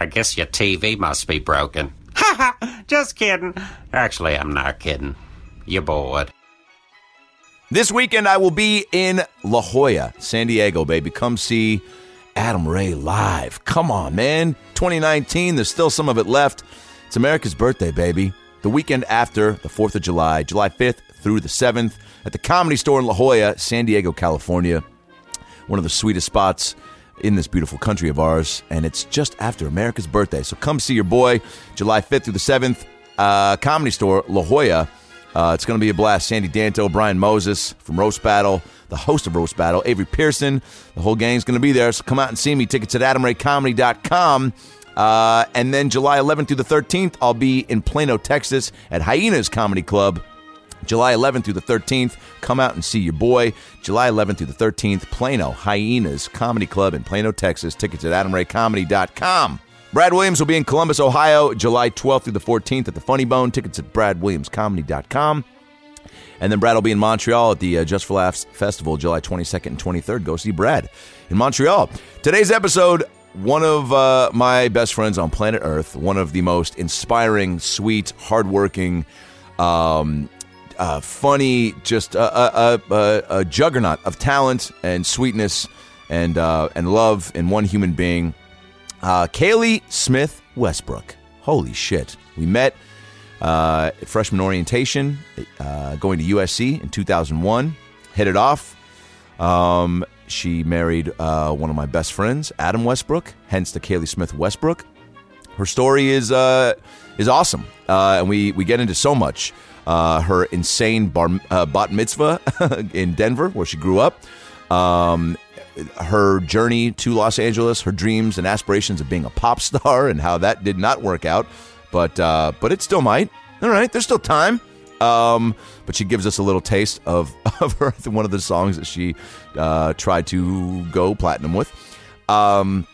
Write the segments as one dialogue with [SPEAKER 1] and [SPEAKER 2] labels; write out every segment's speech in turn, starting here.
[SPEAKER 1] I guess your TV must be broken. Ha ha! Just kidding. Actually, I'm not kidding. You're bored.
[SPEAKER 2] This weekend, I will be in La Jolla, San Diego, baby. Come see Adam Ray live. Come on, man. 2019, there's still some of it left. It's America's birthday, baby. The weekend after the 4th of July, July 5th through the 7th, at the Comedy Store in La Jolla, San Diego, California. One of the sweetest spots in this beautiful country of ours, and it's just after America's birthday. So come see your boy July 5th through the 7th, uh, Comedy Store, La Jolla. Uh, it's going to be a blast. Sandy Danto, Brian Moses from Roast Battle, the host of Roast Battle, Avery Pearson, the whole gang's going to be there. So come out and see me. Tickets at adamraycomedy.com. Uh, and then July 11th through the 13th, I'll be in Plano, Texas at Hyenas Comedy Club. July 11th through the 13th, come out and see your boy. July 11th through the 13th, Plano Hyenas Comedy Club in Plano, Texas. Tickets at adamraycomedy.com. Brad Williams will be in Columbus, Ohio, July 12th through the 14th at the Funny Bone. Tickets at bradwilliamscomedy.com. And then Brad will be in Montreal at the uh, Just for Laughs Festival, July 22nd and 23rd. Go see Brad in Montreal. Today's episode, one of uh, my best friends on planet Earth, one of the most inspiring, sweet, hardworking, um, uh, funny, just a, a, a, a juggernaut of talent and sweetness and uh, and love in one human being. Uh, Kaylee Smith Westbrook. Holy shit! We met uh, at freshman orientation, uh, going to USC in 2001. Hit it off. Um, she married uh, one of my best friends, Adam Westbrook, hence the Kaylee Smith Westbrook her story is uh, is awesome, uh, and we we get into so much. Uh, her insane bar, uh, bat mitzvah in Denver, where she grew up. Um, her journey to Los Angeles, her dreams and aspirations of being a pop star, and how that did not work out, but uh, but it still might. All right, there's still time. Um, but she gives us a little taste of of her one of the songs that she uh, tried to go platinum with. Um,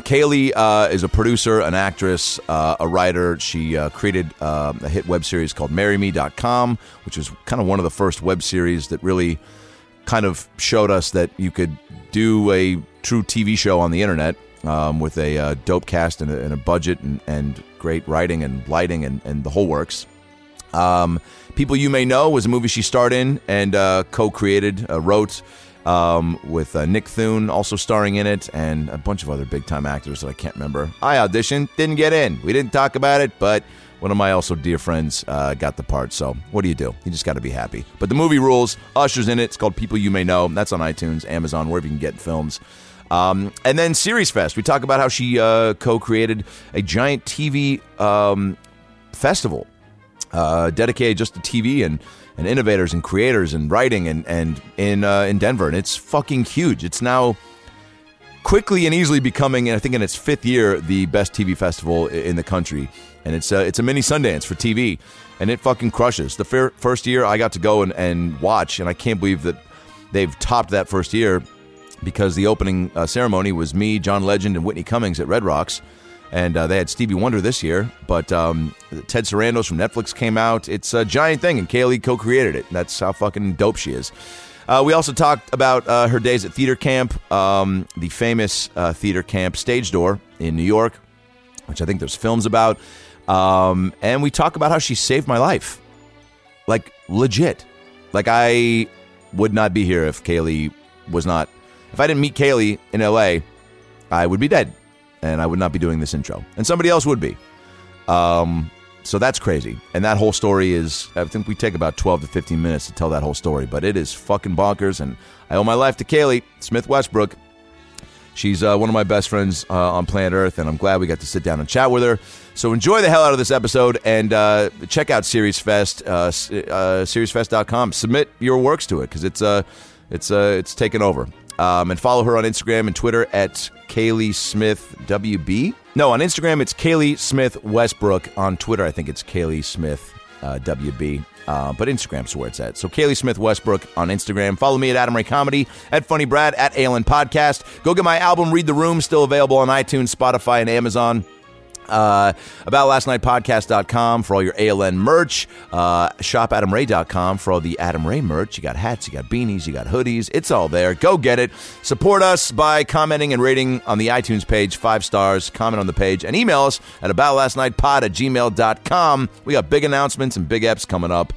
[SPEAKER 2] Kaylee uh, is a producer, an actress, uh, a writer. She uh, created um a hit web series called MarryMe.com, which was kind of one of the first web series that really kind of showed us that you could do a true TV show on the internet um, with a uh, dope cast and a, and a budget and, and great writing and lighting and, and the whole works. Um, People You May Know was a movie she starred in and uh, co created, uh, wrote um, with uh, Nick Thune also starring in it and a bunch of other big time actors that I can't remember. I auditioned, didn't get in. We didn't talk about it, but one of my also dear friends uh, got the part. So what do you do? You just got to be happy. But the movie rules. Usher's in it. It's called People You May Know. That's on iTunes, Amazon, wherever you can get films. Um, and then Series Fest. We talk about how she uh, co created a giant TV um, festival uh, dedicated just to TV and, and innovators and creators and writing and and in uh, in Denver, and it's fucking huge. It's now quickly and easily becoming, and I think in its fifth year, the best TV festival i- in the country. And it's a, it's a mini Sundance for TV, and it fucking crushes. The fir- first year I got to go and, and watch, and I can't believe that they've topped that first year because the opening uh, ceremony was me, John Legend, and Whitney Cummings at Red Rocks. And uh, they had Stevie Wonder this year, but um, Ted Sarandos from Netflix came out. It's a giant thing, and Kaylee co created it. That's how fucking dope she is. Uh, we also talked about uh, her days at theater camp, um, the famous uh, theater camp Stage Door in New York, which I think there's films about. Um, and we talk about how she saved my life like legit. Like I would not be here if Kaylee was not. If I didn't meet Kaylee in LA, I would be dead, and I would not be doing this intro, and somebody else would be. Um, so that's crazy, and that whole story is. I think we take about twelve to fifteen minutes to tell that whole story, but it is fucking bonkers, and I owe my life to Kaylee Smith Westbrook. She's uh, one of my best friends uh, on planet Earth, and I'm glad we got to sit down and chat with her. So enjoy the hell out of this episode and uh, check out Series Fest, uh, s- uh, seriesfest.com. Submit your works to it because it's uh, it's uh, it's taken over. Um, and follow her on Instagram and Twitter at Kaylee Smith WB. No, on Instagram it's Kaylee Smith Westbrook. On Twitter, I think it's Kaylee Smith uh, WB. Uh, but Instagram's where it's at. So Kaylee Smith Westbrook on Instagram. Follow me at Adam Ray Comedy, at Funny Brad, at Alan Podcast. Go get my album Read the Room, still available on iTunes, Spotify, and Amazon. Uh, about last night podcast.com for all your ALN merch. Uh, shopadamray.com for all the Adam Ray merch. You got hats, you got beanies, you got hoodies. It's all there. Go get it. Support us by commenting and rating on the iTunes page, five stars, comment on the page, and email us at aboutlastnightpod at gmail.com. We got big announcements and big apps coming up.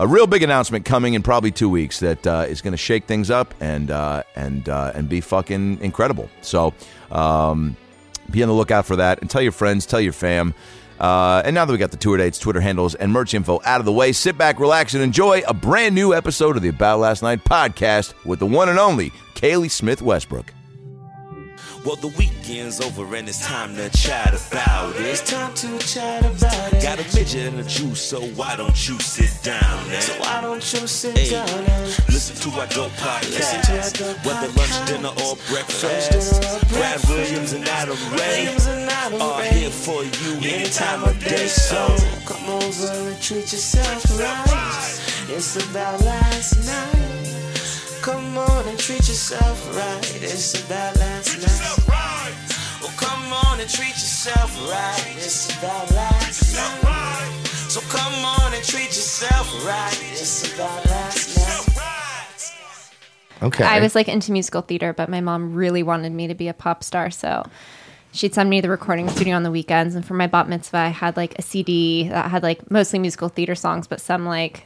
[SPEAKER 2] A real big announcement coming in probably two weeks that uh, is going to shake things up and uh, and uh, and be fucking incredible. So um, be on the lookout for that and tell your friends, tell your fam. Uh, and now that we got the tour dates, Twitter handles, and merch info out of the way, sit back, relax, and enjoy a brand new episode of the About Last Night podcast with the one and only Kaylee Smith Westbrook.
[SPEAKER 3] Well, the weekend's over and it's time to chat about it. It's time to chat about it. Got a midget and a juice, so why don't you sit down? And so why don't you sit down? listen to our dope podcast. Whether lunch, dinner, or breakfast, Brad Williams and Adam Ray are here for you any time of day. So
[SPEAKER 4] Come over and treat yourself right. It's about last night. Come on and treat yourself right. It's about last night. Oh, come on and treat yourself right. It's about last night. So come on and treat yourself right. It's about last night.
[SPEAKER 2] Okay.
[SPEAKER 5] I was like into musical theater, but my mom really wanted me to be a pop star, so she'd send me to the recording studio on the weekends. And for my bat mitzvah, I had like a CD that had like mostly musical theater songs, but some like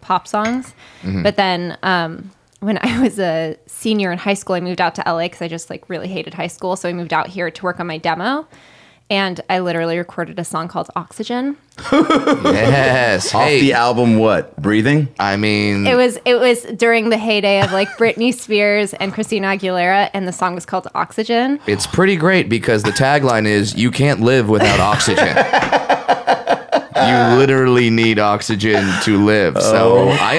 [SPEAKER 5] pop songs. But then um, when I was a senior in high school, I moved out to LA because I just like really hated high school, so I moved out here to work on my demo. And I literally recorded a song called Oxygen.
[SPEAKER 6] Yes. hey.
[SPEAKER 7] Off the album, what? Breathing?
[SPEAKER 6] I mean,
[SPEAKER 5] It was it was during the heyday of like Britney Spears and Christina Aguilera, and the song was called Oxygen.
[SPEAKER 6] it's pretty great because the tagline is you can't live without oxygen. you literally need oxygen to live. So I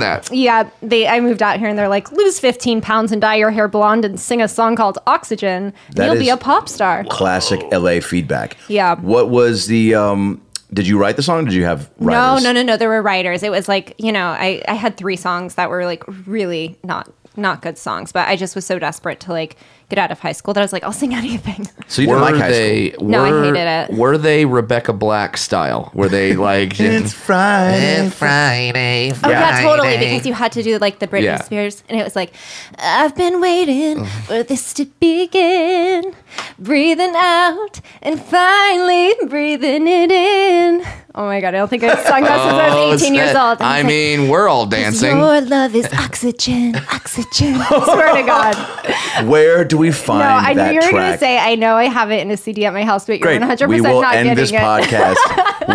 [SPEAKER 5] yeah.
[SPEAKER 6] that.
[SPEAKER 5] Yeah, they. I moved out here, and they're like, lose fifteen pounds and dye your hair blonde, and sing a song called Oxygen, and
[SPEAKER 7] That
[SPEAKER 5] you'll be
[SPEAKER 7] is-
[SPEAKER 5] a pop star.
[SPEAKER 7] Classic
[SPEAKER 6] Oh.
[SPEAKER 7] LA feedback.
[SPEAKER 5] Yeah.
[SPEAKER 7] What was the, um, did you write the song? Or did you have
[SPEAKER 5] No,
[SPEAKER 7] writers?
[SPEAKER 5] no, no, no. There were writers. It was like you know, I I had three songs that were like really not not good songs, but I just was so desperate to like get out of high school that I was like, I'll sing anything.
[SPEAKER 7] So you didn't like high school.
[SPEAKER 6] they?
[SPEAKER 5] No, I
[SPEAKER 6] were,
[SPEAKER 5] hated it.
[SPEAKER 6] Were they Rebecca Black style? Were they like?
[SPEAKER 7] It's Friday.
[SPEAKER 6] Friday.
[SPEAKER 5] Oh yeah, totally. Because you had to do like the Britney
[SPEAKER 6] Yeah.
[SPEAKER 5] Spears, and it was like, I've been
[SPEAKER 7] Mm.
[SPEAKER 5] waiting for this to begin, breathing out and finally breathing it in. Oh my god, I don't think I've sung that since I
[SPEAKER 7] Oh,
[SPEAKER 5] was 18 years old. And
[SPEAKER 6] I
[SPEAKER 5] it's like,
[SPEAKER 6] mean, we're all dancing.
[SPEAKER 5] Your love is oxygen, oxygen. I swear to God.
[SPEAKER 7] Where do we find
[SPEAKER 5] No, I knew
[SPEAKER 7] that
[SPEAKER 5] you were going to
[SPEAKER 7] track?
[SPEAKER 5] say, I know I have it in a CD at my house, but you're
[SPEAKER 7] Great.
[SPEAKER 5] 100%
[SPEAKER 7] we will
[SPEAKER 5] not
[SPEAKER 7] end
[SPEAKER 5] getting
[SPEAKER 7] this
[SPEAKER 5] it
[SPEAKER 7] podcast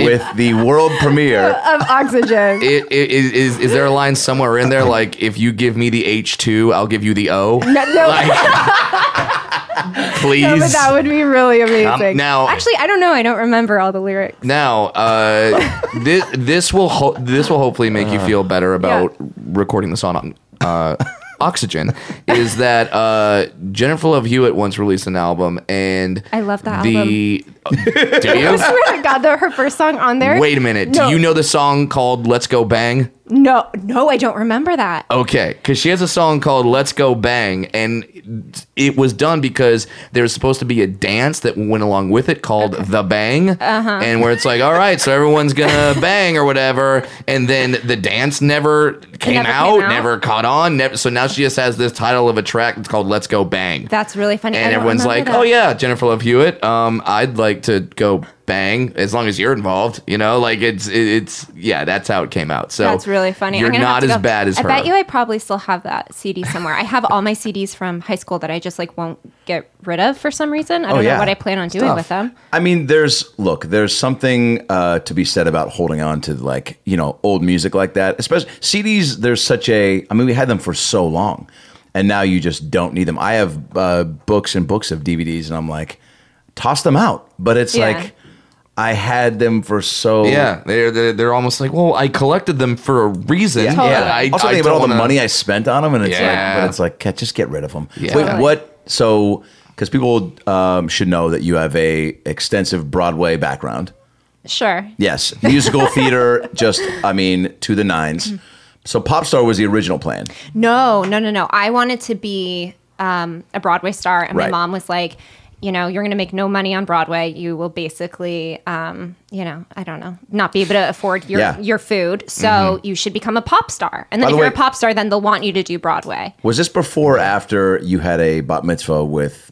[SPEAKER 7] with the world premiere.
[SPEAKER 5] of oxygen.
[SPEAKER 6] It, it, is, is is there a line somewhere in there like if you give me the H two, I'll give you the O?
[SPEAKER 5] No, no.
[SPEAKER 6] Please.
[SPEAKER 5] No, but that would be really amazing.
[SPEAKER 6] now-
[SPEAKER 5] actually, I don't know. I don't remember all the lyrics.
[SPEAKER 6] Now, uh, this this will ho- this will hopefully make you feel better about recording the song on uh, Oxygen. Is that uh, Jennifer Love Hewitt once released an album and
[SPEAKER 5] I love that
[SPEAKER 6] the, album. Do
[SPEAKER 5] I
[SPEAKER 6] you?
[SPEAKER 5] swear to God, though, her first song on there.
[SPEAKER 6] Wait a minute.
[SPEAKER 5] No.
[SPEAKER 6] Do you know the song called "Let's Go Bang"?
[SPEAKER 5] No, no, I don't remember that.
[SPEAKER 6] Okay, because she has a song called "Let's Go Bang," and it was done because there's supposed to be a dance that went along with it called the bang, uh-huh. and where it's like, all right, so everyone's gonna bang or whatever, and then the dance never came,
[SPEAKER 5] never came
[SPEAKER 6] out,
[SPEAKER 5] out?
[SPEAKER 6] never caught on, never. So now she just has this title of a track that's called "Let's Go Bang,"
[SPEAKER 5] That's really funny. I
[SPEAKER 6] and
[SPEAKER 5] don't
[SPEAKER 6] everyone's like,
[SPEAKER 5] remember
[SPEAKER 6] oh
[SPEAKER 5] that.
[SPEAKER 6] yeah, Jennifer Love Hewitt, um, I'd like to go bang as long as you're involved, you know, like it's it's yeah, that's how it came out. So
[SPEAKER 5] That's really funny.
[SPEAKER 6] You're
[SPEAKER 5] I'm gonna have
[SPEAKER 6] not
[SPEAKER 5] to
[SPEAKER 6] as
[SPEAKER 5] go-
[SPEAKER 6] bad as
[SPEAKER 5] I
[SPEAKER 6] her.
[SPEAKER 5] bet you I probably still have that CD somewhere. I have all my CDs from high school that I just like won't get rid of for some reason.
[SPEAKER 6] Oh,
[SPEAKER 5] I don't know
[SPEAKER 7] Oh, yeah.
[SPEAKER 5] what I plan on doing
[SPEAKER 7] Stuff.
[SPEAKER 5] with them.
[SPEAKER 7] I mean, there's look, there's something uh, to be said about holding on to like you know old music like that. Especially CDs. There's such a. I mean, we had them for so long, and now you just don't need them. I have uh, books and books of DVDs, and I'm like, toss them out. But it's
[SPEAKER 5] Yeah.
[SPEAKER 7] like. I had them for so
[SPEAKER 6] Yeah, they're, they're they're almost like, well, I collected them for a reason.
[SPEAKER 7] Yeah,
[SPEAKER 5] Totally.
[SPEAKER 7] yeah.
[SPEAKER 6] I,
[SPEAKER 7] also
[SPEAKER 6] I
[SPEAKER 7] think about
[SPEAKER 6] don't
[SPEAKER 7] all the
[SPEAKER 6] wanna-
[SPEAKER 7] money I spent on them, and it's
[SPEAKER 6] Yeah.
[SPEAKER 7] like, but it's like, "God, just get rid of them.
[SPEAKER 6] Yeah.
[SPEAKER 7] Wait,
[SPEAKER 6] Totally.
[SPEAKER 7] what? So, because people um, should know that you have a extensive Broadway background.
[SPEAKER 5] Sure.
[SPEAKER 7] Yes, musical theater, just I mean, to the nines. So, Popstar was the original plan.
[SPEAKER 5] No, no, no, no. I wanted to be um, a Broadway star, and
[SPEAKER 7] Right.
[SPEAKER 5] my mom was like, you know, you're going to make no money on Broadway. You will basically, um, you know, I don't know, not be able to afford your
[SPEAKER 7] Yeah. Mm-hmm.
[SPEAKER 5] your food. So you should become a pop star. And
[SPEAKER 7] By
[SPEAKER 5] then if
[SPEAKER 7] the
[SPEAKER 5] you're a
[SPEAKER 7] way-
[SPEAKER 5] pop star, then they'll want you to do Broadway.
[SPEAKER 7] Was this before or after you had a bat mitzvah with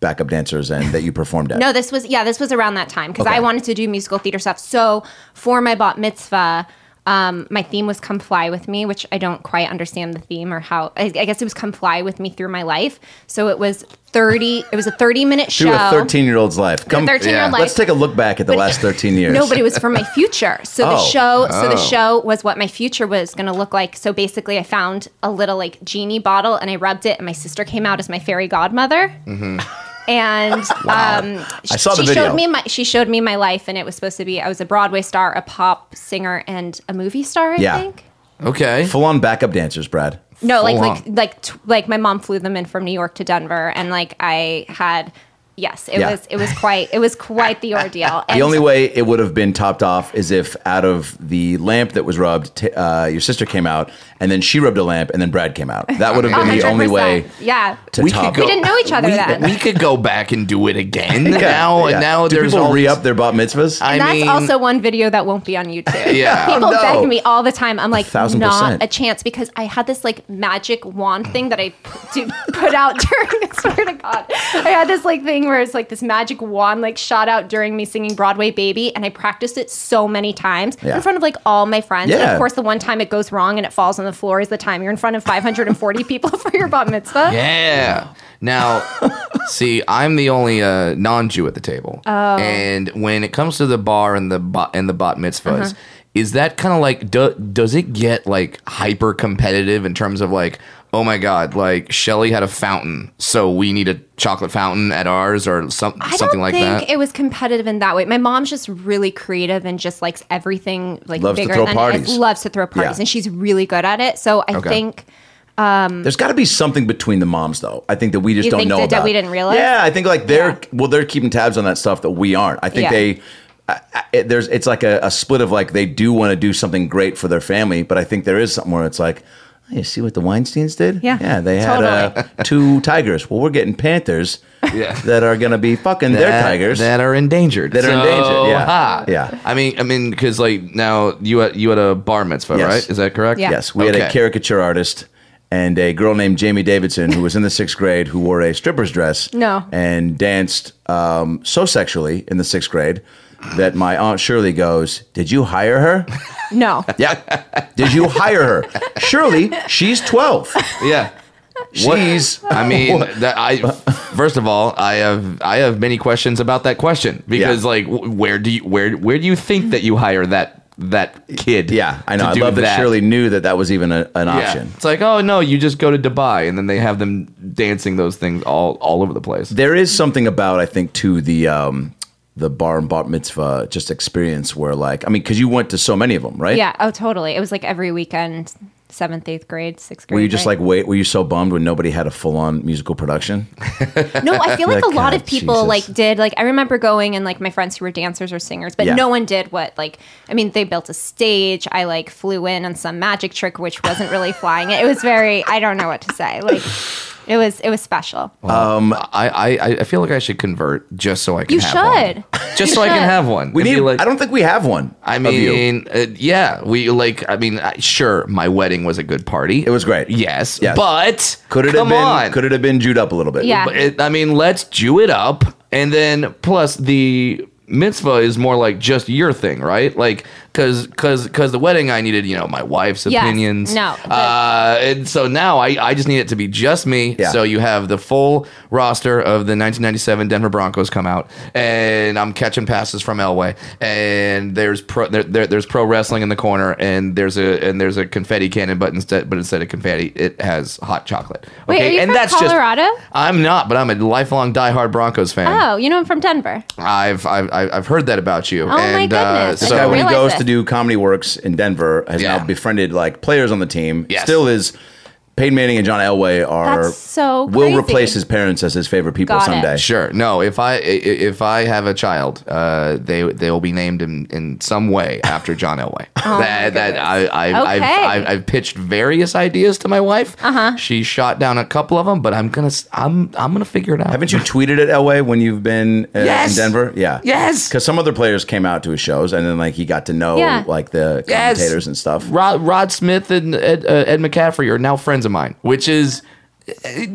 [SPEAKER 7] backup dancers and that you performed at?
[SPEAKER 5] No, this was yeah, this was around that time because
[SPEAKER 7] Okay.
[SPEAKER 5] I wanted to do musical theater stuff. So for my bat mitzvah, um, my theme was "Come Fly with Me," which I don't quite understand the theme or how. I, I guess it was "Come Fly with Me" through my life. So it was thirty. It was a thirty-minute show.
[SPEAKER 7] through a thirteen-year-old's life. Come,
[SPEAKER 5] 13-year-old life.
[SPEAKER 7] Let's take a look back at the last thirteen years.
[SPEAKER 5] No, but it was for my future. So the
[SPEAKER 7] Oh.
[SPEAKER 5] show, so the show was what my future was going to look like. So basically, I found a little like genie bottle and I rubbed it, and my sister came out as my fairy godmother. And um,
[SPEAKER 7] Mm-hmm. I saw the
[SPEAKER 5] she
[SPEAKER 7] video.
[SPEAKER 5] showed me my she showed me my life, and it was supposed to be I was a Broadway star, a pop singer, and a movie star. I
[SPEAKER 7] Yeah.
[SPEAKER 5] think
[SPEAKER 6] Okay.
[SPEAKER 7] full-on backup dancers, Brad.
[SPEAKER 5] no, like
[SPEAKER 6] Full
[SPEAKER 5] like
[SPEAKER 6] on.
[SPEAKER 5] like t- like my mom flew them in from New York to Denver, and like I had. Yes, it
[SPEAKER 7] Yeah.
[SPEAKER 5] was it was quite it was quite the ordeal.
[SPEAKER 7] The
[SPEAKER 5] And-
[SPEAKER 7] only way it would have been topped off is if out of the lamp that was rubbed, t- uh, your sister came out, and then she rubbed a lamp, and then Brad came out. That would have been the only way
[SPEAKER 5] 100%. Yeah.
[SPEAKER 7] to top.
[SPEAKER 5] go- We didn't know each other
[SPEAKER 6] we,
[SPEAKER 5] then.
[SPEAKER 6] We could go back and do it again.
[SPEAKER 7] Yeah,
[SPEAKER 6] now,
[SPEAKER 7] yeah.
[SPEAKER 6] now
[SPEAKER 7] Do
[SPEAKER 6] there's
[SPEAKER 7] people
[SPEAKER 6] all
[SPEAKER 7] re up
[SPEAKER 6] these-
[SPEAKER 7] their bat mitzvahs.
[SPEAKER 6] I
[SPEAKER 5] And that's
[SPEAKER 6] mean,
[SPEAKER 5] also one video that won't be on YouTube.
[SPEAKER 6] Yeah.
[SPEAKER 5] People
[SPEAKER 7] Oh, no.
[SPEAKER 5] beg me all the time. I'm like,
[SPEAKER 7] thousand
[SPEAKER 5] not
[SPEAKER 7] percent.
[SPEAKER 5] a chance because I had this like magic wand thing that I p- do, put out during, I swear to God. I had this like thing where it's like this magic wand like shot out during me singing Broadway Baby. And I practiced it so many times
[SPEAKER 7] Yeah.
[SPEAKER 5] in front of like all my friends. And
[SPEAKER 7] Yeah.
[SPEAKER 5] of course, the one time it goes wrong and it falls on the floor is the time you're in front of 540 people for your bat mitzvah.
[SPEAKER 6] Yeah. Now, see, I'm the only uh, non-Jew at the table, oh. and when it comes to the bar and the bo- and the bat
[SPEAKER 5] Uh-huh.
[SPEAKER 6] mitzvahs, is that kind of like do- does it get like hyper competitive in terms of like, oh my god, like Shelly had a fountain, so we need a chocolate fountain at ours or some-
[SPEAKER 5] I
[SPEAKER 6] something
[SPEAKER 5] don't
[SPEAKER 6] like
[SPEAKER 5] think
[SPEAKER 6] that?
[SPEAKER 5] it was competitive in that way. My mom's just really creative and just likes everything like
[SPEAKER 7] Loves to
[SPEAKER 5] bigger
[SPEAKER 7] throw
[SPEAKER 5] than
[SPEAKER 7] parties.
[SPEAKER 5] It. Loves to throw parties,
[SPEAKER 7] Yeah.
[SPEAKER 5] and she's really good at it. So I
[SPEAKER 6] Okay.
[SPEAKER 5] think
[SPEAKER 7] There's got to be something between the moms, though. I think that we just
[SPEAKER 5] You
[SPEAKER 7] don't
[SPEAKER 5] think
[SPEAKER 7] know
[SPEAKER 5] that- that
[SPEAKER 7] about.
[SPEAKER 5] we didn't realize?
[SPEAKER 7] Yeah, I think like they're
[SPEAKER 5] Yeah.
[SPEAKER 7] well, they're keeping tabs on that stuff that we aren't. I think
[SPEAKER 5] Yeah.
[SPEAKER 7] they. I, I, it- there's it's like a, a split of like they do want to do something great for their family, but I think there is something where it's like, "Oh, you see what the Weinstein's did?
[SPEAKER 5] Yeah,
[SPEAKER 7] yeah, they had uh, two tigers. Well, we're getting panthers
[SPEAKER 6] Yeah.
[SPEAKER 7] that are gonna be fucking their
[SPEAKER 6] that-
[SPEAKER 7] tigers.
[SPEAKER 6] that are endangered.
[SPEAKER 7] That are endangered, yeah.
[SPEAKER 6] ha.
[SPEAKER 7] Yeah.
[SPEAKER 6] I mean, I mean, because like now you had you had a bar mitzvah,
[SPEAKER 7] Yes.
[SPEAKER 6] right? Is that correct?
[SPEAKER 5] Yeah.
[SPEAKER 7] Yes, we had a
[SPEAKER 6] Okay.
[SPEAKER 7] caricature artist and a girl named Jamie Davidson who was in the sixth grade who wore a stripper's dress.
[SPEAKER 5] No.
[SPEAKER 7] And danced um, so sexually in the sixth grade that my aunt Shirley goes, "Did you hire her?
[SPEAKER 5] no.
[SPEAKER 7] yeah. Did you hire her? Shirley, she's twelve.
[SPEAKER 6] Yeah.
[SPEAKER 7] She's.
[SPEAKER 6] I mean, that I first of all, I have I have many questions about that question because
[SPEAKER 7] Yeah.
[SPEAKER 6] like wh- where do you where where do you think that you hire that that kid?
[SPEAKER 7] Yeah, I know.
[SPEAKER 6] to
[SPEAKER 7] I
[SPEAKER 6] do
[SPEAKER 7] love that. Shirley knew that that was even a, an
[SPEAKER 6] Yeah.
[SPEAKER 7] option.
[SPEAKER 6] It's like, oh no, you just go to Dubai, and then they have them dancing those things all all over the place.
[SPEAKER 7] There is something about I think to the um, the bar and bat mitzvah just experience where like I mean because you went to so many of them right
[SPEAKER 5] Yeah. Oh, totally. It was like every weekend, seventh, eighth grade, sixth grade.
[SPEAKER 7] Were you just
[SPEAKER 5] right?
[SPEAKER 7] like wait? Were you so bummed when nobody had a full on musical production?
[SPEAKER 5] No, I feel like
[SPEAKER 7] Like,
[SPEAKER 5] a lot
[SPEAKER 7] God,
[SPEAKER 5] of people
[SPEAKER 7] Jesus.
[SPEAKER 5] like did like I remember going and like my friends who were dancers or singers, but
[SPEAKER 7] Yeah.
[SPEAKER 5] no one did what like I mean they built a stage. I like flew in on some magic trick which wasn't really flying. It was very I don't know what to say. Like it was it was special.
[SPEAKER 6] Um, I, I I feel like I should convert just so I can.
[SPEAKER 5] You
[SPEAKER 6] have one.
[SPEAKER 5] should.
[SPEAKER 6] Just so I can
[SPEAKER 5] should.
[SPEAKER 6] have one.
[SPEAKER 7] We
[SPEAKER 6] It'd be
[SPEAKER 7] need.
[SPEAKER 6] like-
[SPEAKER 7] I don't think we have one.
[SPEAKER 6] I
[SPEAKER 7] of you.
[SPEAKER 6] mean, uh, yeah, we like. I mean, I, sure, my wedding was a good party.
[SPEAKER 7] It was great.
[SPEAKER 6] Yes,
[SPEAKER 7] Yes.
[SPEAKER 6] but
[SPEAKER 7] could it have
[SPEAKER 6] come
[SPEAKER 7] been?
[SPEAKER 6] On.
[SPEAKER 7] Could it have been Jewed up a little bit?
[SPEAKER 5] Yeah.
[SPEAKER 6] But it- I mean, let's Jew it up, and then plus the mitzvah is more like just your thing, right? Like because because because the wedding I needed you know my wife's
[SPEAKER 5] Yes.
[SPEAKER 6] opinions.
[SPEAKER 5] No, but-
[SPEAKER 6] Uh, and so now I, I just need it to be just me.
[SPEAKER 7] Yeah.
[SPEAKER 6] So you have the full roster of the 1997 Denver Broncos come out, and I'm catching passes from Elway, and there's pro there, there, there's pro wrestling in the corner, and there's a and there's a confetti cannon, but instead but instead of confetti, it has hot chocolate.
[SPEAKER 5] Wait, are you
[SPEAKER 6] and
[SPEAKER 5] from
[SPEAKER 6] that's
[SPEAKER 5] Colorado?
[SPEAKER 6] Just, Mm. I'm not, but I'm a lifelong diehard Broncos fan.
[SPEAKER 5] Oh, you know I'm from Denver.
[SPEAKER 6] I've I've I've I've heard that about you.
[SPEAKER 5] my
[SPEAKER 6] and,
[SPEAKER 5] goodness.
[SPEAKER 6] Uh,
[SPEAKER 5] I
[SPEAKER 7] This guy,
[SPEAKER 6] so
[SPEAKER 5] didn't
[SPEAKER 7] when he
[SPEAKER 5] realize
[SPEAKER 7] goes
[SPEAKER 5] this.
[SPEAKER 7] to do Comedy Works in Denver, has
[SPEAKER 6] Yeah.
[SPEAKER 7] now befriended like players on the team.
[SPEAKER 6] Yes.
[SPEAKER 7] Still is. Peyton Manning and John Elway are
[SPEAKER 5] That's so
[SPEAKER 7] will
[SPEAKER 5] crazy.
[SPEAKER 7] replace his parents as his favorite people
[SPEAKER 5] Got it.
[SPEAKER 7] someday.
[SPEAKER 6] Sure. No, if I i- if I have a child, uh, they they will be named in, in some way after John Elway. that that I, I I've,
[SPEAKER 5] Oh Okay.
[SPEAKER 6] I've, I've pitched various ideas to my wife. Uh-huh. She shot down a couple of them, but I'm gonna s- I'm I'm gonna figure it out.
[SPEAKER 7] Haven't you tweeted at Elway when you've been uh,
[SPEAKER 6] Yes.
[SPEAKER 7] in Denver? Yeah.
[SPEAKER 6] Yes.
[SPEAKER 7] Because some other players came out to his shows, and then like he got to know
[SPEAKER 5] Yeah.
[SPEAKER 7] like the
[SPEAKER 6] Yes.
[SPEAKER 7] commentators and stuff.
[SPEAKER 6] Rod, Rod Smith and Ed, uh, Ed McCaffrey are now friends of mine, which is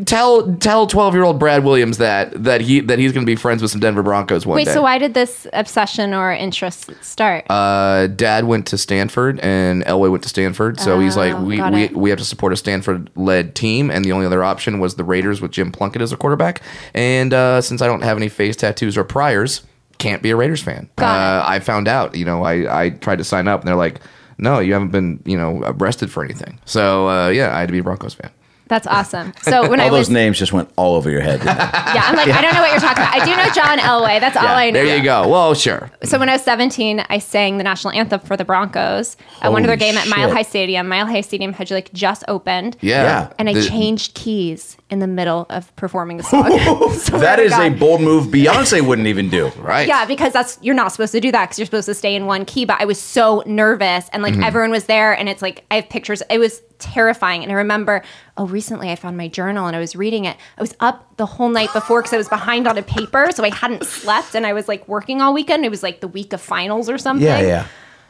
[SPEAKER 6] tell tell 12 year old Brad Williams that that he that he's gonna be friends with some Denver Broncos one
[SPEAKER 5] Wait,
[SPEAKER 6] day.
[SPEAKER 5] so why did this obsession or interest start?
[SPEAKER 6] uh, dad went to Stanford and Elway went to Stanford. So he's like, we,
[SPEAKER 5] Oh, got
[SPEAKER 6] we,
[SPEAKER 5] it.
[SPEAKER 6] we have to support a Stanford led team. And the only other option was the Raiders with Jim Plunkett as a quarterback. And uh, since I don't have any face tattoos or priors, can't be a Raiders fan.
[SPEAKER 5] Got
[SPEAKER 6] Uh, I found out, you know, I, I tried to sign up and they're like, no, you haven't been, you know, arrested for anything. So uh, yeah, I had to be a Broncos fan.
[SPEAKER 5] That's awesome. So when I
[SPEAKER 7] All
[SPEAKER 5] was
[SPEAKER 7] those names just went all over your head. didn't they?
[SPEAKER 5] yeah, I'm like I don't know what you're talking about. I do know John Elway. That's all I know.
[SPEAKER 6] There you go. Well, sure.
[SPEAKER 5] So when I was 17, I sang the national anthem for the Broncos at one of their
[SPEAKER 7] Holy
[SPEAKER 5] game at Mile
[SPEAKER 7] shit.
[SPEAKER 5] High Stadium. Mile High Stadium had like just opened.
[SPEAKER 6] Yeah.
[SPEAKER 7] Yeah.
[SPEAKER 5] And I
[SPEAKER 6] The-
[SPEAKER 5] changed keys in the middle of performing the song. Swear
[SPEAKER 7] that
[SPEAKER 5] to
[SPEAKER 7] is a
[SPEAKER 5] God.
[SPEAKER 7] bold move Beyonce wouldn't even do.
[SPEAKER 6] Right.
[SPEAKER 5] Yeah, because that's you're not supposed to do that because you're supposed to stay in one key. But I was so nervous, and like everyone was there, and it's like I have pictures. It was terrifying, and I remember. Oh, recently I found my journal and I was reading it. I was up the whole night before because I was behind on a paper, so I hadn't slept, and I was like working all weekend. It was like the week of finals or something.
[SPEAKER 7] Yeah, yeah.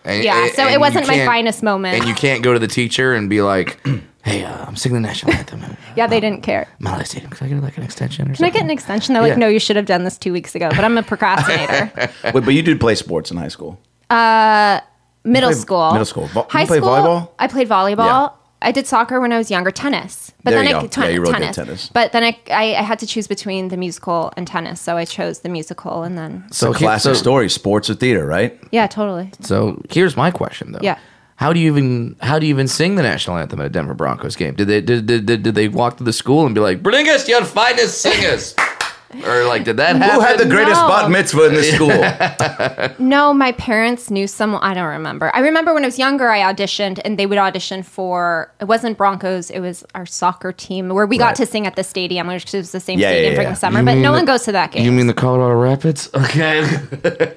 [SPEAKER 6] And-
[SPEAKER 5] Yeah,
[SPEAKER 6] and-
[SPEAKER 5] so
[SPEAKER 6] and
[SPEAKER 5] it
[SPEAKER 6] you
[SPEAKER 5] wasn't my
[SPEAKER 6] can't-
[SPEAKER 5] finest moment.
[SPEAKER 6] And you can't go to the teacher and be like, hey, uh, I'm singing the national anthem.
[SPEAKER 5] Yeah, they didn't care.
[SPEAKER 6] Molly Stadium, can I get like an extension or
[SPEAKER 5] Can I
[SPEAKER 6] something?
[SPEAKER 5] get an extension? They're like,
[SPEAKER 6] Yeah.
[SPEAKER 5] no, you should have done this two weeks ago. But I'm a procrastinator.
[SPEAKER 7] Wait, but you did play sports in high school.
[SPEAKER 5] middle
[SPEAKER 7] played-
[SPEAKER 5] school.
[SPEAKER 7] middle school. Vo- you
[SPEAKER 5] High
[SPEAKER 7] played
[SPEAKER 5] school.
[SPEAKER 7] volleyball?
[SPEAKER 5] I played volleyball.
[SPEAKER 7] Yeah.
[SPEAKER 5] I did soccer when I was younger. Tennis, but
[SPEAKER 7] There
[SPEAKER 5] then
[SPEAKER 7] you
[SPEAKER 5] I
[SPEAKER 7] go.
[SPEAKER 5] ten-
[SPEAKER 7] Yeah, you're really good at
[SPEAKER 5] tennis.
[SPEAKER 7] tennis.
[SPEAKER 5] But then I, I I had to choose between the musical and tennis, so I chose the musical, and then
[SPEAKER 6] so here-
[SPEAKER 7] Classic
[SPEAKER 6] so-
[SPEAKER 7] story, sports or theater, right?
[SPEAKER 5] yeah, totally.
[SPEAKER 6] So here's my question though.
[SPEAKER 5] Yeah.
[SPEAKER 6] How do you even how do you even sing the national anthem at a Denver Broncos game? Did they did, did, did, did they walk to the school and be like, "Bring us your finest singers," or like did that happen?
[SPEAKER 7] Who had the greatest
[SPEAKER 5] No.
[SPEAKER 7] bat mitzvah in this school?
[SPEAKER 5] No, my parents knew someone. I don't remember. I remember when I was younger, I auditioned, and they would audition for. It wasn't Broncos. It was our soccer team where we got
[SPEAKER 7] Right.
[SPEAKER 5] to sing at the stadium, which was the same
[SPEAKER 7] Yeah, yeah,
[SPEAKER 5] stadium
[SPEAKER 7] yeah.
[SPEAKER 5] during the summer. But no one goes to that game.
[SPEAKER 6] You mean the Colorado Rapids? Okay.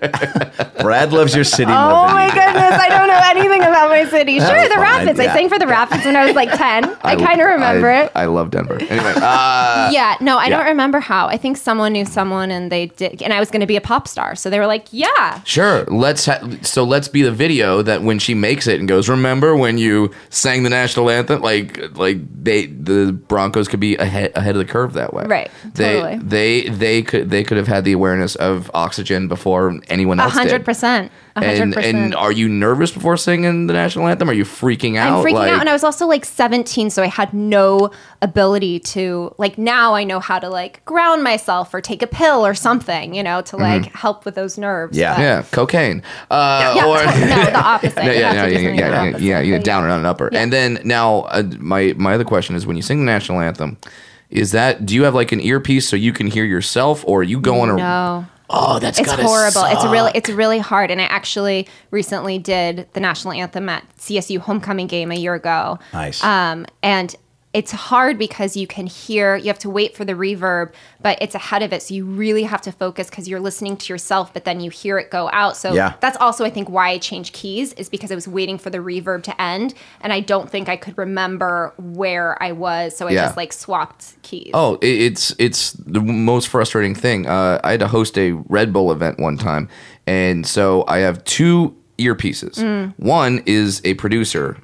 [SPEAKER 7] Brad loves your city. more
[SPEAKER 5] Oh
[SPEAKER 7] than
[SPEAKER 5] my
[SPEAKER 7] you do.
[SPEAKER 5] goodness, I don't know anything about my city. Sure, the
[SPEAKER 7] fine,
[SPEAKER 5] Rapids.
[SPEAKER 7] yeah.
[SPEAKER 5] I sang for the Rapids when I was like 10. I, kind of remember
[SPEAKER 6] I-
[SPEAKER 5] it.
[SPEAKER 6] I love Denver. Anyway, uh,
[SPEAKER 5] yeah, no, I don't
[SPEAKER 6] yeah.
[SPEAKER 5] remember how. I think someone knew someone and they did, and I was going to be a pop star. So they were like, yeah.
[SPEAKER 6] sure. Let's ha- so let's be the video that when she makes it and goes, "Remember when you sang the national anthem?" Like like they the Broncos could be ahead ahead of the curve that way.
[SPEAKER 5] Right,
[SPEAKER 6] They
[SPEAKER 5] totally.
[SPEAKER 6] they they could they could have had the awareness of oxygen before anyone
[SPEAKER 5] A
[SPEAKER 6] else. did.
[SPEAKER 5] 100%. A 100%.
[SPEAKER 6] And and are you nervous before singing the national anthem? Are you freaking out?
[SPEAKER 5] I'm freaking
[SPEAKER 6] Like-
[SPEAKER 5] out. And I was also like 17, so I had no ability to, like, now I know how to, like, ground myself or take a pill or something, you know, to, like, help with the nerves.
[SPEAKER 7] Yeah.
[SPEAKER 5] but-
[SPEAKER 6] Mm-hmm. yeah, cocaine. Uh,
[SPEAKER 5] Yeah,
[SPEAKER 6] or
[SPEAKER 5] totally. no, the opposite.
[SPEAKER 6] No,
[SPEAKER 5] You
[SPEAKER 6] yeah,
[SPEAKER 5] have
[SPEAKER 6] no,
[SPEAKER 5] to do something for
[SPEAKER 6] yeah, yeah, yeah,
[SPEAKER 5] the
[SPEAKER 6] yeah,
[SPEAKER 5] opposite.
[SPEAKER 6] yeah,
[SPEAKER 5] But
[SPEAKER 6] yeah, down and upper. And then now, uh, my my other question is, when you sing the national anthem, is that do you have like an earpiece so you can hear yourself, or are you going? to
[SPEAKER 5] No.
[SPEAKER 6] Oh, that's
[SPEAKER 5] it's
[SPEAKER 6] gotta
[SPEAKER 5] horrible. It's
[SPEAKER 6] suck.
[SPEAKER 5] really it's really hard. And I actually recently did the national anthem at CSU homecoming game a year ago.
[SPEAKER 7] Nice.
[SPEAKER 5] Um, and it's hard because you can hear. You have to wait for the reverb, but it's ahead of it, so you really have to focus because you're listening to yourself. But then you hear it go out. So
[SPEAKER 7] Yeah.
[SPEAKER 5] that's also I think why I changed keys is because I was waiting for the reverb to end, and I don't think I could remember where I was, so I
[SPEAKER 6] Yeah.
[SPEAKER 5] just like swapped keys.
[SPEAKER 6] Oh, it, it's it's the most frustrating thing. Uh, I had to host a Red Bull event one time, and so I have two earpieces.
[SPEAKER 5] Mm.
[SPEAKER 6] One is a producer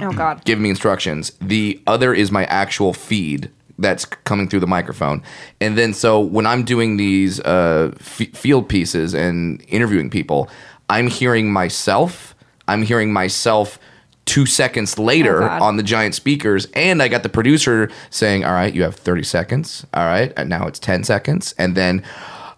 [SPEAKER 5] oh God.
[SPEAKER 6] give me instructions. The other is my actual feed that's coming through the microphone. And then so when I'm doing these uh, f- field pieces and interviewing people, I'm hearing myself I'm hearing myself two seconds later
[SPEAKER 5] Oh, God.
[SPEAKER 6] on the giant speakers, and I got the producer saying, "All right, you have 30 seconds. All right, and now it's 10 seconds, and then."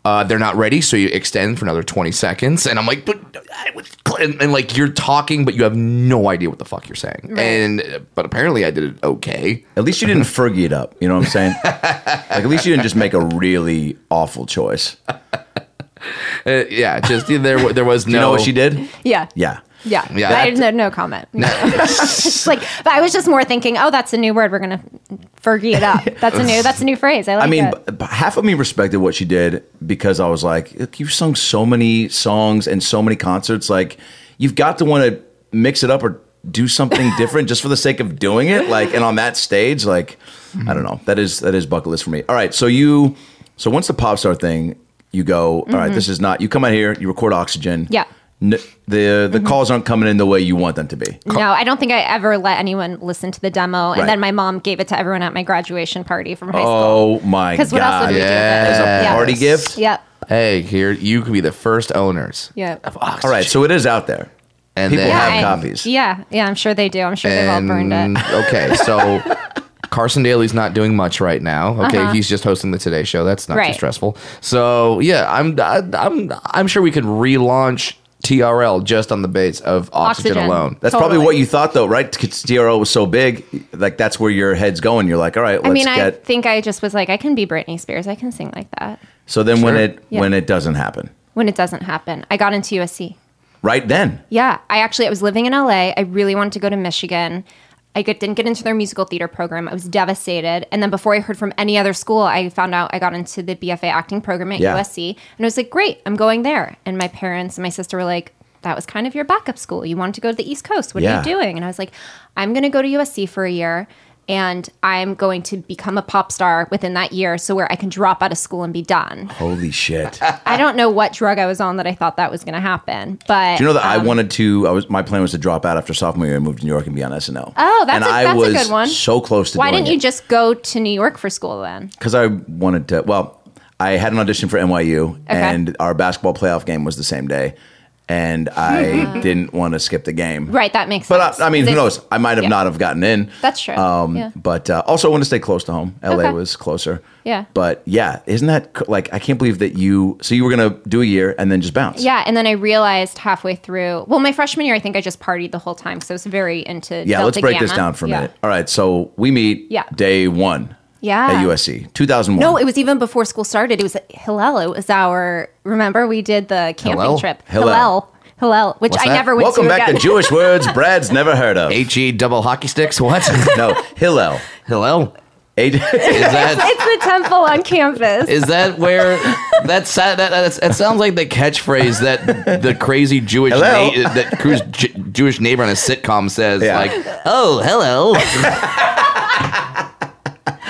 [SPEAKER 6] Uh, they're not ready, so you extend for another twenty seconds, and I'm like, but I was, and, and like you're talking, but you have no idea what the fuck you're saying, and uh, but apparently I did it okay.
[SPEAKER 7] At least you didn't Fergie it up. You know what I'm saying? like, at least you didn't just make a really awful choice.
[SPEAKER 6] Uh, yeah, just there there was no.
[SPEAKER 7] You know what she did?
[SPEAKER 5] Yeah.
[SPEAKER 7] Yeah.
[SPEAKER 5] Yeah.
[SPEAKER 6] Yeah.
[SPEAKER 5] I had no, no comment. it's like, but I was just more thinking, oh, that's a new word. We're going to Fergie it up. That's a new, that's a new phrase. I like
[SPEAKER 7] I mean,
[SPEAKER 5] it.
[SPEAKER 7] b- b- half of me respected what she did because I was like, "Look, you've sung so many songs and so many concerts. Like, you've got to want to mix it up or do something different just for the sake of doing it. Like, and on that stage, like, I don't know. That is that is bucket list for me. All right, so you, so once the pop star thing, you go. "All right, this is not. You come out here, you record Oxygen.
[SPEAKER 5] Mm-hmm. Yeah. Mm-hmm.
[SPEAKER 7] N- the the calls aren't coming in the way you want them to be.
[SPEAKER 5] No, I don't think I ever let anyone listen to the demo. And
[SPEAKER 7] Right.
[SPEAKER 5] then my mom gave it to everyone at my graduation party from high school.
[SPEAKER 7] Oh my god!
[SPEAKER 5] Because what else would we do?
[SPEAKER 6] As a
[SPEAKER 5] Yeah.
[SPEAKER 7] Party gift.
[SPEAKER 5] Yep.
[SPEAKER 6] Hey, here you could be the first owners.
[SPEAKER 5] Yep.
[SPEAKER 6] Of Oxygen.
[SPEAKER 7] All right, so it is out there.
[SPEAKER 6] and
[SPEAKER 7] people
[SPEAKER 6] then,
[SPEAKER 7] have
[SPEAKER 5] I-
[SPEAKER 7] copies.
[SPEAKER 5] Yeah. Yeah. I'm sure they do. I'm sure
[SPEAKER 6] and,
[SPEAKER 5] they've all burned it.
[SPEAKER 6] okay, so Carson Daly's not doing much right now. Okay, he's just hosting the Today Show. That's not too
[SPEAKER 5] Uh-huh. Right.
[SPEAKER 6] stressful. So yeah, I'm I, I'm I'm sure we could relaunch TRL just on the base of Oxygen,
[SPEAKER 5] Oxygen.
[SPEAKER 6] alone.
[SPEAKER 7] That's probably
[SPEAKER 5] Totally.
[SPEAKER 7] what you thought, though, right? Because TRL was so big, like that's where your head's going. You're like, all right, let's
[SPEAKER 5] I mean, I
[SPEAKER 7] get.
[SPEAKER 5] think I just was like, I can be Britney Spears. I can sing like that.
[SPEAKER 7] so then, when
[SPEAKER 6] Sure.
[SPEAKER 7] it
[SPEAKER 5] Yeah.
[SPEAKER 7] when it doesn't happen,
[SPEAKER 5] When it doesn't happen, I got into USC.
[SPEAKER 7] right then,
[SPEAKER 5] Yeah, I actually I was living in LA. I really wanted to go to Michigan. I get, didn't get into their musical theater program. I was devastated. And then before I heard from any other school, I found out I got into the BFA acting program at
[SPEAKER 7] Yeah.
[SPEAKER 5] USC. And I was like, great, I'm going there. And my parents and my sister were like, that was kind of your backup school. You wanted to go to the East Coast. What are
[SPEAKER 7] Yeah.
[SPEAKER 5] you doing? And I was like, I'm going to go to USC for a year and I'm going to become a pop star within that year so where I can drop out of school and be done.
[SPEAKER 7] holy shit! Do
[SPEAKER 5] I don't know what drug I was on that I thought that was going to happen. But
[SPEAKER 7] you know that I
[SPEAKER 5] um,
[SPEAKER 7] wanted to? I was my plan was to drop out after sophomore year and move to New York and be on SNL.
[SPEAKER 5] Oh, that's
[SPEAKER 7] and
[SPEAKER 5] a-
[SPEAKER 7] I
[SPEAKER 5] that's a
[SPEAKER 7] was
[SPEAKER 5] good one.
[SPEAKER 7] So close to.
[SPEAKER 5] Why
[SPEAKER 7] doing
[SPEAKER 5] didn't you
[SPEAKER 7] it.
[SPEAKER 5] just go to New York for school then?
[SPEAKER 7] because I wanted to. Well, I had an audition for NYU, and our basketball playoff game was the same day, and I didn't want to skip the game.
[SPEAKER 5] Right, that makes
[SPEAKER 7] But
[SPEAKER 5] sense.
[SPEAKER 7] I, I mean,
[SPEAKER 5] Is
[SPEAKER 7] who
[SPEAKER 5] it-
[SPEAKER 7] knows? I might have
[SPEAKER 5] yeah.
[SPEAKER 7] not have gotten in.
[SPEAKER 5] That's true.
[SPEAKER 7] Um,
[SPEAKER 5] Yeah.
[SPEAKER 7] But uh, also, I want to stay close to home. LA
[SPEAKER 5] Okay.
[SPEAKER 7] was closer.
[SPEAKER 5] Yeah.
[SPEAKER 7] But yeah, isn't that co- like I can't believe that you? So you were gonna do a year and then just bounce.
[SPEAKER 5] Yeah, and then I realized halfway through. Well, my freshman year, I think I just partied the whole time, so I was very into.
[SPEAKER 7] Yeah.
[SPEAKER 5] Delta
[SPEAKER 7] let's break this
[SPEAKER 5] Gamma.
[SPEAKER 7] down for a
[SPEAKER 5] Yeah.
[SPEAKER 7] minute. All right. So we meet.
[SPEAKER 5] Yeah.
[SPEAKER 7] Day one.
[SPEAKER 5] Yeah.
[SPEAKER 7] At USC, two thousand one.
[SPEAKER 5] No, it was even before school started. It was Hillel. It was our. Remember, we did the camping
[SPEAKER 6] Hillel?
[SPEAKER 5] trip.
[SPEAKER 7] Hillel.
[SPEAKER 5] Hillel. Hillel, which
[SPEAKER 6] What's
[SPEAKER 5] I
[SPEAKER 6] that?
[SPEAKER 5] never went
[SPEAKER 7] Welcome
[SPEAKER 5] to
[SPEAKER 7] back
[SPEAKER 5] again.
[SPEAKER 7] to Jewish words Brad's never heard of.
[SPEAKER 6] H E double hockey sticks. What?
[SPEAKER 7] No, Hillel.
[SPEAKER 6] Hello.
[SPEAKER 7] H-
[SPEAKER 6] Is that
[SPEAKER 5] it's the temple on campus.
[SPEAKER 6] is that where that's that, that that's, that sounds like the catchphrase that the crazy Jewish na-
[SPEAKER 7] Hello?
[SPEAKER 6] that cruise J- Jewish neighbor on a sitcom says
[SPEAKER 7] Yeah.
[SPEAKER 6] like, "Oh, hello."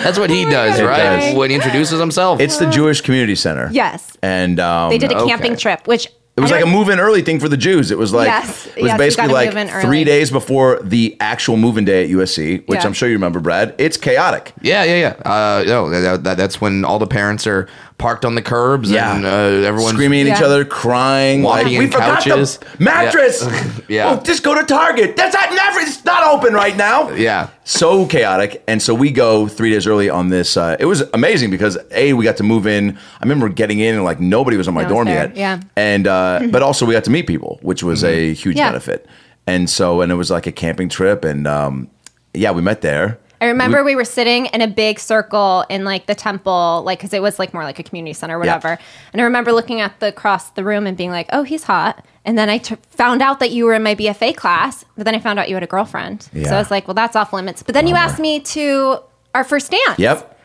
[SPEAKER 6] that's what he does,
[SPEAKER 7] God.
[SPEAKER 6] right?
[SPEAKER 7] It does.
[SPEAKER 6] When he introduces himself.
[SPEAKER 7] It's the Jewish Community Center.
[SPEAKER 5] yes,
[SPEAKER 7] And um,
[SPEAKER 5] they did a
[SPEAKER 6] okay.
[SPEAKER 5] camping trip, which
[SPEAKER 7] It was like a move in early thing for the Jews. It was like
[SPEAKER 5] Yes,
[SPEAKER 7] it was
[SPEAKER 5] yes, you
[SPEAKER 7] basically
[SPEAKER 5] gotta
[SPEAKER 7] like
[SPEAKER 5] move in early.
[SPEAKER 7] three days before the actual move-in day at USC, which
[SPEAKER 5] Yeah.
[SPEAKER 7] I'm sure you remember, Brad. It's chaotic.
[SPEAKER 6] Yeah, yeah, yeah. Uh, no, that, that, that's when all the parents are parked on the curbs
[SPEAKER 7] Yeah.
[SPEAKER 6] and uh, everyone's
[SPEAKER 7] Screaming at each
[SPEAKER 5] Yeah.
[SPEAKER 7] other, crying,
[SPEAKER 6] Walking
[SPEAKER 7] like,
[SPEAKER 6] in
[SPEAKER 7] we forgot
[SPEAKER 6] couches."
[SPEAKER 7] the mattress.
[SPEAKER 6] Yeah.
[SPEAKER 7] Oh, just go to Target. That's not never. It's not open right now.
[SPEAKER 6] Yeah.
[SPEAKER 7] so chaotic. And so we go three days early on this. Uh, it was amazing because a we got to move in. I remember getting in and like nobody was on my
[SPEAKER 5] No
[SPEAKER 7] dorm
[SPEAKER 5] one's there,
[SPEAKER 7] yet.
[SPEAKER 5] yeah. Mm-hmm.
[SPEAKER 7] And uh, but also we got to meet people, which was a huge
[SPEAKER 5] Yeah.
[SPEAKER 7] benefit. And so and it was like a camping trip. And um, yeah, we met there.
[SPEAKER 5] I remember we, were sitting in a big circle in like the temple, like because it was like more like a community center, or
[SPEAKER 7] Yeah.
[SPEAKER 5] whatever. And I remember looking at the across the room and being like, "Oh, he's hot." And then I t- found out that you were in my BFA class, but then I found out you had a girlfriend. So
[SPEAKER 7] Yeah.
[SPEAKER 5] I was like, "Well, that's off limits." But then you asked me to our first dance.
[SPEAKER 7] Yep.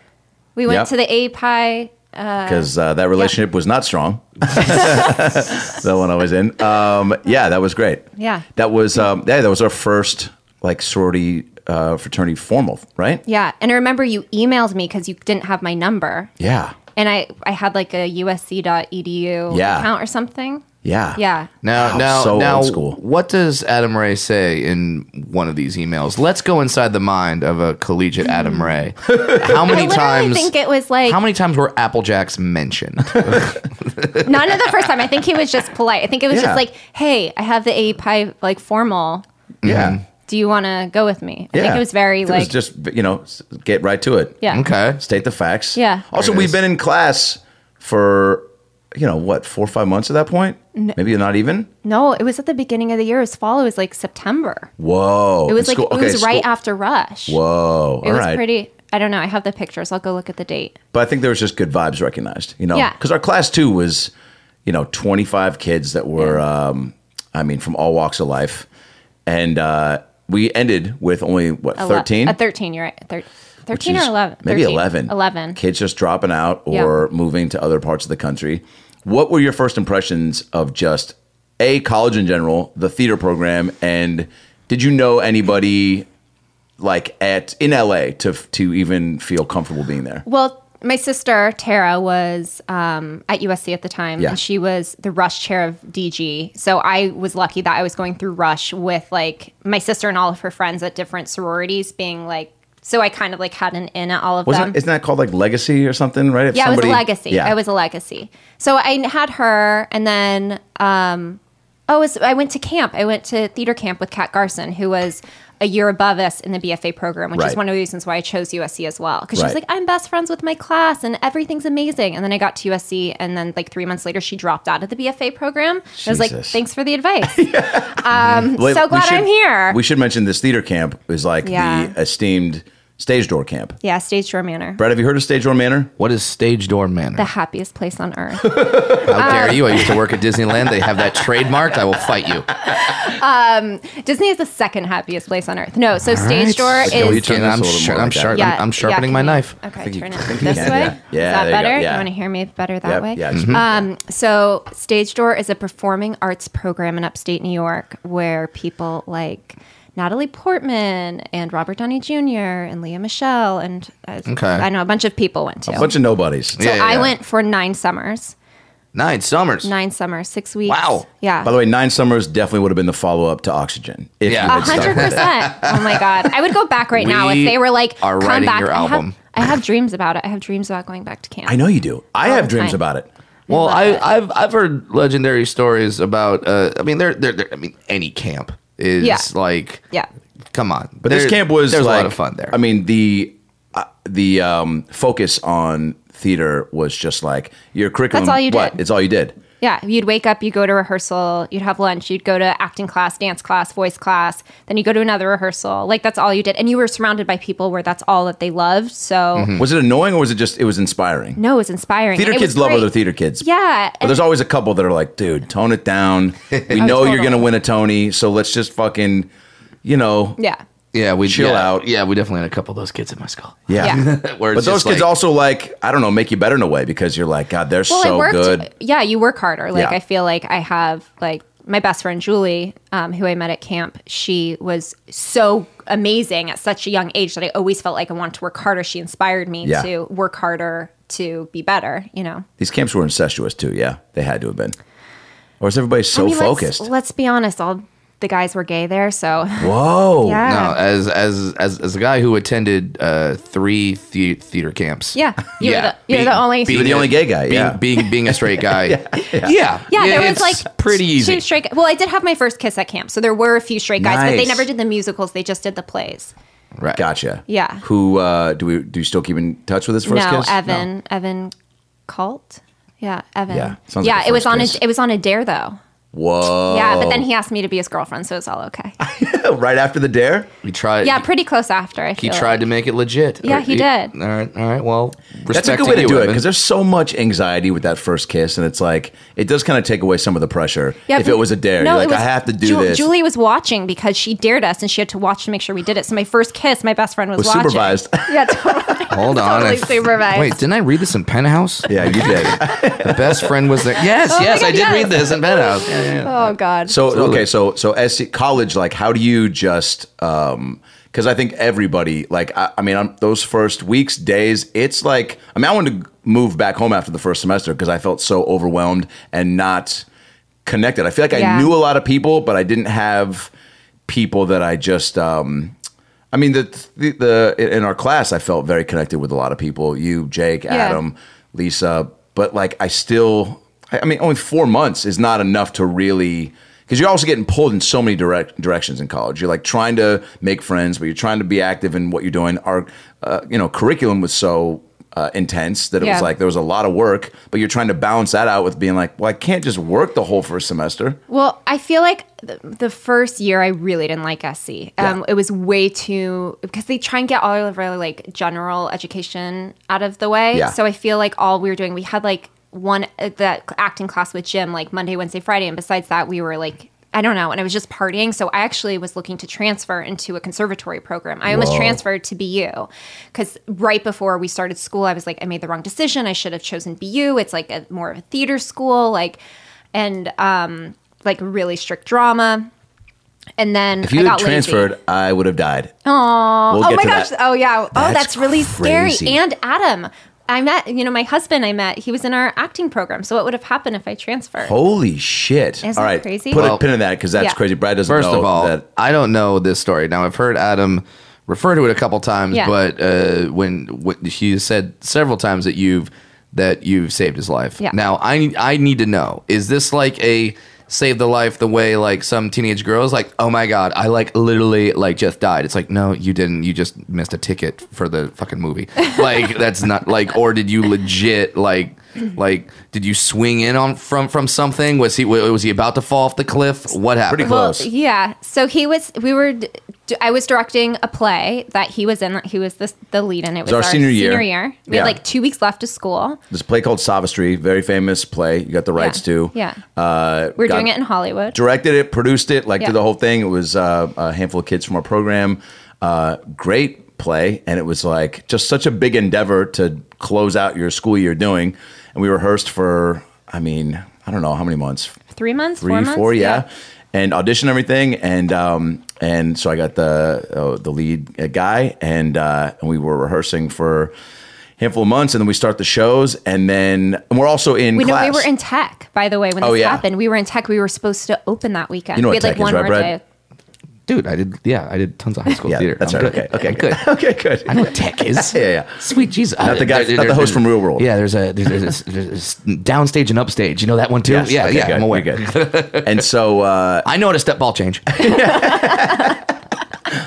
[SPEAKER 5] we went
[SPEAKER 7] yep.
[SPEAKER 5] to the A Pi.
[SPEAKER 7] Because uh, that relationship was not strong. the one I was in. Um, yeah, that was great.
[SPEAKER 5] Yeah.
[SPEAKER 7] That was um, yeah, that was our first like sorority uh, fraternity formal, right?
[SPEAKER 5] Yeah, and I remember you emailed me because you didn't have my number,
[SPEAKER 7] Yeah.
[SPEAKER 5] and I I had like a USC.edu
[SPEAKER 7] Yeah.
[SPEAKER 5] E account or something.
[SPEAKER 7] Yeah.
[SPEAKER 5] Yeah.
[SPEAKER 6] Now,
[SPEAKER 7] Wow,
[SPEAKER 6] now,
[SPEAKER 7] so
[SPEAKER 6] now,
[SPEAKER 7] old school.
[SPEAKER 6] what does Adam Ray say in one of these emails? Let's go inside the mind of a collegiate Adam Ray. How
[SPEAKER 5] Hmm. I
[SPEAKER 6] many
[SPEAKER 5] literally
[SPEAKER 6] times?
[SPEAKER 5] think it was like
[SPEAKER 6] how many times were Applejacks mentioned?
[SPEAKER 5] none of the first time. I think he was just polite. I think it was
[SPEAKER 7] Yeah.
[SPEAKER 5] just like, "Hey, I have the AE pie like formal.
[SPEAKER 7] Yeah.
[SPEAKER 5] Do you want to go with me?" I
[SPEAKER 7] Yeah.
[SPEAKER 5] think it was very
[SPEAKER 7] It
[SPEAKER 5] like,
[SPEAKER 7] was just you know s- get right to it.
[SPEAKER 5] yeah,
[SPEAKER 6] okay,
[SPEAKER 7] State the facts.
[SPEAKER 5] Yeah.
[SPEAKER 7] Also,
[SPEAKER 6] There it
[SPEAKER 7] we've
[SPEAKER 6] is.
[SPEAKER 7] been in class for you know what four or five months at that point. Maybe not even.
[SPEAKER 5] No, it was at the beginning of the year. It was fall. It was like September.
[SPEAKER 7] Whoa.
[SPEAKER 5] It was
[SPEAKER 7] In
[SPEAKER 5] like
[SPEAKER 7] school-
[SPEAKER 5] it was
[SPEAKER 7] okay,
[SPEAKER 5] right
[SPEAKER 7] school-
[SPEAKER 5] after Rush.
[SPEAKER 7] Whoa.
[SPEAKER 5] It
[SPEAKER 7] all
[SPEAKER 5] was
[SPEAKER 7] right.
[SPEAKER 5] pretty. I don't know. I have the pictures. I'll go look at the date.
[SPEAKER 7] But I think there was just good vibes recognized, you know?
[SPEAKER 5] Yeah.
[SPEAKER 7] Because our class too was, you know, 25 kids that were, um, I mean, from all walks of life. And uh, we ended with only, what,
[SPEAKER 5] Ele-
[SPEAKER 7] 13?
[SPEAKER 5] At thirteen, you're right. Thir-
[SPEAKER 7] Which
[SPEAKER 5] Thirteen
[SPEAKER 7] is
[SPEAKER 5] or eleven?
[SPEAKER 7] Maybe
[SPEAKER 5] 13.
[SPEAKER 7] 11.
[SPEAKER 5] Eleven.
[SPEAKER 7] Kids just dropping out
[SPEAKER 5] Yeah.
[SPEAKER 7] or moving to other parts of the country. What were your first impressions of just A, college in general, the theater program, and did you know anybody like at in LA to to even feel comfortable being there?
[SPEAKER 5] Well, my sister Tara was um, at USC at the time,
[SPEAKER 7] Yeah.
[SPEAKER 5] and she was the Rush chair of DG. So I was lucky that I was going through Rush with like my sister and all of her friends at different sororities, being like. So I kind of like had an in at all of them.
[SPEAKER 7] Wasn't isn't that called like legacy or something? Right? If
[SPEAKER 5] yeah,
[SPEAKER 7] somebody-
[SPEAKER 5] I was a legacy. I was a legacy. So I had her, and then um, oh, it was, I went to camp. I went to theater camp with Kat Garson, who was a year above us in the BFA program, which
[SPEAKER 7] Right.
[SPEAKER 5] is one of the reasons why I chose USC as well. Because she was
[SPEAKER 7] Right.
[SPEAKER 5] like, I'm best friends with my class, and everything's amazing. And then I got to USC, and then like three months later, she dropped out of the BFA program. I was like,
[SPEAKER 7] Jesus.
[SPEAKER 5] thanks for the advice. um,
[SPEAKER 7] Wait,
[SPEAKER 5] so
[SPEAKER 7] we
[SPEAKER 5] glad
[SPEAKER 7] should-
[SPEAKER 5] I'm here.
[SPEAKER 7] We should mention this theater camp is like
[SPEAKER 5] Yeah.
[SPEAKER 7] the esteemed stage door camp.
[SPEAKER 5] yeah, stage door manner.
[SPEAKER 7] Brett, have you heard of Stage Door Manor?
[SPEAKER 6] what is stage door manner?
[SPEAKER 5] the happiest place on earth.
[SPEAKER 6] How dare you? I used to work at Disneyland. They have that trademarked. I will fight you.
[SPEAKER 5] Disney is the second happiest place on earth. No, so stage
[SPEAKER 6] right.
[SPEAKER 5] door
[SPEAKER 6] Okay,
[SPEAKER 7] well,
[SPEAKER 5] is
[SPEAKER 7] you turn this a
[SPEAKER 6] I'm,
[SPEAKER 7] little
[SPEAKER 6] sure,
[SPEAKER 7] more
[SPEAKER 6] I'm,
[SPEAKER 7] like that.
[SPEAKER 6] sharp, I'm, I'm sharpening
[SPEAKER 5] yeah,
[SPEAKER 6] my
[SPEAKER 5] can you-
[SPEAKER 6] knife.
[SPEAKER 5] Okay, turn
[SPEAKER 7] I
[SPEAKER 5] it
[SPEAKER 7] think you
[SPEAKER 5] this
[SPEAKER 7] can,
[SPEAKER 5] way.
[SPEAKER 7] yeah.
[SPEAKER 5] is that
[SPEAKER 7] Yeah, there you go,
[SPEAKER 5] better?
[SPEAKER 7] yeah. Mm-hmm.
[SPEAKER 5] You want to hear me better that
[SPEAKER 7] Yep,
[SPEAKER 5] way?
[SPEAKER 7] yeah, just-
[SPEAKER 5] Um, so Stage Door is a performing arts program in upstate New York where people like Natalie Portman and Robert Downey Jr. and Leah Michelle and uh,
[SPEAKER 6] Okay.
[SPEAKER 5] I know a bunch of people went to.
[SPEAKER 7] A bunch of nobodies.
[SPEAKER 5] so
[SPEAKER 6] Yeah, yeah,
[SPEAKER 5] I
[SPEAKER 6] yeah.
[SPEAKER 5] went for nine summers,
[SPEAKER 6] Nine summers.
[SPEAKER 5] nine summers, six weeks.
[SPEAKER 6] Wow.
[SPEAKER 5] Yeah.
[SPEAKER 7] By the way, Nine Summers definitely would have been the follow up to Oxygen. If
[SPEAKER 6] Yeah.
[SPEAKER 7] you
[SPEAKER 5] A
[SPEAKER 7] had stuck
[SPEAKER 5] hundred
[SPEAKER 7] with it.
[SPEAKER 5] percent. Oh my god, I would go back right now
[SPEAKER 6] We
[SPEAKER 5] if they were like,
[SPEAKER 6] are
[SPEAKER 5] "Come
[SPEAKER 6] writing
[SPEAKER 5] back."
[SPEAKER 6] your
[SPEAKER 5] I have-
[SPEAKER 6] album.
[SPEAKER 5] I have, dreams about it. I have dreams about going back to camp.
[SPEAKER 7] I know you do. I
[SPEAKER 5] All
[SPEAKER 7] have
[SPEAKER 5] the
[SPEAKER 7] dreams
[SPEAKER 5] time.
[SPEAKER 7] about it.
[SPEAKER 6] Well,
[SPEAKER 5] love
[SPEAKER 6] I,
[SPEAKER 5] it.
[SPEAKER 6] I've I've heard legendary stories about. Uh, I mean, there there there- I mean, any camp is
[SPEAKER 5] Yeah.
[SPEAKER 6] like.
[SPEAKER 5] Yeah.
[SPEAKER 6] Come on,
[SPEAKER 7] But this camp was
[SPEAKER 6] there's
[SPEAKER 7] like,
[SPEAKER 6] a lot of fun there.
[SPEAKER 7] I mean the uh, the um, focus on theater was just like your curriculum.
[SPEAKER 5] all you
[SPEAKER 7] what?
[SPEAKER 5] did.
[SPEAKER 7] It's all you did.
[SPEAKER 5] Yeah, you'd wake up, you'd go to rehearsal, you'd have lunch, you'd go to acting class, dance class, voice class, then you go to another rehearsal. Like that's all you did, and you were surrounded by people where that's all that they loved. So
[SPEAKER 6] Hmm.
[SPEAKER 7] Was it annoying or was it just it was inspiring?
[SPEAKER 5] no, it was inspiring.
[SPEAKER 7] Mm-hmm. Theater
[SPEAKER 5] and it
[SPEAKER 7] kids
[SPEAKER 5] was
[SPEAKER 7] love
[SPEAKER 5] great.
[SPEAKER 7] other theater kids.
[SPEAKER 5] Yeah,
[SPEAKER 7] But
[SPEAKER 5] and-
[SPEAKER 7] there's always a couple that are like, dude, tone it down. We know you're
[SPEAKER 5] totally.
[SPEAKER 7] gonna win a Tony, so let's just fucking, you know,
[SPEAKER 5] yeah,
[SPEAKER 6] yeah, we
[SPEAKER 7] chill
[SPEAKER 6] yeah,
[SPEAKER 7] out.
[SPEAKER 6] Yeah, we definitely had a couple of those kids in my school.
[SPEAKER 7] yeah.
[SPEAKER 5] yeah.
[SPEAKER 6] Where
[SPEAKER 7] But
[SPEAKER 6] it's
[SPEAKER 7] those
[SPEAKER 6] just
[SPEAKER 7] kids
[SPEAKER 6] like-
[SPEAKER 7] also like, I don't know, make you better in a way because you're like, God, they're
[SPEAKER 5] well, I
[SPEAKER 7] so
[SPEAKER 5] worked.
[SPEAKER 7] good.
[SPEAKER 5] Yeah, you work harder. Like
[SPEAKER 7] Yeah.
[SPEAKER 5] I feel like I have like my best friend Julie, um, who I met at camp. She was so amazing at such a young age that I always felt like I wanted to work harder. She inspired me
[SPEAKER 7] Yeah.
[SPEAKER 5] to work harder to be better. You know,
[SPEAKER 7] These camps were incestuous too. Yeah, they had to have been. Or is everybody so
[SPEAKER 5] I mean, let's-
[SPEAKER 7] focused?
[SPEAKER 5] Let's, be honest. All the guys were gay there, so
[SPEAKER 7] Whoa.
[SPEAKER 5] yeah,
[SPEAKER 6] No, as as as as a guy who attended uh, three the- theater camps.
[SPEAKER 5] yeah, you
[SPEAKER 6] Yeah,
[SPEAKER 5] were the you're
[SPEAKER 6] being-
[SPEAKER 5] the only.
[SPEAKER 6] being
[SPEAKER 7] You're the
[SPEAKER 6] a-
[SPEAKER 7] only gay guy,
[SPEAKER 6] Being,
[SPEAKER 7] yeah.
[SPEAKER 6] being being a straight guy. yeah, yeah. yeah.
[SPEAKER 5] yeah, there was
[SPEAKER 6] it's
[SPEAKER 5] like
[SPEAKER 6] pretty easy.
[SPEAKER 5] Two straight. Well, I did have my first kiss at camp, so there were a few straight guys, but they
[SPEAKER 7] Nice.
[SPEAKER 5] never did the musicals. They just did the plays.
[SPEAKER 6] right.
[SPEAKER 7] Gotcha.
[SPEAKER 5] Yeah.
[SPEAKER 7] Who uh, do we do you still keep in touch with his first
[SPEAKER 5] no,
[SPEAKER 7] kiss?
[SPEAKER 5] Evan. Evan Colt. Yeah, Evan.
[SPEAKER 7] Yeah,
[SPEAKER 5] Yeah,
[SPEAKER 7] sounds like a
[SPEAKER 5] it was
[SPEAKER 7] first
[SPEAKER 5] on
[SPEAKER 7] kiss. Oh.
[SPEAKER 5] a it was on a dare though.
[SPEAKER 7] Whoa.
[SPEAKER 5] Yeah, but then he asked me to be his girlfriend, so it's all okay.
[SPEAKER 7] right after the dare?
[SPEAKER 6] He tried.
[SPEAKER 5] yeah, pretty close after. I
[SPEAKER 6] He
[SPEAKER 5] feel
[SPEAKER 6] tried
[SPEAKER 5] like.
[SPEAKER 6] to make it legit.
[SPEAKER 5] Yeah,
[SPEAKER 6] Or
[SPEAKER 5] he did.
[SPEAKER 6] All right. All right. Well,
[SPEAKER 7] That's a
[SPEAKER 6] respect
[SPEAKER 7] good way to
[SPEAKER 6] you,
[SPEAKER 7] do it
[SPEAKER 6] Evan.
[SPEAKER 7] because there's so much anxiety with that first kiss, and it's like it does kind of take away some of the pressure. if
[SPEAKER 5] but-
[SPEAKER 7] it was a dare,
[SPEAKER 5] no,
[SPEAKER 7] you're like,
[SPEAKER 5] it was-
[SPEAKER 7] I have to do
[SPEAKER 5] Ju-
[SPEAKER 7] this.
[SPEAKER 5] Julie was watching because she dared us, and she had to watch to make sure we did it. So my first kiss, my best friend was,
[SPEAKER 7] was
[SPEAKER 5] watching.
[SPEAKER 7] supervised.
[SPEAKER 5] Yeah, totally.
[SPEAKER 6] Hold on.
[SPEAKER 5] totally
[SPEAKER 6] I f-
[SPEAKER 5] supervised.
[SPEAKER 6] Wait, didn't I read this in Penthouse?
[SPEAKER 7] yeah, you did.
[SPEAKER 6] The best friend was there. Yes,
[SPEAKER 5] Oh my
[SPEAKER 6] yes,
[SPEAKER 5] God,
[SPEAKER 6] I did
[SPEAKER 5] yes.
[SPEAKER 6] read this in Penthouse. Yeah, yeah, yeah.
[SPEAKER 5] Oh God.
[SPEAKER 7] So okay, so so as college, like, how do you just? um Because I think everybody, like, I, I mean, i those first weeks, days, it's like, I mean, I wanted to move back home after the first semester because I felt so overwhelmed and not connected. I feel like
[SPEAKER 5] Yeah.
[SPEAKER 7] I knew a lot of people, but I didn't have people that I just. Um, I mean, the, the the in our class, I felt very connected with a lot of people. You, Jake, Adam, Lisa, but like I still. I I mean, only four months is not enough to really. Because you're also getting pulled in so many direct directions in college. You're like trying to make friends, but you're trying to be active in what you're doing. Our, uh, you know, curriculum was so uh, intense that it
[SPEAKER 5] Yeah.
[SPEAKER 7] was like there was a lot of work, but you're trying to balance that out with being like, well, I can't just work the whole first semester.
[SPEAKER 5] Well, I feel like the, the first year I really didn't like SC. Um, It was way too because they try and get all of our like general education out of the way.
[SPEAKER 7] Yeah.
[SPEAKER 5] So I feel like all we were doing, we had like one uh, that acting class with Jim like Monday, Wednesday, Friday, and besides that, we were like. I don't know, and I was just partying, so I actually was looking to transfer into a conservatory program. I almost transferred to BU because right before we started school, I was like, I made the wrong decision. I should have chosen BU. It's like a more of a theater school, like, and um, like really strict drama. And then
[SPEAKER 7] If you
[SPEAKER 5] I
[SPEAKER 7] had
[SPEAKER 5] got
[SPEAKER 7] transferred,
[SPEAKER 5] lazy.
[SPEAKER 7] I would have died.
[SPEAKER 5] oh,
[SPEAKER 7] we'll
[SPEAKER 5] oh
[SPEAKER 7] get
[SPEAKER 5] my
[SPEAKER 7] to
[SPEAKER 5] gosh,
[SPEAKER 7] that.
[SPEAKER 5] oh yeah, oh that's,
[SPEAKER 7] That's
[SPEAKER 5] really
[SPEAKER 7] crazy.
[SPEAKER 5] scary. And Adam, I met you know my husband. I met he was in our acting program. So what would have happened if I transferred?
[SPEAKER 7] Holy shit!
[SPEAKER 5] Isn't
[SPEAKER 7] All
[SPEAKER 5] that
[SPEAKER 7] right,
[SPEAKER 5] crazy?
[SPEAKER 7] put
[SPEAKER 5] Well-
[SPEAKER 7] a pin in that because that's
[SPEAKER 5] Yeah.
[SPEAKER 7] crazy. Brad doesn't
[SPEAKER 6] First
[SPEAKER 7] know
[SPEAKER 6] of all,
[SPEAKER 7] that.
[SPEAKER 6] I don't know this story. Now I've heard Adam refer to it a couple times,
[SPEAKER 5] Yeah.
[SPEAKER 6] but uh, when what he said several times that you've that you've saved his life.
[SPEAKER 5] Yeah.
[SPEAKER 6] Now I I need to know is this like a save the life the way like some teenage girls like oh my god I like literally like just died. It's like no you didn't you just missed a ticket for the fucking movie. like that's not like or did you legit like like did you swing in on from from something was he was he about to fall off the cliff what happened
[SPEAKER 7] Pretty close.
[SPEAKER 5] Yeah. So he was. We were. d- d- I was directing a play that he was in. He was the, the lead in. It was
[SPEAKER 7] our senior year.
[SPEAKER 5] We
[SPEAKER 7] Yeah.
[SPEAKER 5] had like two weeks left of school.
[SPEAKER 7] There's a play called Savastry, very famous play. You got the rights
[SPEAKER 5] yeah.
[SPEAKER 7] to.
[SPEAKER 5] Yeah.
[SPEAKER 7] Uh,
[SPEAKER 5] we were
[SPEAKER 7] got-
[SPEAKER 5] doing it in Hollywood.
[SPEAKER 7] Directed it, produced it, like
[SPEAKER 5] Yeah.
[SPEAKER 7] did the whole thing. It was uh, a handful of kids from our program. Uh, great play, and it was like just such a big endeavor to close out your school year doing. And we rehearsed for, I mean, I don't know how many months,
[SPEAKER 5] three months.
[SPEAKER 7] three,
[SPEAKER 5] four
[SPEAKER 7] four,
[SPEAKER 5] months?
[SPEAKER 7] yeah. And audition everything, and um, and so I got the uh, the lead uh, guy, and uh, and we were rehearsing for a handful of months, and then we start the shows, and then and we're also in
[SPEAKER 5] We know
[SPEAKER 7] class.
[SPEAKER 5] we were in tech, by the way, when this
[SPEAKER 7] Oh, yeah.
[SPEAKER 5] happened. We were in tech. We were supposed to open that weekend.
[SPEAKER 7] You know
[SPEAKER 5] we
[SPEAKER 7] what
[SPEAKER 5] had like
[SPEAKER 7] tech
[SPEAKER 5] one
[SPEAKER 7] is, right,
[SPEAKER 5] more
[SPEAKER 7] Brad?
[SPEAKER 5] day.
[SPEAKER 6] Dude, I did. Yeah, I did tons of high school
[SPEAKER 7] yeah,
[SPEAKER 6] theater.
[SPEAKER 7] that's
[SPEAKER 6] I'm
[SPEAKER 7] right.
[SPEAKER 6] good.
[SPEAKER 7] Okay, okay,
[SPEAKER 6] I'm
[SPEAKER 7] good.
[SPEAKER 6] good.
[SPEAKER 7] okay, good.
[SPEAKER 6] I know what tech is.
[SPEAKER 7] Yeah, yeah.
[SPEAKER 6] Sweet Jesus.
[SPEAKER 7] Not the guy- not the host from Real World.
[SPEAKER 6] Yeah, there's a there's, there's, there's, there's downstage and upstage. You know that one too?
[SPEAKER 7] Yes,
[SPEAKER 6] yeah,
[SPEAKER 7] okay,
[SPEAKER 6] yeah.
[SPEAKER 7] good,
[SPEAKER 6] I'm aware.
[SPEAKER 7] you're good. and so uh,
[SPEAKER 6] I know how to step ball change.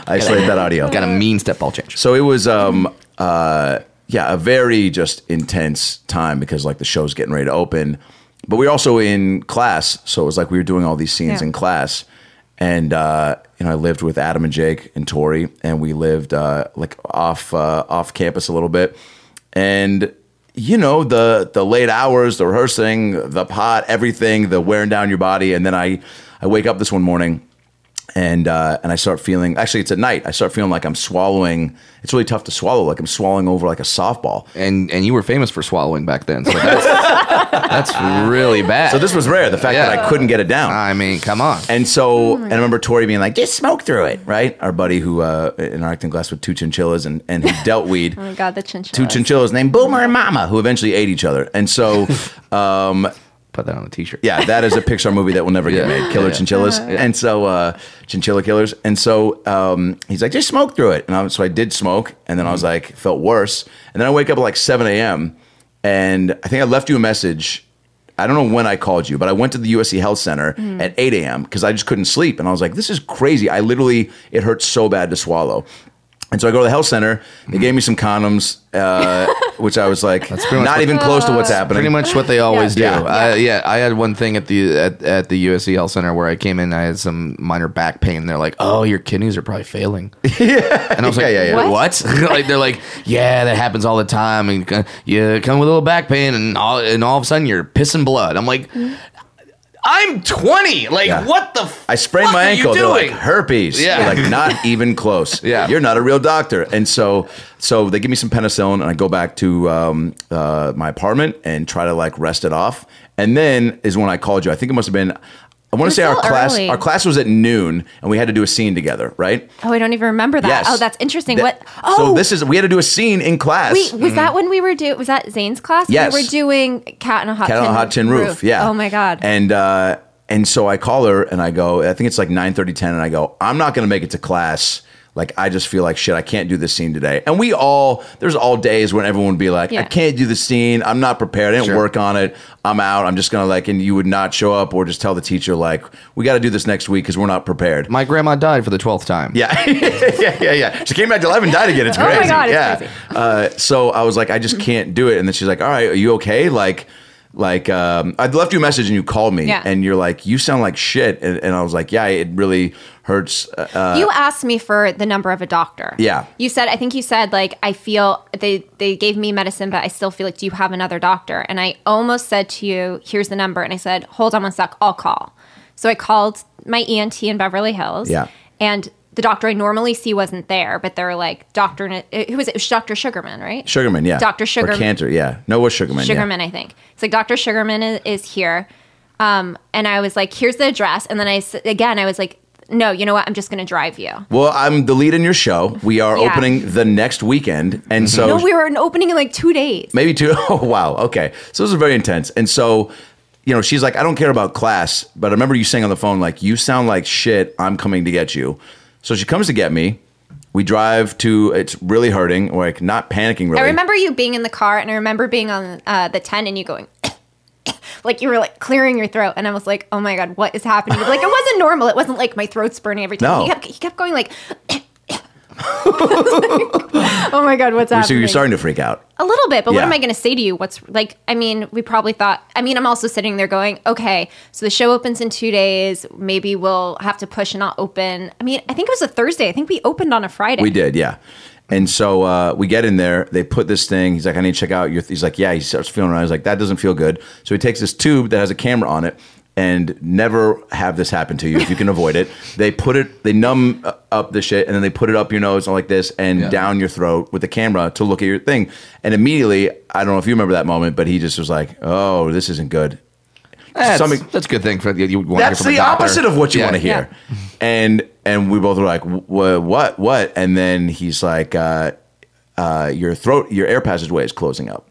[SPEAKER 7] isolate that audio.
[SPEAKER 6] Got a mean step ball change.
[SPEAKER 7] So it was, um, uh, yeah, a very just intense time because like the show's getting ready to open, but we were also in class, so it was like we were doing all these scenes
[SPEAKER 5] Yeah.
[SPEAKER 7] in class, and uh, you know I lived with Adam and Jake and Tori, and we lived uh, like off uh, off campus a little bit, and you know the the late hours, the rehearsing, the pot, everything, the wearing down your body, and then I I wake up this one morning and uh, and I start feeling. Actually, it's at night. I start feeling like I'm swallowing. It's really tough to swallow. Like I'm swallowing over like a softball.
[SPEAKER 6] And and you were famous for swallowing back then. So that's, that's really bad.
[SPEAKER 7] So this was rare. The fact that
[SPEAKER 6] Yeah.
[SPEAKER 7] I couldn't get it down.
[SPEAKER 6] I mean, come on.
[SPEAKER 7] And so, and I remember Tori being like, "Just smoke through it," right? Our buddy who uh, in our acting class with two chinchillas and and who dealt weed.
[SPEAKER 5] Oh my God, the
[SPEAKER 7] Two
[SPEAKER 5] chinchilla.
[SPEAKER 7] chinchillas named Boomer and Mama, who eventually ate each other. And so, um,
[SPEAKER 6] Put that on a t-shirt.
[SPEAKER 7] yeah, that is a Pixar movie that will never get
[SPEAKER 6] Yeah.
[SPEAKER 7] made. Killer
[SPEAKER 6] Yeah.
[SPEAKER 7] Chinchillas, and so uh, Chinchilla Killers, and so um, he's like, just smoke through it, and I, so I did smoke, and then I was
[SPEAKER 6] Mm-hmm.
[SPEAKER 7] like, felt worse, and then I wake up at like seven a.m. and I think I left you a message. I don't know when I called you, but I went to the USC Health Center at 8 a.m. because I just couldn't sleep. And I was like, this is crazy. I literally, it hurts so bad to swallow. And so I go to the health center. They
[SPEAKER 6] Mm-hmm.
[SPEAKER 7] gave me some condoms, uh, which I was like,
[SPEAKER 6] pretty much
[SPEAKER 7] not
[SPEAKER 6] what-
[SPEAKER 7] even close to what's happening.
[SPEAKER 6] pretty much what they always
[SPEAKER 7] Yeah.
[SPEAKER 6] do.
[SPEAKER 7] Yeah.
[SPEAKER 6] I, yeah, I had one thing at the at, at the USC Health Center where I came in. I had some minor back pain. They're like, "Oh, your kidneys are probably failing." And I was
[SPEAKER 7] Yeah,
[SPEAKER 6] like,
[SPEAKER 7] yeah, yeah.
[SPEAKER 6] "What?" like they're like, "Yeah, that happens all the time." And uh, you come with a little back pain, and all and all of a sudden you're pissing blood. I'm like. I'm 20. Like,
[SPEAKER 7] Yeah.
[SPEAKER 6] what the? F-
[SPEAKER 7] I sprained
[SPEAKER 6] fuck
[SPEAKER 7] my
[SPEAKER 6] are
[SPEAKER 7] ankle.
[SPEAKER 6] You
[SPEAKER 7] They're like
[SPEAKER 6] doing?
[SPEAKER 7] herpes.
[SPEAKER 6] Yeah.
[SPEAKER 7] They're like not even close.
[SPEAKER 6] Yeah.
[SPEAKER 7] you're not a real doctor. And so, so they give me some penicillin, and I go back to um, uh, my apartment and try to like rest it off. And then is when I called you. I think it must have been. I want
[SPEAKER 5] was
[SPEAKER 7] to say our
[SPEAKER 5] still
[SPEAKER 7] class.
[SPEAKER 5] early.
[SPEAKER 7] Our class was at noon, and we had to do a scene together, right?
[SPEAKER 5] Oh, I don't even remember that.
[SPEAKER 7] Yes.
[SPEAKER 5] Oh, that's interesting.
[SPEAKER 7] That-
[SPEAKER 5] what? Oh,
[SPEAKER 7] So this is we had to do a scene in class. Mm-hmm.
[SPEAKER 5] Wait, was that when we were doing? Was that Zane's class?
[SPEAKER 7] Yes.
[SPEAKER 5] We were doing Cat on a Hot
[SPEAKER 7] Cat
[SPEAKER 5] Tin
[SPEAKER 7] on a Hot Tin Roof. Yeah.
[SPEAKER 5] Oh my god.
[SPEAKER 7] And uh, And so I call her and I go, I think it's like 9 30, 10, and I go, I'm not going to make it to class. Like, I just feel like shit, I can't do this scene today. And we all, there's all days when everyone would be like, I
[SPEAKER 5] Yeah.
[SPEAKER 7] can't do the scene. I'm not prepared. I didn't
[SPEAKER 6] Sure.
[SPEAKER 7] work on it. I'm out. I'm just going to like, and you would not show up or just tell the teacher, like, we got to do this next week because we're not prepared.
[SPEAKER 6] My grandma died for the twelfth time.
[SPEAKER 7] Yeah, yeah, yeah, yeah. She came back to life and died again. It's
[SPEAKER 5] Oh my
[SPEAKER 7] crazy.
[SPEAKER 5] God, it's
[SPEAKER 7] yeah.
[SPEAKER 5] crazy.
[SPEAKER 7] Uh, so I was like, I just can't do it. And then she's like, All right, are you okay? Like, like um, I left you a message and you called me
[SPEAKER 5] Yeah.
[SPEAKER 7] and you're like, you sound like shit. And, and I was like, yeah, it really hurts. Uh,
[SPEAKER 5] you asked me for the number of a doctor.
[SPEAKER 7] Yeah.
[SPEAKER 5] You said I think you said like I feel they they gave me medicine but I still feel like do you have another doctor? And I almost said to you, here's the number and I said, "Hold on one sec, I'll call." So I called my ENT in Beverly Hills.
[SPEAKER 7] Yeah.
[SPEAKER 5] And the doctor I normally see wasn't there, but they were like Dr. N- who was it? It was Dr. Sugarman, right?
[SPEAKER 7] Sugarman, yeah.
[SPEAKER 5] Dr.
[SPEAKER 7] Or
[SPEAKER 5] Sugarman.
[SPEAKER 7] Cantor, yeah. No, it was Sugarman. yeah.
[SPEAKER 5] Sugarman, I think. It's like Dr. Sugarman is, is here. Um, and I was like, here's the address. And then I, s- again, I was like, no, you know what? I'm just going to drive you.
[SPEAKER 7] Well, I'm the lead in your show. We are
[SPEAKER 5] Yeah. Mm-hmm.
[SPEAKER 7] opening the next weekend. And so
[SPEAKER 5] No, we were in opening in like two days.
[SPEAKER 7] Maybe two. Oh, wow. Okay. So this is very intense. And so, you know, she's like, I don't care about class, but I remember you saying on the phone, like, you sound like shit. I'm coming to get you. So she comes to get me. We drive to, it's really hurting, like, not panicking really.
[SPEAKER 5] I remember you being in the car and I remember being on uh, the 10 and you going, like you were like clearing your throat. And I was like, oh my God, what is happening? Like it wasn't normal. It wasn't like my throat's burning every time.
[SPEAKER 7] No.
[SPEAKER 5] He, kept, he kept going like, oh my God, what's
[SPEAKER 7] So
[SPEAKER 5] happening?
[SPEAKER 7] you're starting to freak out.
[SPEAKER 5] A little bit, but
[SPEAKER 7] Yeah.
[SPEAKER 5] what am I going to say to you? What's like, I mean, we probably thought, I mean, I'm also sitting there going, okay, so the show opens in two days. Maybe we'll have to push and not open. I mean, I think it was a Thursday. I think we opened on a Friday.
[SPEAKER 7] We did, yeah. And so uh, we get in there. They put this thing. He's like, I need to check out your. Th-. He's like, yeah. He starts feeling around. He's like, that doesn't feel good. So he takes this tube that has a camera on it. And never have this happen to you if you can avoid it. They put it, they numb uh, up the shit, and then they put it up your nose like this and
[SPEAKER 6] Yeah.
[SPEAKER 7] down your throat with the camera to look at your thing. And immediately, I don't know if you remember that moment, but he just was like, "Oh, this isn't good."
[SPEAKER 6] That's,
[SPEAKER 7] Something-
[SPEAKER 6] that's a good thing for you. you want to hear
[SPEAKER 7] That's
[SPEAKER 6] from a
[SPEAKER 7] the
[SPEAKER 6] doctor.
[SPEAKER 7] opposite of what you
[SPEAKER 6] Yeah.
[SPEAKER 7] want to hear. And and we both were like, "Wha- what, what? And then he's like, uh, uh, your throat, your air passageway is closing up.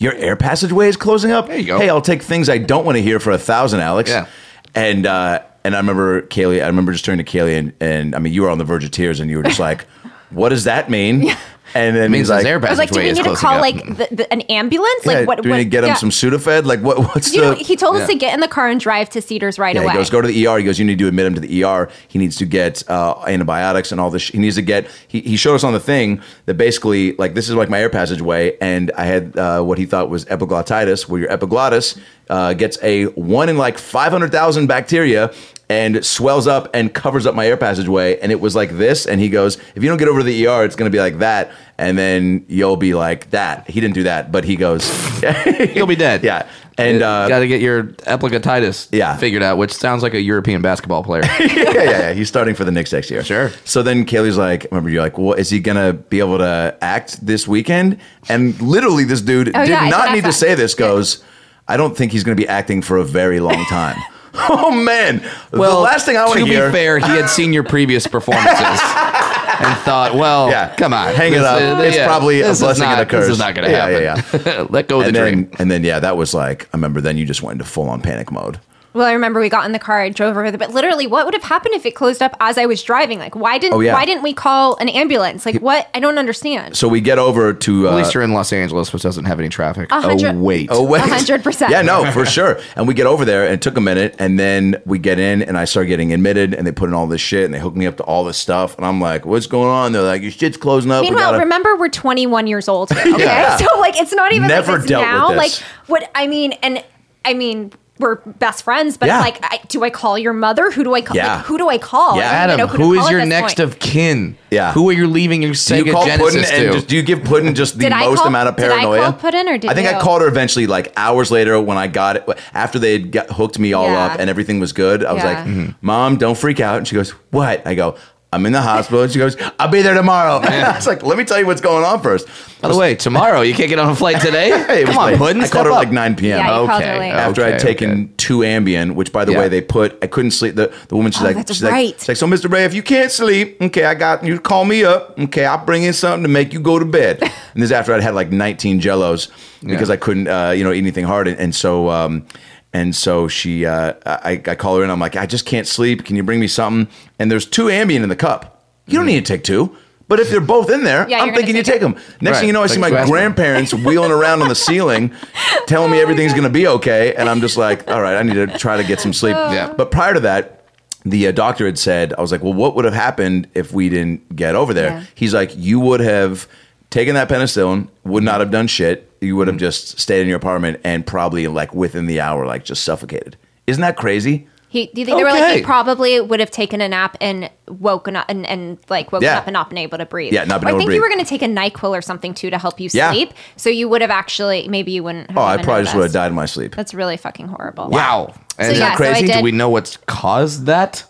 [SPEAKER 7] Your air passageway is closing up. There
[SPEAKER 6] you go.
[SPEAKER 7] Hey, I'll take things I don't want to hear for a thousand, Alex.
[SPEAKER 6] Yeah.
[SPEAKER 7] And uh, and I remember Kaylee. I remember just turning to Kaylee, and, and I mean, you were on the verge of tears, and you were just like, "What does that mean?" And then
[SPEAKER 6] It means
[SPEAKER 7] he's like,
[SPEAKER 6] his air
[SPEAKER 5] I was like, do
[SPEAKER 6] passageway
[SPEAKER 5] we
[SPEAKER 6] is
[SPEAKER 5] need to
[SPEAKER 6] closing
[SPEAKER 5] call
[SPEAKER 6] up.
[SPEAKER 5] like the, the, an ambulance?
[SPEAKER 7] yeah,
[SPEAKER 5] like what?
[SPEAKER 7] do we
[SPEAKER 5] what-
[SPEAKER 7] need to get
[SPEAKER 5] yeah.
[SPEAKER 7] him some Sudafed? Like, what? What's
[SPEAKER 5] You
[SPEAKER 7] the?
[SPEAKER 5] know, he told
[SPEAKER 6] Yeah.
[SPEAKER 5] us to get in the car and drive to Cedars right
[SPEAKER 7] Yeah,
[SPEAKER 5] away.
[SPEAKER 7] he goes, go to the ER. He goes, you need to admit him to the ER. He needs to get uh, antibiotics and all this. Sh- he needs to get. He, he showed us on the thing that basically, like, this is like my air passageway, and I had uh, what he thought was epiglottitis, where your epiglottis uh, gets a one in like five hundred thousand bacteria and swells up and covers up my air passageway, and it was like this. And he goes, if you don't get over to the ER, it's going to be like that, and then you'll be like that. He didn't do that, but he goes,
[SPEAKER 6] You'll be dead.
[SPEAKER 7] yeah, and uh,
[SPEAKER 6] got to get your epiglottitis
[SPEAKER 7] Yeah.
[SPEAKER 6] figured out, which sounds like a European basketball player.
[SPEAKER 7] yeah, yeah, yeah. He's starting for the Knicks next year.
[SPEAKER 6] Sure.
[SPEAKER 7] So then Kaylee's like, remember, you're like, well, is he going to be able to act this weekend? And literally, this dude
[SPEAKER 5] Oh,
[SPEAKER 7] did
[SPEAKER 5] yeah, I
[SPEAKER 7] not
[SPEAKER 5] forgot
[SPEAKER 7] need to
[SPEAKER 5] that.
[SPEAKER 7] say this, goes, I don't think he's going to be acting for a very long time. oh, man. the last thing I want
[SPEAKER 6] to
[SPEAKER 7] to hear.
[SPEAKER 6] be fair, he had seen your previous performances and thought, well,
[SPEAKER 7] Yeah.
[SPEAKER 6] come on,
[SPEAKER 7] Hang it
[SPEAKER 6] This-
[SPEAKER 7] up. It's probably a
[SPEAKER 6] this is
[SPEAKER 7] blessing and
[SPEAKER 6] not-
[SPEAKER 7] a curse.
[SPEAKER 6] This is not going to
[SPEAKER 7] Yeah,
[SPEAKER 6] happen.
[SPEAKER 7] yeah,
[SPEAKER 6] Let go of
[SPEAKER 7] and
[SPEAKER 6] the
[SPEAKER 7] then,
[SPEAKER 6] dream.
[SPEAKER 7] and then, yeah, that was like, I remember then you just went into full on panic mode.
[SPEAKER 5] well, I remember we got in the car, I drove over there, but literally, what would have happened if it closed up as I was driving? Like, why didn't
[SPEAKER 7] Oh, yeah.
[SPEAKER 5] why didn't we call an ambulance? Like, what? I don't understand.
[SPEAKER 7] So we get over to. Uh,
[SPEAKER 6] At least you're in Los Angeles, which doesn't have any traffic.
[SPEAKER 5] hundred-
[SPEAKER 6] Oh wait.
[SPEAKER 7] Oh wait,
[SPEAKER 5] 100%.
[SPEAKER 7] Yeah, no, for sure. And we get over there, and it took a minute, and then we get in, and I start getting admitted, and they put in all this shit, and they hook me up to all this stuff, and I'm like, "What's going on?" They're like, "Your shit's closing up." We
[SPEAKER 5] Meanwhile,
[SPEAKER 7] gotta-
[SPEAKER 5] remember we're 21 years old. Here, okay,
[SPEAKER 7] Yeah.
[SPEAKER 5] so like it's not even
[SPEAKER 7] Never
[SPEAKER 5] like it's
[SPEAKER 7] dealt with
[SPEAKER 5] now.
[SPEAKER 7] this.
[SPEAKER 5] Like what I mean, and I mean we're best friends, but
[SPEAKER 7] Yeah.
[SPEAKER 5] like, I, do I call your mother? Who do I call?
[SPEAKER 7] Yeah.
[SPEAKER 5] Like, who do I call?
[SPEAKER 7] Yeah.
[SPEAKER 5] I don't even
[SPEAKER 6] Adam,
[SPEAKER 5] know to
[SPEAKER 6] who
[SPEAKER 5] call
[SPEAKER 6] is
[SPEAKER 5] at
[SPEAKER 6] your
[SPEAKER 5] this
[SPEAKER 6] next
[SPEAKER 5] point.
[SPEAKER 6] of kin?
[SPEAKER 7] Yeah.
[SPEAKER 6] Who are you leaving your
[SPEAKER 7] do
[SPEAKER 6] Sega
[SPEAKER 7] you call Puddin
[SPEAKER 6] Genesis
[SPEAKER 7] and
[SPEAKER 6] to?
[SPEAKER 7] just, do you give Puddin just the
[SPEAKER 5] Did I
[SPEAKER 7] most
[SPEAKER 5] call-
[SPEAKER 7] amount of
[SPEAKER 5] did I call
[SPEAKER 7] paranoia?
[SPEAKER 5] Puddin or did
[SPEAKER 7] I think I
[SPEAKER 5] you?
[SPEAKER 7] called her eventually, like hours later when I got it after they had got, hooked me all
[SPEAKER 5] Yeah.
[SPEAKER 7] up and everything was good. I was
[SPEAKER 5] Yeah.
[SPEAKER 7] like, "Mm-hmm. "Mom, don't freak out." And she goes, "What?" I go, "I'm in the hospital." And she goes, "I'll be there tomorrow." And I was like, "Let me tell you what's going on first.
[SPEAKER 6] By the way, tomorrow you can't get on a flight today.
[SPEAKER 7] Hey, it was
[SPEAKER 6] Come on,
[SPEAKER 7] late.
[SPEAKER 6] Puddin.
[SPEAKER 7] I
[SPEAKER 6] step
[SPEAKER 7] called her
[SPEAKER 6] up.
[SPEAKER 7] at like 9 p.m.
[SPEAKER 5] Yeah, you
[SPEAKER 6] Okay.
[SPEAKER 5] called her late.
[SPEAKER 7] Oh, after I'd
[SPEAKER 6] okay,
[SPEAKER 7] taken
[SPEAKER 6] okay.
[SPEAKER 7] two Ambien, which by the
[SPEAKER 6] Yeah.
[SPEAKER 7] way they put I couldn't sleep. The the woman she's
[SPEAKER 5] Oh,
[SPEAKER 7] like
[SPEAKER 5] that's
[SPEAKER 7] she's
[SPEAKER 5] right.
[SPEAKER 7] like she's like so Mr. Ray, if you can't sleep, okay, I got you call me up. Okay, I'll bring in something to make you go to bed. and this is after I'd had like 19 jellos because
[SPEAKER 6] Yeah.
[SPEAKER 7] I couldn't uh, you know eat anything hard and, and so um And so she, uh, I, I call her in. I'm like, I just can't sleep. Can you bring me something? And there's two Ambien in the cup. You
[SPEAKER 6] Mm-hmm.
[SPEAKER 7] don't need to take two. But if they're both in there,
[SPEAKER 5] Yeah, you're
[SPEAKER 7] I'm
[SPEAKER 5] gonna
[SPEAKER 7] thinking you
[SPEAKER 5] take
[SPEAKER 7] take them. Next
[SPEAKER 6] Right.
[SPEAKER 7] thing you know, I
[SPEAKER 6] Like
[SPEAKER 7] see my
[SPEAKER 6] two aspirin.
[SPEAKER 7] grandparents wheeling around on the ceiling,
[SPEAKER 5] Oh
[SPEAKER 7] telling me everything's going to be okay. And I'm just like, all right, I need to try to get some sleep.
[SPEAKER 5] Oh.
[SPEAKER 6] Yeah.
[SPEAKER 7] But prior to that, the uh, doctor had said, I was like, well, what would have happened if we didn't get over there?
[SPEAKER 5] Yeah.
[SPEAKER 7] He's like, you would have taken that penicillin, would
[SPEAKER 6] Mm-hmm.
[SPEAKER 7] not have done shit. You would have just stayed in your apartment and probably like within the hour, like just suffocated. Isn't that crazy?
[SPEAKER 5] He, do you think they were like
[SPEAKER 6] Okay.
[SPEAKER 5] he probably would have taken a nap and woken up and, and like woken
[SPEAKER 7] Yeah.
[SPEAKER 5] up and not been able to breathe?
[SPEAKER 7] Yeah, not been
[SPEAKER 5] Or
[SPEAKER 7] able to
[SPEAKER 5] I think
[SPEAKER 7] breathe.
[SPEAKER 5] you were going to take a Nyquil or something too to help you
[SPEAKER 7] Yeah.
[SPEAKER 5] sleep, so you would have actually maybe you wouldn't. Have
[SPEAKER 7] Oh, I
[SPEAKER 5] even
[SPEAKER 7] probably just would have
[SPEAKER 5] noticed.
[SPEAKER 7] died in my sleep.
[SPEAKER 5] That's really fucking horrible.
[SPEAKER 6] Wow. And
[SPEAKER 5] yeah, so I
[SPEAKER 6] Do
[SPEAKER 5] did-
[SPEAKER 6] we know what's caused that?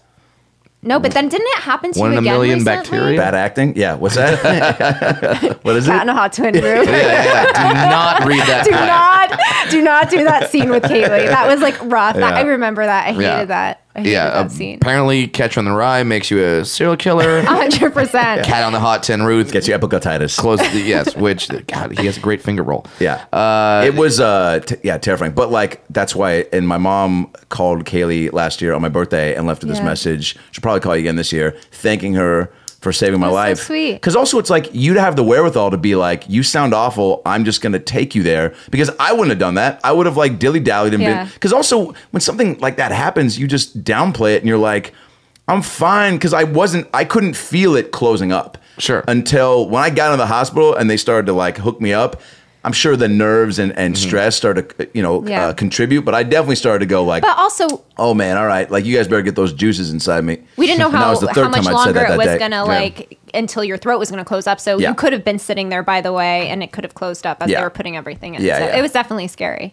[SPEAKER 5] No, but then didn't it happen to you
[SPEAKER 6] One in a
[SPEAKER 5] again
[SPEAKER 6] million
[SPEAKER 5] recently?
[SPEAKER 6] bacteria?
[SPEAKER 7] Bad acting? Yeah. What's that? what is
[SPEAKER 5] Cat in
[SPEAKER 7] it?
[SPEAKER 5] a hot twin room.
[SPEAKER 6] Uh, Yeah, yeah. Do not read that.
[SPEAKER 5] do
[SPEAKER 6] part.
[SPEAKER 5] not, do not do that scene with Kaylee. That was like rough. That- I remember that. I hated
[SPEAKER 6] Yeah.
[SPEAKER 5] that. I hated
[SPEAKER 6] Yeah.
[SPEAKER 5] that scene.
[SPEAKER 6] Apparently, Catch on the Rye makes you a serial killer.
[SPEAKER 5] Hundred percent.
[SPEAKER 6] Cat on the Hot Tin Ruth.
[SPEAKER 7] Gets you epiglottitis.
[SPEAKER 6] close. yes, which God, he has a great finger roll.
[SPEAKER 7] Yeah. Uh, it was, uh, t- yeah, terrifying. But like, that's why, and my mom called Kaylee last year on my birthday and left her this
[SPEAKER 5] Yeah.
[SPEAKER 7] message. She'll probably call you again this year, thanking her for saving my
[SPEAKER 5] That's so
[SPEAKER 7] life.
[SPEAKER 5] sweet.
[SPEAKER 7] Because also, it's like you'd have the wherewithal to be like, you sound awful. I'm just going to take you there. Because I wouldn't have done that. I would have like dilly dallied and
[SPEAKER 5] Yeah.
[SPEAKER 7] been. Because also, when something like that happens, you just downplay it and you're like, I'm fine because I wasn't, I couldn't feel it closing up.
[SPEAKER 6] Sure.
[SPEAKER 7] Until when I got in the hospital and they started to like hook me up, I'm sure the nerves and, and
[SPEAKER 6] Mm-hmm.
[SPEAKER 7] stress started to, you know,
[SPEAKER 5] Yeah.
[SPEAKER 7] uh, contribute, but I definitely started to go like,
[SPEAKER 5] But also,
[SPEAKER 7] oh man, all right, like you guys better get those juices inside me.
[SPEAKER 5] we didn't know
[SPEAKER 7] And that
[SPEAKER 5] how,
[SPEAKER 7] was the
[SPEAKER 5] how
[SPEAKER 7] third
[SPEAKER 5] much
[SPEAKER 7] time I'd said
[SPEAKER 5] longer
[SPEAKER 7] that
[SPEAKER 5] it
[SPEAKER 7] that
[SPEAKER 5] was
[SPEAKER 7] day.
[SPEAKER 5] gonna like until your throat was gonna close up. So
[SPEAKER 7] Yeah.
[SPEAKER 5] you could have been sitting there, by the way, and it could have closed up as
[SPEAKER 7] Yeah.
[SPEAKER 5] they were putting everything in.
[SPEAKER 7] Yeah,
[SPEAKER 5] so
[SPEAKER 7] yeah.
[SPEAKER 5] it was definitely scary.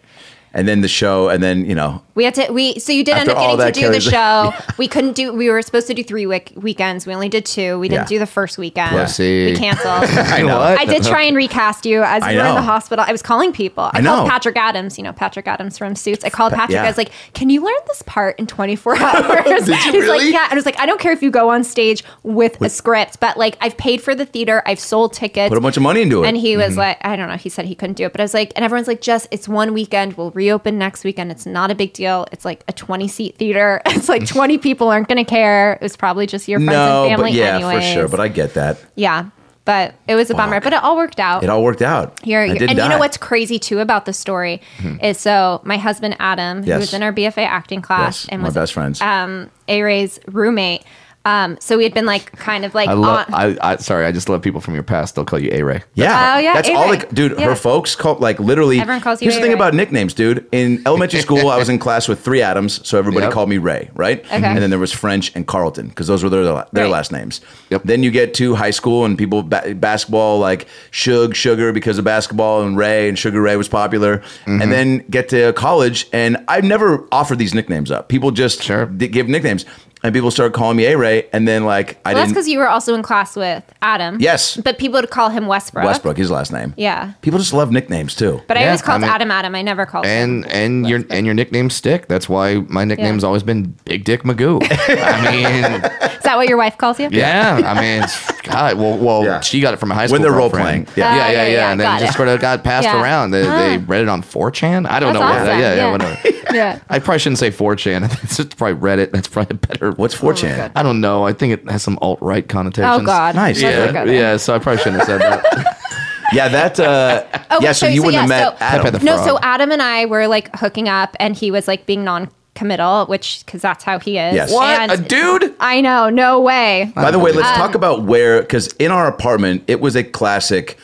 [SPEAKER 7] And then the show, and then, you know,
[SPEAKER 5] We had to we so you did end
[SPEAKER 7] After
[SPEAKER 5] up getting
[SPEAKER 7] all
[SPEAKER 5] to
[SPEAKER 7] that,
[SPEAKER 5] do the
[SPEAKER 7] Kelly's
[SPEAKER 5] show.
[SPEAKER 7] like-
[SPEAKER 5] We couldn't do we were supposed to do three week, weekends. We only did two. We didn't
[SPEAKER 7] Yeah.
[SPEAKER 5] do the first weekend.
[SPEAKER 6] Pussy.
[SPEAKER 5] We canceled.
[SPEAKER 6] I know. What?
[SPEAKER 5] I did try and recast you as
[SPEAKER 7] I
[SPEAKER 5] you were in
[SPEAKER 7] know.
[SPEAKER 5] the hospital. I was calling people. I,
[SPEAKER 7] I
[SPEAKER 5] called
[SPEAKER 7] know.
[SPEAKER 5] Patrick Adams, you know, Patrick Adams from Suits. I called Patrick.
[SPEAKER 7] yeah.
[SPEAKER 5] I was like, can you learn this part in 24 hours?
[SPEAKER 7] Did you
[SPEAKER 5] He's
[SPEAKER 7] really?
[SPEAKER 5] like, yeah. And I was like, I don't care if you go on stage with, a script, but like, I've paid for the theater. I've sold tickets.
[SPEAKER 7] put a bunch of money into it. Mm-hmm.
[SPEAKER 5] and he was like, I don't know. He said he couldn't do it, but I was like, and everyone's like, Jess, it's one weekend. We'll reopen next weekend. It's not a big deal. It's like a 20 seat theater. It's like 20 people aren't going to care. It was probably just your friends
[SPEAKER 7] no,
[SPEAKER 5] and family
[SPEAKER 7] but yeah,
[SPEAKER 5] anyways.
[SPEAKER 7] for sure. But I get that.
[SPEAKER 5] yeah. But it was a bummer, but it all worked out.
[SPEAKER 7] It all worked out.
[SPEAKER 5] You're,
[SPEAKER 7] I
[SPEAKER 5] you're-
[SPEAKER 7] did
[SPEAKER 5] and you
[SPEAKER 7] die.
[SPEAKER 5] know what's crazy too about the story
[SPEAKER 6] Hmm.
[SPEAKER 5] is so my husband Adam,
[SPEAKER 7] Yes.
[SPEAKER 5] who was in our BFA acting class
[SPEAKER 7] Yes,
[SPEAKER 5] and
[SPEAKER 7] my
[SPEAKER 5] was
[SPEAKER 7] best friends.
[SPEAKER 5] um, A Ray's roommate. Um, so we had been like kind of like
[SPEAKER 6] I love.
[SPEAKER 5] on,
[SPEAKER 6] I, I sorry. I just love people from your past. They'll call you A Ray.
[SPEAKER 7] Yeah.
[SPEAKER 5] Oh, yeah,
[SPEAKER 7] That's all the
[SPEAKER 5] A-Ray.
[SPEAKER 7] dude,
[SPEAKER 5] Yeah.
[SPEAKER 7] her folks call like literally
[SPEAKER 5] Everyone calls you
[SPEAKER 7] Here's the thing
[SPEAKER 5] A-Ray.
[SPEAKER 7] about nicknames, dude. In elementary school, I was in class with three Adams, so everybody
[SPEAKER 6] Yep.
[SPEAKER 7] called me Ray, right?
[SPEAKER 5] Okay.
[SPEAKER 7] And then there was French and Carlton because those were their their
[SPEAKER 5] Right.
[SPEAKER 7] last names.
[SPEAKER 6] Yep.
[SPEAKER 7] Then you get to high school and people ba- basketball like Suge Sugar because of basketball and Ray and Sugar Ray was popular.
[SPEAKER 6] Mm-hmm.
[SPEAKER 7] And then get to college and I've never offered these nicknames up. People just
[SPEAKER 6] Sure.
[SPEAKER 7] d- give nicknames. And people started calling me A Ray, and then like I
[SPEAKER 5] well, that's
[SPEAKER 7] didn't.
[SPEAKER 5] because you were also in class with Adam.
[SPEAKER 7] Yes.
[SPEAKER 5] but people would call him Westbrook.
[SPEAKER 7] Westbrook, his last name.
[SPEAKER 5] Yeah,
[SPEAKER 7] People just love nicknames too.
[SPEAKER 5] but I
[SPEAKER 6] Yeah,
[SPEAKER 5] always called
[SPEAKER 6] I mean-
[SPEAKER 5] Adam Adam. I never called him.
[SPEAKER 6] And and your and your nicknames stick. That's why my nickname's always been Big Dick Magoo. I mean,
[SPEAKER 5] Is that what your wife calls you?
[SPEAKER 6] Yeah, I mean, God. Well, well,
[SPEAKER 7] Yeah.
[SPEAKER 6] she got it from a high school.
[SPEAKER 7] When they're role
[SPEAKER 6] girlfriend.
[SPEAKER 7] playing, yeah.
[SPEAKER 6] yeah, yeah,
[SPEAKER 5] Oh,
[SPEAKER 6] yeah.
[SPEAKER 5] yeah, yeah,
[SPEAKER 6] And then
[SPEAKER 5] got
[SPEAKER 6] it just
[SPEAKER 5] it.
[SPEAKER 6] sort of got passed
[SPEAKER 5] Yeah. Ah.
[SPEAKER 6] around. They, they read it on 4chan. I don't
[SPEAKER 5] That's
[SPEAKER 6] know. what-
[SPEAKER 5] awesome.
[SPEAKER 6] yeah,
[SPEAKER 5] Yeah.
[SPEAKER 6] yeah, whatever.
[SPEAKER 5] yeah.
[SPEAKER 6] I probably shouldn't say 4chan. It's just probably Reddit. That's probably a better.
[SPEAKER 7] What's 4chan?
[SPEAKER 6] I don't know. I think it has some alt right connotations.
[SPEAKER 5] Oh God.
[SPEAKER 7] Nice.
[SPEAKER 5] Let's
[SPEAKER 6] Yeah,
[SPEAKER 5] not go there.
[SPEAKER 6] yeah. So I probably shouldn't have said that.
[SPEAKER 7] Yeah, that. Uh,
[SPEAKER 5] Oh,
[SPEAKER 7] yeah,
[SPEAKER 5] wait,
[SPEAKER 7] so, you wouldn't have met
[SPEAKER 5] so-
[SPEAKER 7] Adam.
[SPEAKER 6] Pepe the
[SPEAKER 5] no,
[SPEAKER 6] Frog.
[SPEAKER 5] so Adam and I were like hooking up, and he was like being non-committal, which because that's how he is.
[SPEAKER 7] Yes.
[SPEAKER 6] what
[SPEAKER 5] And Um,
[SPEAKER 6] a dude.
[SPEAKER 5] I know, no way.
[SPEAKER 7] By the way, let's talk about where because in our apartment it was a classic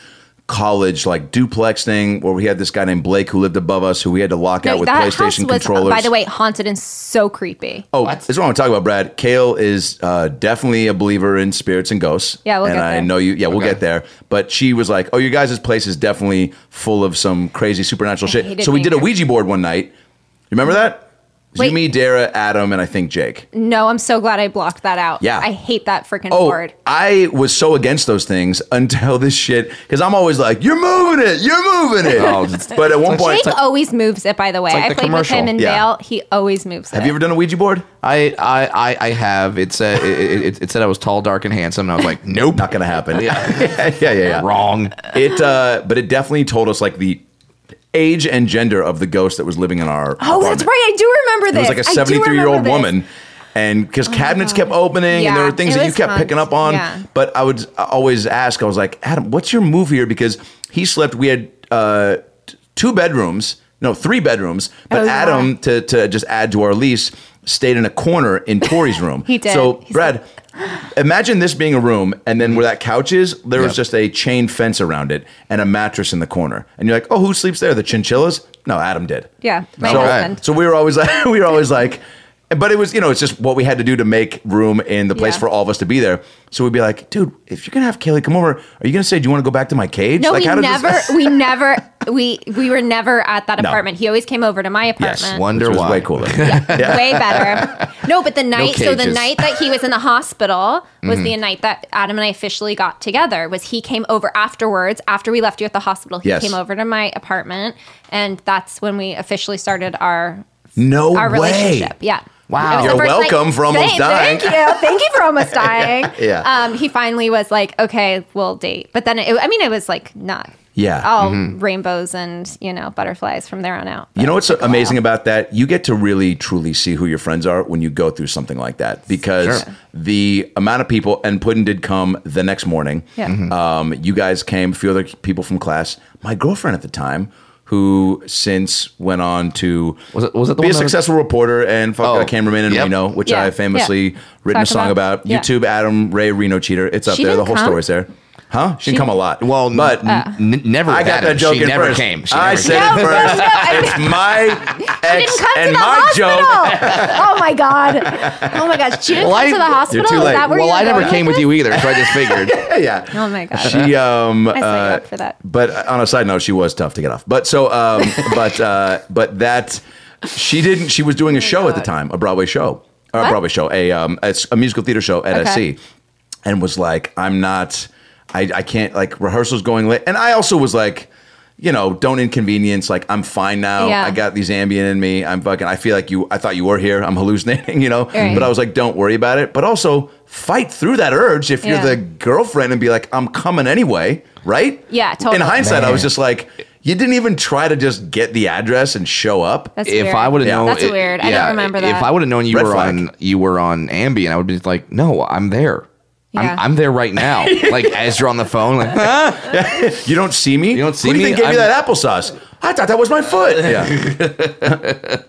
[SPEAKER 7] college like duplex thing where we had this guy named Blake who lived above us who we had to lock out
[SPEAKER 5] Like,
[SPEAKER 7] with
[SPEAKER 5] that house
[SPEAKER 7] PlayStation
[SPEAKER 5] was, uh,
[SPEAKER 7] controllers.
[SPEAKER 5] by the way, haunted and so creepy.
[SPEAKER 7] Oh, that's what I'm talking about, Brad. Kale is uh, definitely a believer in spirits and ghosts.
[SPEAKER 5] Yeah, we'll
[SPEAKER 7] and
[SPEAKER 5] get
[SPEAKER 7] I
[SPEAKER 5] there.
[SPEAKER 7] know you. Yeah, we'll
[SPEAKER 6] Okay.
[SPEAKER 7] get there. But she was like, "Oh, your guys' place is definitely full of some crazy supernatural shit."
[SPEAKER 5] hated
[SPEAKER 7] So we
[SPEAKER 5] being
[SPEAKER 7] did a
[SPEAKER 5] there.
[SPEAKER 7] Ouija board one night. Remember that? It was You,
[SPEAKER 5] Wait.
[SPEAKER 7] me, Dara, Adam, and I think Jake.
[SPEAKER 5] No, I'm so glad I blocked that out.
[SPEAKER 7] Yeah.
[SPEAKER 5] I hate that freaking
[SPEAKER 7] Oh,
[SPEAKER 5] board.
[SPEAKER 7] I was so against those things until this shit because I'm always like, "You're moving it, you're moving it."
[SPEAKER 6] Oh, it's-
[SPEAKER 7] but at one point,
[SPEAKER 5] Jake always moves it. By the way,
[SPEAKER 6] like
[SPEAKER 5] I
[SPEAKER 6] the
[SPEAKER 5] played with him
[SPEAKER 6] commercial.
[SPEAKER 5] in
[SPEAKER 7] Yeah.
[SPEAKER 5] Vale. He always moves it.
[SPEAKER 7] have you ever done a Ouija board?
[SPEAKER 6] I I I, I have. It's a, it, it, it said I was tall, dark, and handsome, and I was like, nope,
[SPEAKER 7] Not gonna happen.
[SPEAKER 6] Yeah.
[SPEAKER 7] yeah, yeah, yeah.
[SPEAKER 6] wrong.
[SPEAKER 7] It, uh, but it definitely told us like the age and gender of the ghost that was living in our.
[SPEAKER 5] Oh, that's
[SPEAKER 7] apartment.
[SPEAKER 5] right. I do remember
[SPEAKER 7] It was
[SPEAKER 5] this.
[SPEAKER 7] like a
[SPEAKER 5] I do
[SPEAKER 7] 73 year old
[SPEAKER 5] remember this. Oh,
[SPEAKER 7] woman. And because cabinets kept opening and there
[SPEAKER 5] Yeah,
[SPEAKER 7] were things
[SPEAKER 5] it
[SPEAKER 7] that you
[SPEAKER 5] was
[SPEAKER 7] kept
[SPEAKER 5] fun.
[SPEAKER 7] picking up on.
[SPEAKER 5] Yeah.
[SPEAKER 7] But I would always ask, I was like, Adam, what's your move here? Because he slept, we had uh, t- two bedrooms, no, three bedrooms. But
[SPEAKER 5] Oh, yeah.
[SPEAKER 7] Adam, to, to just add to our lease, stayed in a corner in Tori's room.
[SPEAKER 5] He did.
[SPEAKER 7] So,
[SPEAKER 5] He
[SPEAKER 7] Brad, imagine this being a room and then where that couch is, there
[SPEAKER 6] Yep.
[SPEAKER 7] was just a chain fence around it and a mattress in the corner. And you're like, oh, who sleeps there? The chinchillas? No, Adam did.
[SPEAKER 5] Yeah, my
[SPEAKER 7] So,
[SPEAKER 5] husband.
[SPEAKER 7] so we were always like, we were always like, but it was, you know, it's just what we had to do to make room in the place
[SPEAKER 5] Yeah.
[SPEAKER 7] for all of us to be there. So we'd be like, dude, if you're gonna have Kaylee come over, are you gonna say, do you want to go back to my cage?
[SPEAKER 5] No,
[SPEAKER 7] like,
[SPEAKER 5] we
[SPEAKER 7] did this-
[SPEAKER 5] never, we never, we we were never at that
[SPEAKER 7] No.
[SPEAKER 5] apartment. He always came over to my
[SPEAKER 7] Yes,
[SPEAKER 5] apartment.
[SPEAKER 6] Wonder
[SPEAKER 7] Which was
[SPEAKER 6] why.
[SPEAKER 7] way cooler.
[SPEAKER 5] Way better. No, but the night, so the
[SPEAKER 6] cages.
[SPEAKER 5] night that he was in the hospital was
[SPEAKER 7] Mm-hmm.
[SPEAKER 5] the night that Adam and I officially got together. Was he came over afterwards after we left you at the hospital? He
[SPEAKER 7] Yes.
[SPEAKER 5] came over to my apartment, and that's when we officially started our
[SPEAKER 7] No
[SPEAKER 5] our
[SPEAKER 7] way.
[SPEAKER 5] relationship. Yeah.
[SPEAKER 6] Wow.
[SPEAKER 5] It was the
[SPEAKER 6] You're
[SPEAKER 5] first
[SPEAKER 7] welcome for almost
[SPEAKER 5] Thank-
[SPEAKER 7] dying.
[SPEAKER 5] Thank you. Thank you for almost dying.
[SPEAKER 7] yeah.
[SPEAKER 5] Um, he finally was like, okay, we'll date. But then, it, I mean, it was like not
[SPEAKER 7] Yeah. Mm-hmm.
[SPEAKER 5] all rainbows and, you know, butterflies from there on out.
[SPEAKER 7] You know what's amazing about that? You get to really truly see who your friends are when you go through something like that because the amount of people and Puddin did come the next morning.
[SPEAKER 5] Yeah. Mhm.
[SPEAKER 7] Um, you guys came, a few other people from class. My girlfriend at the time, who since went on to
[SPEAKER 6] Was it- was it the one that
[SPEAKER 7] be a
[SPEAKER 6] was-
[SPEAKER 7] successful reporter and fuck
[SPEAKER 6] Oh,
[SPEAKER 7] a cameraman in
[SPEAKER 6] yep.
[SPEAKER 7] Reno, which
[SPEAKER 5] Yeah,
[SPEAKER 7] I famously
[SPEAKER 5] yeah.
[SPEAKER 7] written a
[SPEAKER 5] Talk
[SPEAKER 7] song
[SPEAKER 5] about-
[SPEAKER 7] about.
[SPEAKER 5] yeah.
[SPEAKER 7] YouTube Adam Ray Reno cheater. It's up
[SPEAKER 5] She
[SPEAKER 7] there. The
[SPEAKER 5] didn't
[SPEAKER 7] whole
[SPEAKER 5] come? Uh,
[SPEAKER 7] story's there. Huh? She didn't come a lot.
[SPEAKER 6] Well, n-
[SPEAKER 7] but
[SPEAKER 6] n- never.
[SPEAKER 7] I got
[SPEAKER 6] had him.
[SPEAKER 7] that joke
[SPEAKER 6] She
[SPEAKER 7] in
[SPEAKER 6] never
[SPEAKER 7] first.
[SPEAKER 6] came. She
[SPEAKER 7] I
[SPEAKER 6] never
[SPEAKER 7] said
[SPEAKER 6] came.
[SPEAKER 7] it
[SPEAKER 5] No,
[SPEAKER 7] first.
[SPEAKER 5] no, no, I
[SPEAKER 7] it's my ex
[SPEAKER 5] didn't come
[SPEAKER 7] and
[SPEAKER 5] to the
[SPEAKER 7] my
[SPEAKER 5] hospital.
[SPEAKER 7] joke.
[SPEAKER 5] oh my god. Oh my gosh. She didn't
[SPEAKER 6] Well,
[SPEAKER 5] come to
[SPEAKER 6] I-
[SPEAKER 5] the
[SPEAKER 6] You're
[SPEAKER 5] hospital.
[SPEAKER 7] too
[SPEAKER 5] Is
[SPEAKER 7] late.
[SPEAKER 5] that where
[SPEAKER 6] Well,
[SPEAKER 5] you were
[SPEAKER 6] I never
[SPEAKER 5] going
[SPEAKER 6] came with you either, so I just figured.
[SPEAKER 7] Yeah, yeah.
[SPEAKER 5] Oh my gosh.
[SPEAKER 7] She um.
[SPEAKER 5] I signed
[SPEAKER 7] uh,
[SPEAKER 5] up for that.
[SPEAKER 7] But on a side note, she was tough to get off. But so um. but uh. But that she didn't. She was doing a show at the
[SPEAKER 5] Oh God.
[SPEAKER 7] time, a Broadway show, or a
[SPEAKER 5] What?
[SPEAKER 7] Broadway show, a um, a, s- a musical theater show at
[SPEAKER 5] Okay.
[SPEAKER 7] SC, and was like, I'm not. I I can't like rehearsals going late, and I also was like. You know, don't inconvenience. Like I'm fine now.
[SPEAKER 5] Yeah.
[SPEAKER 7] I got these Ambien in me. I'm fucking. I feel like you. I thought you were here. I'm hallucinating. You know.
[SPEAKER 5] Right.
[SPEAKER 7] But I was like, don't worry about it. But also fight through that urge if
[SPEAKER 5] Yeah.
[SPEAKER 7] you're the girlfriend and be like, I'm coming anyway, right?
[SPEAKER 5] Yeah, totally.
[SPEAKER 7] In hindsight, I was
[SPEAKER 6] Man.
[SPEAKER 7] just like, you didn't even try to just get the address and show up.
[SPEAKER 5] That's
[SPEAKER 6] if
[SPEAKER 5] weird.
[SPEAKER 6] I would have
[SPEAKER 7] Yeah.
[SPEAKER 6] known,
[SPEAKER 5] That's
[SPEAKER 6] it-
[SPEAKER 5] weird. I don't remember that.
[SPEAKER 6] If I would have known you
[SPEAKER 7] Red
[SPEAKER 6] were
[SPEAKER 7] flag.
[SPEAKER 6] on, you were on Ambien, I would be like, no, I'm there.
[SPEAKER 5] Yeah.
[SPEAKER 6] I'm, I'm there right now. like as you're on the phone, like "Huh?"
[SPEAKER 7] You don't see me. You
[SPEAKER 6] don't see
[SPEAKER 7] Who do you
[SPEAKER 6] me?
[SPEAKER 7] think gave you
[SPEAKER 6] I'm-
[SPEAKER 7] that applesauce? I thought that was my foot. Yeah,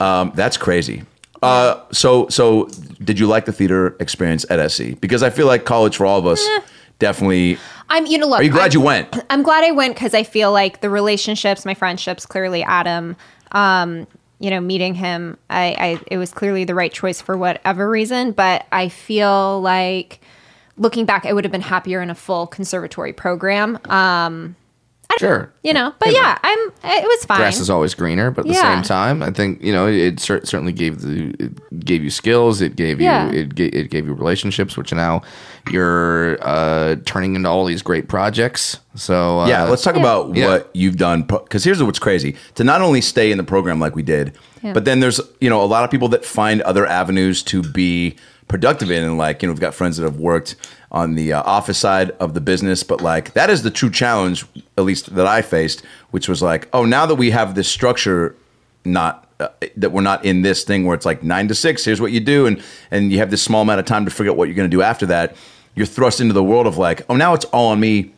[SPEAKER 7] um, that's crazy. Uh, so, so did you like the theater experience at SC? Because I feel like college for all of us
[SPEAKER 5] Eh.
[SPEAKER 7] definitely.
[SPEAKER 5] I'm you know look.
[SPEAKER 7] Are you glad
[SPEAKER 5] I'm,
[SPEAKER 7] you went?
[SPEAKER 6] Uh,
[SPEAKER 5] I'm glad I went cuz I feel like the relationships, my friendships, clearly Adam um you know, meeting him, I, I it was clearly the right choice for whatever reason, but I feel like looking back, I would have been happier in a full conservatory program. Um,
[SPEAKER 6] sure.
[SPEAKER 5] you know, but yeah, I'm. It was fine.
[SPEAKER 6] Grass is always greener, but at the
[SPEAKER 5] Yeah.
[SPEAKER 6] same time, I think you know it cer- certainly gave the it gave you skills. It gave
[SPEAKER 5] Yeah.
[SPEAKER 6] you it, ga- it gave you relationships, which now you're uh, turning into all these great projects. So uh,
[SPEAKER 7] Yeah, let's talk
[SPEAKER 5] Yeah.
[SPEAKER 7] about
[SPEAKER 6] Yeah.
[SPEAKER 7] what you've done. Because here's what's crazy: to not only stay in the program like we did,
[SPEAKER 5] Yeah.
[SPEAKER 7] but then there's you know a lot of people that find other avenues to be productive in, and like you know we've got friends that have worked on the uh, office side of the business, but like that is the true challenge, at least that I faced, which was like, oh, now that we have this structure, not. Uh, that we're not in this thing where it's like nine to six. Here's what you do, and and you have this small amount of time to figure out what you're going to do after that. You're thrust into the world of like, oh, now it's all on me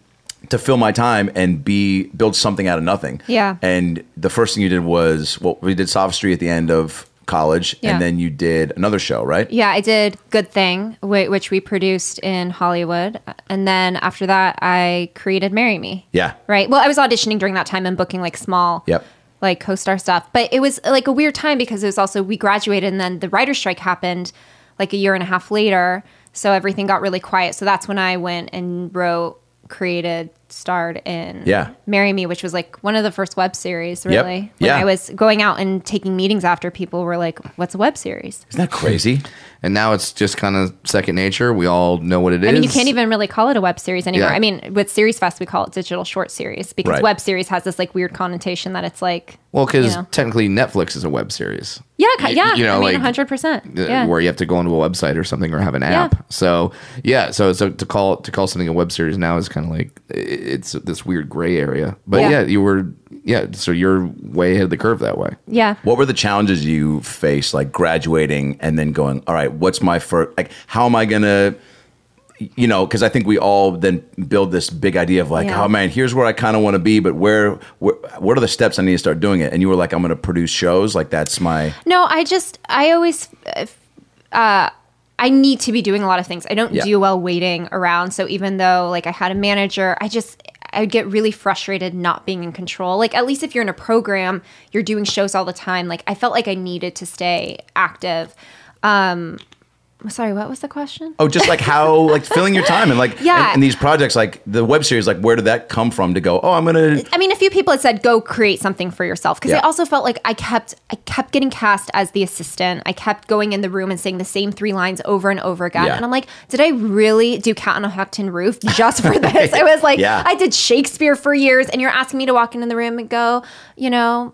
[SPEAKER 7] to fill my time and be build something out of nothing.
[SPEAKER 5] Yeah.
[SPEAKER 7] And the first thing you did was well, we did sophistry at the end of college,
[SPEAKER 5] Yeah.
[SPEAKER 7] and then you did another show, right?
[SPEAKER 5] Yeah, I did Good Thing, whi- which we produced in Hollywood. And then after that, I created Marry Me.
[SPEAKER 7] Yeah.
[SPEAKER 5] Right. Well, I was auditioning during that time and booking like small,
[SPEAKER 7] Yep.
[SPEAKER 5] like co star stuff. But it was like a weird time because it was also, we graduated and then the writer's strike happened like a year and a half later. So everything got really quiet. So that's when I went and wrote, created, starred in
[SPEAKER 7] Yeah.
[SPEAKER 5] Marry Me, which was like one of the first web series,
[SPEAKER 7] Yep.
[SPEAKER 5] really. When
[SPEAKER 7] Yeah.
[SPEAKER 5] I was going out and taking meetings after people were like, what's a web series?
[SPEAKER 7] Isn't that crazy?
[SPEAKER 6] and now it's just kind of second nature. We all know what it is.
[SPEAKER 5] I mean, you can't even really call it a web series anymore.
[SPEAKER 6] Yeah.
[SPEAKER 5] I mean, with Series Fest, we call it digital short series because
[SPEAKER 7] Right.
[SPEAKER 5] web series has this like weird connotation that it's like,
[SPEAKER 6] Well, because
[SPEAKER 5] you know.
[SPEAKER 6] technically Netflix is a web series.
[SPEAKER 5] yeah, ki-
[SPEAKER 6] You-
[SPEAKER 5] yeah,
[SPEAKER 6] you
[SPEAKER 5] I
[SPEAKER 6] know,
[SPEAKER 5] mean,
[SPEAKER 6] like,
[SPEAKER 5] 100%.
[SPEAKER 6] uh,
[SPEAKER 5] Yeah.
[SPEAKER 6] where you have to go onto a website or something or have an app. So yeah, so so to call to call something a web series now is kind of like i- it's this weird gray area. But
[SPEAKER 5] Yeah.
[SPEAKER 6] yeah, you were yeah. So you're way ahead of the curve that way.
[SPEAKER 5] Yeah.
[SPEAKER 7] What were the challenges you faced, like graduating and then going, all right, what's my first, like, how am I going to, you know, because I think we all then build this big idea of like,
[SPEAKER 5] Yeah.
[SPEAKER 7] oh man, here's where I kind of want to be, but where, where, what are the steps I need to start doing it? And you were like, I'm going to produce shows. Like, that's my,
[SPEAKER 5] No, I just I always uh, I need to be doing a lot of things. I don't
[SPEAKER 7] Yeah.
[SPEAKER 5] do well waiting around. So even though like I had a manager, I just I would get really frustrated not being in control. Like at least if you're in a program, you're doing shows all the time. Like I felt like I needed to stay active. Um sorry, what was the question?
[SPEAKER 7] oh, just like how, like filling your time and like,
[SPEAKER 5] Yeah.
[SPEAKER 7] and, and these projects, like the web series, like, where did that come from to go, oh, I'm going to,
[SPEAKER 5] I mean, a few people had said go create something for yourself because
[SPEAKER 7] Yeah.
[SPEAKER 5] I also felt like I kept I kept getting cast as the assistant. I kept going in the room and saying the same three lines over and over again,
[SPEAKER 7] Yeah.
[SPEAKER 5] and I'm like, did I really do Cat on a Houghton Roof just for this? I was like,
[SPEAKER 7] Yeah.
[SPEAKER 5] I did Shakespeare for years, and you're asking me to walk into the room and go, you know.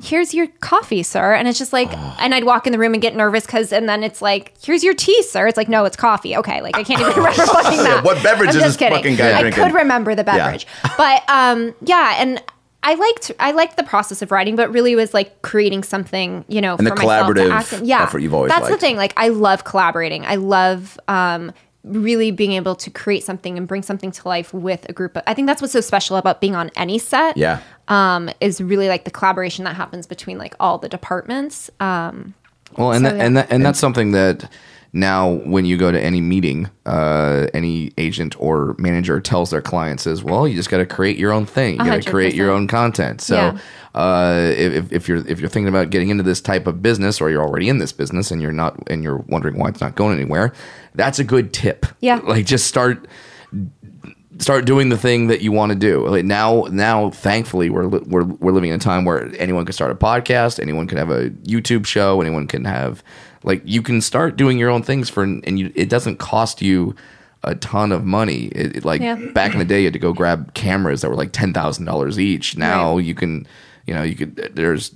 [SPEAKER 5] Here's your coffee, sir. And it's just like, and I'd walk in the room and get nervous because, and then it's like, here's your tea, sir. It's like, no, it's coffee. Okay. Like, I can't even remember fucking that.
[SPEAKER 7] what beverage
[SPEAKER 5] I'm
[SPEAKER 7] is
[SPEAKER 5] just
[SPEAKER 7] this
[SPEAKER 5] kidding.
[SPEAKER 7] fucking guy
[SPEAKER 5] I
[SPEAKER 7] drinking?
[SPEAKER 5] could remember the beverage. but um, yeah, and I liked I liked the process of writing, but really was like creating something, you know,
[SPEAKER 7] And the
[SPEAKER 5] for myself to
[SPEAKER 7] collaborative
[SPEAKER 5] act in. Yeah,
[SPEAKER 7] effort you've always
[SPEAKER 5] that's the
[SPEAKER 7] liked.
[SPEAKER 5] thing. Like I love collaborating. I love um, really being able to create something and bring something to life with a group. Of, I think that's what's so special about being on any set.
[SPEAKER 7] yeah.
[SPEAKER 5] Um, is really like the collaboration that happens between like all the departments. Um,
[SPEAKER 6] Well, and
[SPEAKER 5] So,
[SPEAKER 6] that,
[SPEAKER 5] yeah.
[SPEAKER 6] and that, and that's something that now when you go to any meeting, uh, any agent or manager tells their clients is, well, you just got to create your own thing. You got to create your
[SPEAKER 5] 100%.
[SPEAKER 6] own content. So.
[SPEAKER 5] Yeah.
[SPEAKER 6] Uh, if, if you're if you're thinking about getting into this type of business, or you're already in this business and you're not and you're wondering why it's not going anywhere, that's a good tip.
[SPEAKER 5] Yeah.
[SPEAKER 6] like just start start doing the thing that you want to do. Like now, now, thankfully, we're li- we're we're living in a time where anyone can start a podcast, anyone can have a YouTube show, anyone can have like you can start doing your own things for, and you, it doesn't cost you a ton of money. It, it, like
[SPEAKER 5] Yeah.
[SPEAKER 6] back in the day, you had to go grab cameras that were like ten thousand dollars each. Now you can, you know, you could there's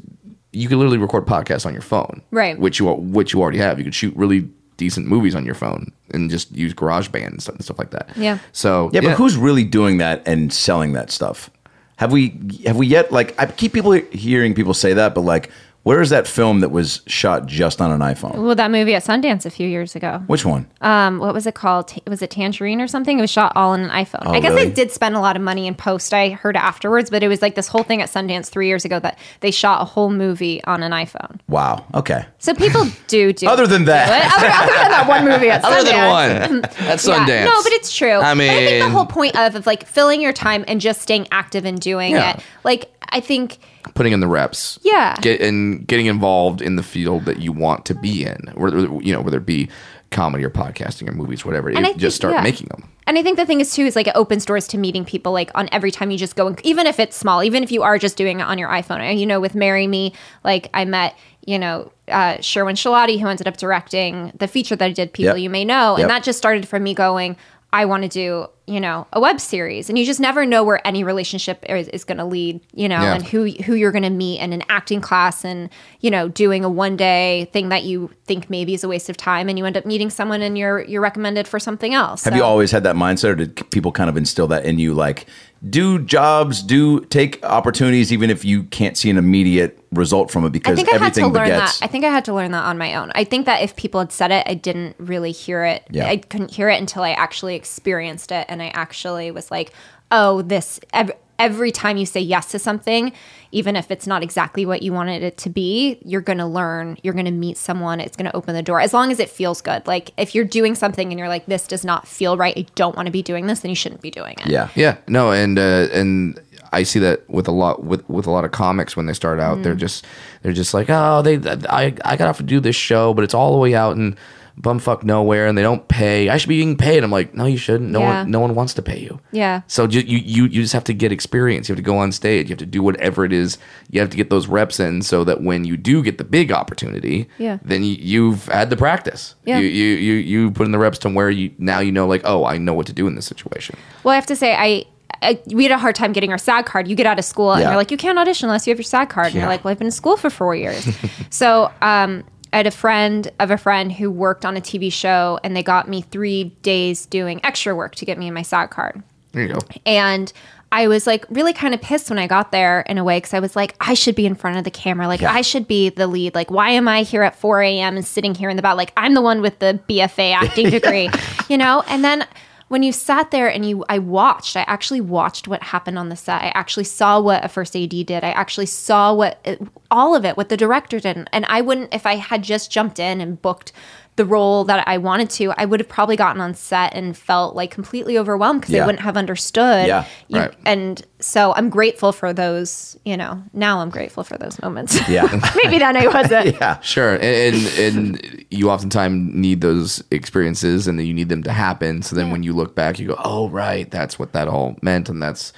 [SPEAKER 6] you could literally record podcasts on your phone,
[SPEAKER 5] Right.
[SPEAKER 6] Which you al- which you already have. You could shoot really decent movies on your phone and just use GarageBand and stuff, stuff like that.
[SPEAKER 5] Yeah.
[SPEAKER 6] So
[SPEAKER 7] Yeah, but who's really doing that and selling that stuff? Have we have we yet like I keep people hearing people say that, but like where is that film that was shot just on an iPhone?
[SPEAKER 5] well, that movie at Sundance a few years ago.
[SPEAKER 7] Which one?
[SPEAKER 5] um, what was it called? Ta- was it Tangerine or something? It was shot all on an iPhone.
[SPEAKER 6] Oh,
[SPEAKER 5] I guess
[SPEAKER 7] really?
[SPEAKER 5] they did spend a lot of money in post. I heard afterwards, but it was like this whole thing at Sundance three years ago that they shot a whole movie on an iPhone.
[SPEAKER 7] wow. Okay.
[SPEAKER 5] So people do do.
[SPEAKER 7] Other than that.
[SPEAKER 5] But other, other than that one movie at
[SPEAKER 6] other
[SPEAKER 5] Sundance.
[SPEAKER 6] than one. That's
[SPEAKER 5] Yeah.
[SPEAKER 6] Sundance.
[SPEAKER 5] No, but it's true.
[SPEAKER 6] I
[SPEAKER 5] But I think the
[SPEAKER 6] mean-
[SPEAKER 5] whole point of of like filling your time and just staying active and doing
[SPEAKER 6] Yeah.
[SPEAKER 5] it. Like I think
[SPEAKER 6] putting in the reps.
[SPEAKER 5] Yeah.
[SPEAKER 6] Get and getting involved in the field that you want to be in, whether you know whether it be comedy or podcasting or movies, whatever. It-
[SPEAKER 5] I
[SPEAKER 6] just
[SPEAKER 5] think-
[SPEAKER 6] start
[SPEAKER 5] yeah.
[SPEAKER 6] making them.
[SPEAKER 5] And I think the thing is too is like it opens doors to meeting people like on every time you just go and even if it's small, even if you are just doing it on your iPhone. And, You know, with Marry Me, like I met, you know, uh, Sherwin Shalati, who ended up directing the feature that I did, People
[SPEAKER 7] Yep.
[SPEAKER 5] You May Know.
[SPEAKER 7] Yep.
[SPEAKER 5] And that just started from me going, I want to do, you know, a web series. And you just never know where any relationship is, is going to lead, you know,
[SPEAKER 6] Yeah.
[SPEAKER 5] and who who you're going to meet in an acting class and, you know, doing a one day thing that you think maybe is a waste of time. And you end up meeting someone and you're, you're recommended for something else.
[SPEAKER 7] Have
[SPEAKER 5] So-
[SPEAKER 7] you always had that mindset or did people kind of instill that in you like do jobs, do take opportunities even if you can't see an immediate result from it
[SPEAKER 5] I
[SPEAKER 7] because
[SPEAKER 5] think I had to
[SPEAKER 7] everything
[SPEAKER 5] learn
[SPEAKER 7] begets
[SPEAKER 5] that. I think I had to learn that on my own. I think that if people had said it, I didn't really hear it.
[SPEAKER 7] Yeah.
[SPEAKER 5] I couldn't hear it until I actually experienced it, and I actually was like, "Oh, this." Every, every time you say yes to something, even if it's not exactly what you wanted it to be, you're going to learn. You're going to meet someone. It's going to open the door. As long as it feels good. Like if you're doing something and you're like, "This does not feel right. I don't want to be doing this," then you shouldn't be doing it.
[SPEAKER 7] Yeah.
[SPEAKER 6] Yeah, no, and uh, and I see that with a lot with with a lot of comics when they start out,
[SPEAKER 5] Mm.
[SPEAKER 6] they're just they're just like, oh, they I I got off to do this show, but it's all the way out in bumfuck nowhere, and they don't pay. I should be being paid. I'm like, no, you shouldn't. No
[SPEAKER 5] Yeah.
[SPEAKER 6] one no one wants to pay you.
[SPEAKER 5] Yeah.
[SPEAKER 6] So ju- you you you just have to get experience. You have to go on stage. You have to do whatever it is. You have to get those reps in so that when you do get the big opportunity,
[SPEAKER 5] Yeah.
[SPEAKER 6] then you, you've had the practice.
[SPEAKER 5] Yeah.
[SPEAKER 6] You, you you you put in the reps to where you now you know like, oh, I know what to do in this situation.
[SPEAKER 5] Well, I have to say, I, I we had a hard time getting our SAG card. You get out of school and
[SPEAKER 7] Yeah.
[SPEAKER 5] you're like, you can't audition unless you have your SAG card. And you're
[SPEAKER 6] Yeah.
[SPEAKER 5] like, well, I've been in school for four years. so um, I had a friend of a friend who worked on a TV show, and they got me three days doing extra work to get me my SAG card.
[SPEAKER 6] There you go.
[SPEAKER 5] and I was like really kind of pissed when I got there in a way because I was like, I should be in front of the camera. Like, I should be the lead. Like, why am I here at 4 a.m. and sitting here in the back? Like, I'm the one with the BFA acting degree, you know? And then when you sat there and you, I watched, I actually watched what happened on the set. I actually saw what a first AD did. I actually saw what it, all of it, what the director did. And I wouldn't, if I had just jumped in and booked the role that I wanted to, I would have probably gotten on set and felt like completely overwhelmed because
[SPEAKER 7] Yeah.
[SPEAKER 5] I wouldn't have understood
[SPEAKER 7] Yeah,
[SPEAKER 5] you-
[SPEAKER 6] right.
[SPEAKER 5] And so I'm grateful for those, you know, now I'm grateful for those moments.
[SPEAKER 7] Yeah.
[SPEAKER 5] Maybe then I wasn't.
[SPEAKER 6] Sure, and, and and you oftentimes need those experiences, and then you need them to happen. So then, when you look back, you go, "Oh, right, that's what that all meant," and that's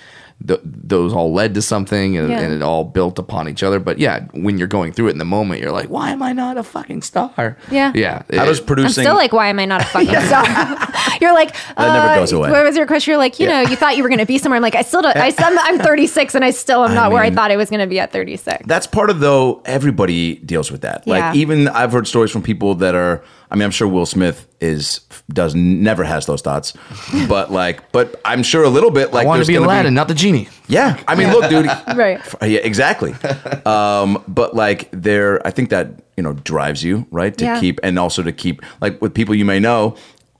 [SPEAKER 6] th- those all led to something, and,
[SPEAKER 5] Yeah.
[SPEAKER 6] and it all built upon each other. But yeah, when you're going through it in the moment, you're like, "Why am I not a fucking star?"
[SPEAKER 5] Yeah.
[SPEAKER 6] yeah.
[SPEAKER 7] How
[SPEAKER 6] it-
[SPEAKER 7] does
[SPEAKER 5] I'm
[SPEAKER 7] producing?
[SPEAKER 5] still like, why am I not a fucking star? You're like,
[SPEAKER 7] never
[SPEAKER 5] uh,
[SPEAKER 7] goes away.
[SPEAKER 5] What was your question? You're like, you know, you thought you were going to be somewhere. I'm like, I still don't. I, I'm, I'm 36 and I still am not where I
[SPEAKER 7] mean-
[SPEAKER 5] thought I was going to be at 36.
[SPEAKER 7] that's part of though. Everybody deals with that.
[SPEAKER 5] Yeah.
[SPEAKER 7] Like even I've heard stories from people that are. I mean, I'm sure Will Smith is does never has those thoughts, but like, but I'm sure a little bit like
[SPEAKER 6] I want to
[SPEAKER 7] there's
[SPEAKER 6] be
[SPEAKER 7] gonna
[SPEAKER 6] Aladdin, not the genie.
[SPEAKER 7] yeah, I mean, look, dude,
[SPEAKER 5] Right.
[SPEAKER 7] Yeah, exactly. um, but like there, I think that you know drives you right to
[SPEAKER 5] Yeah.
[SPEAKER 7] keep and also to keep like with people you may know.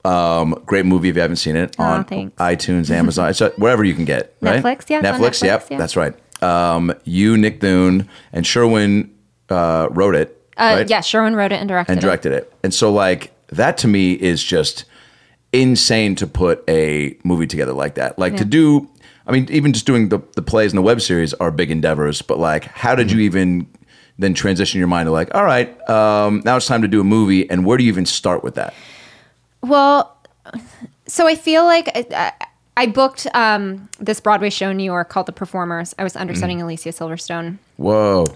[SPEAKER 7] Um, great movie if you haven't seen it
[SPEAKER 5] Aw,
[SPEAKER 7] on
[SPEAKER 5] Oh, thanks.
[SPEAKER 7] iTunes, Amazon, so wherever you can get right?
[SPEAKER 5] Netflix, yeah, it's on
[SPEAKER 7] Netflix,
[SPEAKER 5] Netflix,
[SPEAKER 7] yep,
[SPEAKER 5] yeah.
[SPEAKER 7] that's right. Um, you, Nick Thune, and Sherwin uh, wrote it.
[SPEAKER 5] Uh,
[SPEAKER 7] right?
[SPEAKER 5] Yeah, Sherwin wrote it and directed
[SPEAKER 7] and directed it. And so like that to me is just insane to put a movie together like that. Like to
[SPEAKER 5] Yeah.
[SPEAKER 7] do I mean even just doing the the plays and the web series are big endeavors, but like how did you
[SPEAKER 5] Mm-hmm.
[SPEAKER 7] even then transition your mind to like all right, um, now it's time to do a movie and where do you even start with that?
[SPEAKER 5] Well, so I feel like I, I- I booked um, this Broadway show in New York called The Performers. I was
[SPEAKER 7] Mm.
[SPEAKER 5] understudying Alicia Silverstone.
[SPEAKER 7] Whoa.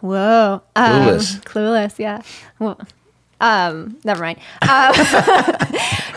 [SPEAKER 5] Whoa. Um,
[SPEAKER 7] Clueless.
[SPEAKER 5] Clueless, yeah. Well, um, never mind. Um,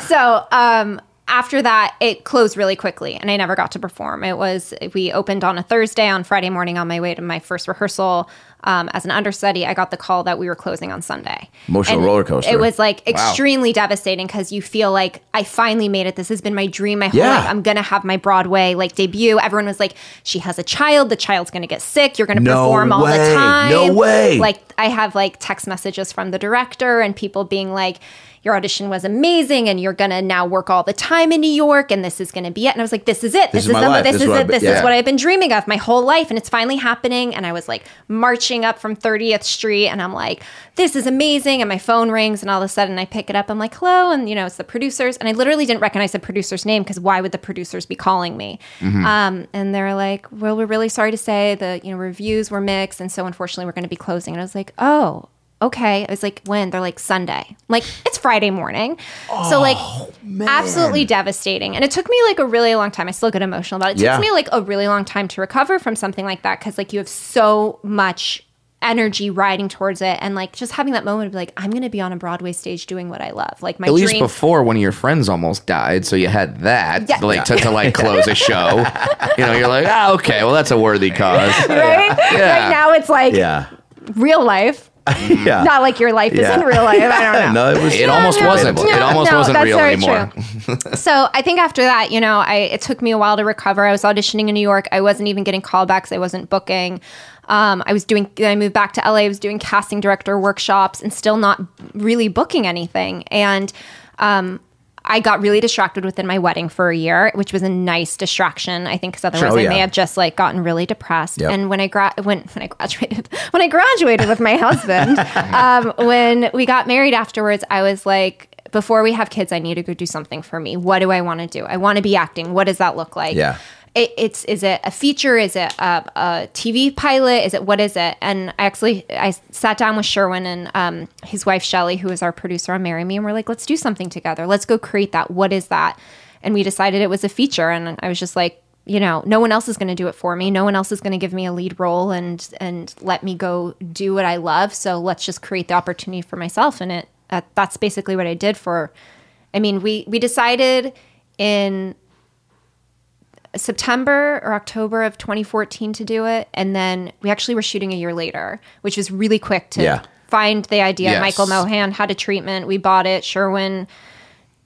[SPEAKER 5] so um, after that, it closed really quickly, and I never got to perform. It was we opened on a Thursday. On Friday morning, on my way to my first rehearsal um, as an understudy, I got the call that we were closing on Sunday.
[SPEAKER 7] Emotional
[SPEAKER 5] And
[SPEAKER 7] roller coaster.
[SPEAKER 5] It was like extremely devastating because you feel like I finally made it. This has been my dream my whole
[SPEAKER 7] Yeah.
[SPEAKER 5] life. I'm gonna have my Broadway like debut. Everyone was like, "She has a child. The child's gonna get sick. You're gonna
[SPEAKER 7] No
[SPEAKER 5] perform all
[SPEAKER 7] way.
[SPEAKER 5] the time.
[SPEAKER 7] No way.
[SPEAKER 5] Like I have like text messages from the director and people being like, Your audition was amazing and you're gonna now work all the time in New York and this is gonna be it. And I was like, This is it.
[SPEAKER 7] This
[SPEAKER 5] This,
[SPEAKER 7] is
[SPEAKER 5] is,
[SPEAKER 7] my
[SPEAKER 5] the-
[SPEAKER 7] life.
[SPEAKER 5] this,
[SPEAKER 7] This is
[SPEAKER 5] is,
[SPEAKER 7] what I've
[SPEAKER 5] it.
[SPEAKER 7] been-
[SPEAKER 5] This
[SPEAKER 7] yeah.
[SPEAKER 5] is what I've been dreaming of my whole life and it's finally happening. And I was like marching up from 30th Street and I'm like, This is amazing. And my phone rings and all of a sudden I pick it up. I'm like, Hello. And you know, it's the producers. And I literally didn't recognize the producer's name because why would the producers be calling me? Um, and they're like, Well, we're really sorry to say the you know reviews were mixed and so unfortunately we're gonna be closing. And I was like, Oh, okay. I was like, when? They're like, Sunday. I'm like, it's Friday morning. so, like, absolutely devastating. And it took me like a really long time. I still get emotional about it. It
[SPEAKER 7] Yeah.
[SPEAKER 5] took me like a really long time to recover from something like that because, like, you have so much energy riding towards it. And, like, just having that moment of, like, I'm going to be on a Broadway stage doing what I love. Like, my
[SPEAKER 6] At least
[SPEAKER 5] dream.
[SPEAKER 6] before one of your friends almost died, so you had that
[SPEAKER 5] Yeah.
[SPEAKER 6] like to, to like close a show. you know, you're like, ah, okay, well that's a worthy cause.
[SPEAKER 5] Right?
[SPEAKER 6] Yeah. Uh,
[SPEAKER 5] Right now, it's like
[SPEAKER 7] Yeah.
[SPEAKER 5] real life.
[SPEAKER 7] yeah.
[SPEAKER 5] Not like your life
[SPEAKER 7] Yeah.
[SPEAKER 5] is in real life. I don't know.
[SPEAKER 7] no, it was
[SPEAKER 6] It almost
[SPEAKER 5] no,
[SPEAKER 6] wasn't.
[SPEAKER 5] no,
[SPEAKER 6] it almost
[SPEAKER 5] no,
[SPEAKER 6] wasn't
[SPEAKER 5] that's
[SPEAKER 6] real
[SPEAKER 5] very
[SPEAKER 6] anymore.
[SPEAKER 5] so I think after that, you know, I it took me a while to recover. I was auditioning in New York. I wasn't even getting callbacks. I wasn't booking. Um, I was doing. Then I moved back to LA. I was doing casting director workshops and still not really booking anything. And um, I got really distracted within my wedding for a year, which was a nice distraction. I think because otherwise
[SPEAKER 7] Oh,
[SPEAKER 5] I
[SPEAKER 7] yeah.
[SPEAKER 5] may have just like gotten really depressed.
[SPEAKER 7] Yep.
[SPEAKER 5] And when I gra- when when I graduated when I graduated with my husband, um, when we got married afterwards, I was like. Before we have kids, I need to go do something for me. What do I want to do? I want to be acting. What does that look like?
[SPEAKER 7] Yeah.
[SPEAKER 5] It, it's is it a feature? Is it a, a TV pilot? Is it what is it? And I actually I sat down with Sherwin and um, his wife Shelly, who is our producer on Marry Me, and we're like, let's do something together. Let's go create that. What is that? And we decided it was a feature. And I was just like, you know, no one else is going to do it for me. No one else is going to give me a lead role and and let me go do what I love. So let's just create the opportunity for myself. And it that, that's basically what I did for. I mean, we we decided in September or October of 2014 to do it, and then we actually were shooting a year later, which was really quick to
[SPEAKER 7] Yeah.
[SPEAKER 5] find the idea.
[SPEAKER 6] Yes.
[SPEAKER 5] Michael Mohan had a treatment. We bought it. Sherwin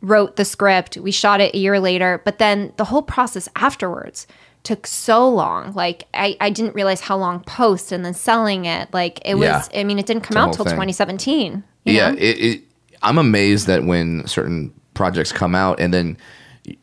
[SPEAKER 5] wrote the script. We shot it a year later, but then the whole process afterwards took so long. Like I, I didn't realize how long post and then selling it. Like it was.
[SPEAKER 2] Yeah.
[SPEAKER 5] I mean, it didn't come
[SPEAKER 6] a
[SPEAKER 5] out
[SPEAKER 6] whole
[SPEAKER 5] till
[SPEAKER 6] thing.
[SPEAKER 5] 2017. you
[SPEAKER 6] yeah
[SPEAKER 5] know?
[SPEAKER 6] it, it, i'm amazed that when certain projects come out and then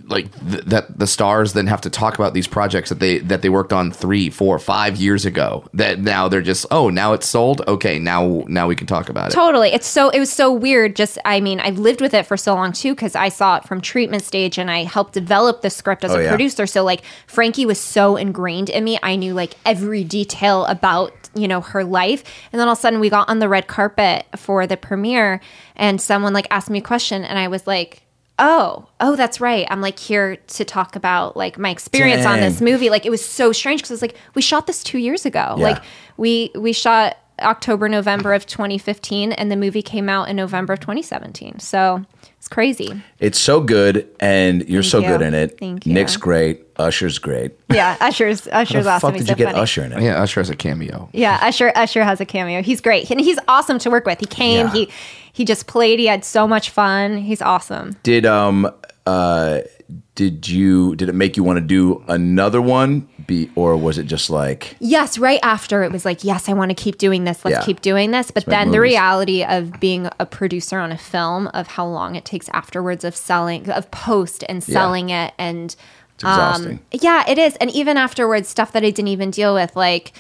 [SPEAKER 6] like th- that the stars then have to talk about these projects that they that they worked on three four five years ago that now they're just oh now it's sold okay now now we can talk about it
[SPEAKER 5] Totally. It's so it was so weird. Just I mean, I lived with it for so long too because I saw it from treatment stage and I helped develop the script as
[SPEAKER 2] Oh,
[SPEAKER 5] a
[SPEAKER 2] yeah.
[SPEAKER 5] producer. So like Frankie was so ingrained in me. I knew like every detail about you know her life. And then all of a sudden we got on the red carpet for the premiere and someone like asked me a question and I was like. Oh, oh, that's right. I'm like here to talk about like my experience on
[SPEAKER 2] Dang.
[SPEAKER 5] this movie. Like it was so strange because it's like we shot this two years ago.
[SPEAKER 2] Yeah.
[SPEAKER 5] Like we we shot October November of 2015, and the movie came out in November of 2017. So it's crazy.
[SPEAKER 7] It's so good, and you're so
[SPEAKER 5] you.
[SPEAKER 7] good in it.
[SPEAKER 5] Thank you.
[SPEAKER 7] Nick's great. Usher's great.
[SPEAKER 5] Yeah, Usher's Usher's
[SPEAKER 7] How the
[SPEAKER 5] awesome.
[SPEAKER 7] fuck
[SPEAKER 5] He's
[SPEAKER 7] did
[SPEAKER 5] so
[SPEAKER 7] you get
[SPEAKER 5] funny.
[SPEAKER 7] Usher in it?
[SPEAKER 6] yeah usher has a cameo
[SPEAKER 5] Yeah, Usher Usher has a cameo. He's great, and he's awesome to work with. He came.
[SPEAKER 7] Yeah.
[SPEAKER 5] He he just played. He had so much fun. He's awesome.
[SPEAKER 7] Did um uh did you did it make you want to do another one? Be or was it just like
[SPEAKER 5] Yes, right after it was like, yes, I want to keep doing this. Let's
[SPEAKER 7] Yeah.
[SPEAKER 5] keep doing this. But
[SPEAKER 7] make
[SPEAKER 5] then the
[SPEAKER 7] movies.
[SPEAKER 5] reality of being a producer on a film, of how long it takes afterwards of selling, of post and selling it, and Um,
[SPEAKER 7] exhausting.
[SPEAKER 5] yeah, it is. And even afterwards, stuff that I didn't even deal with, like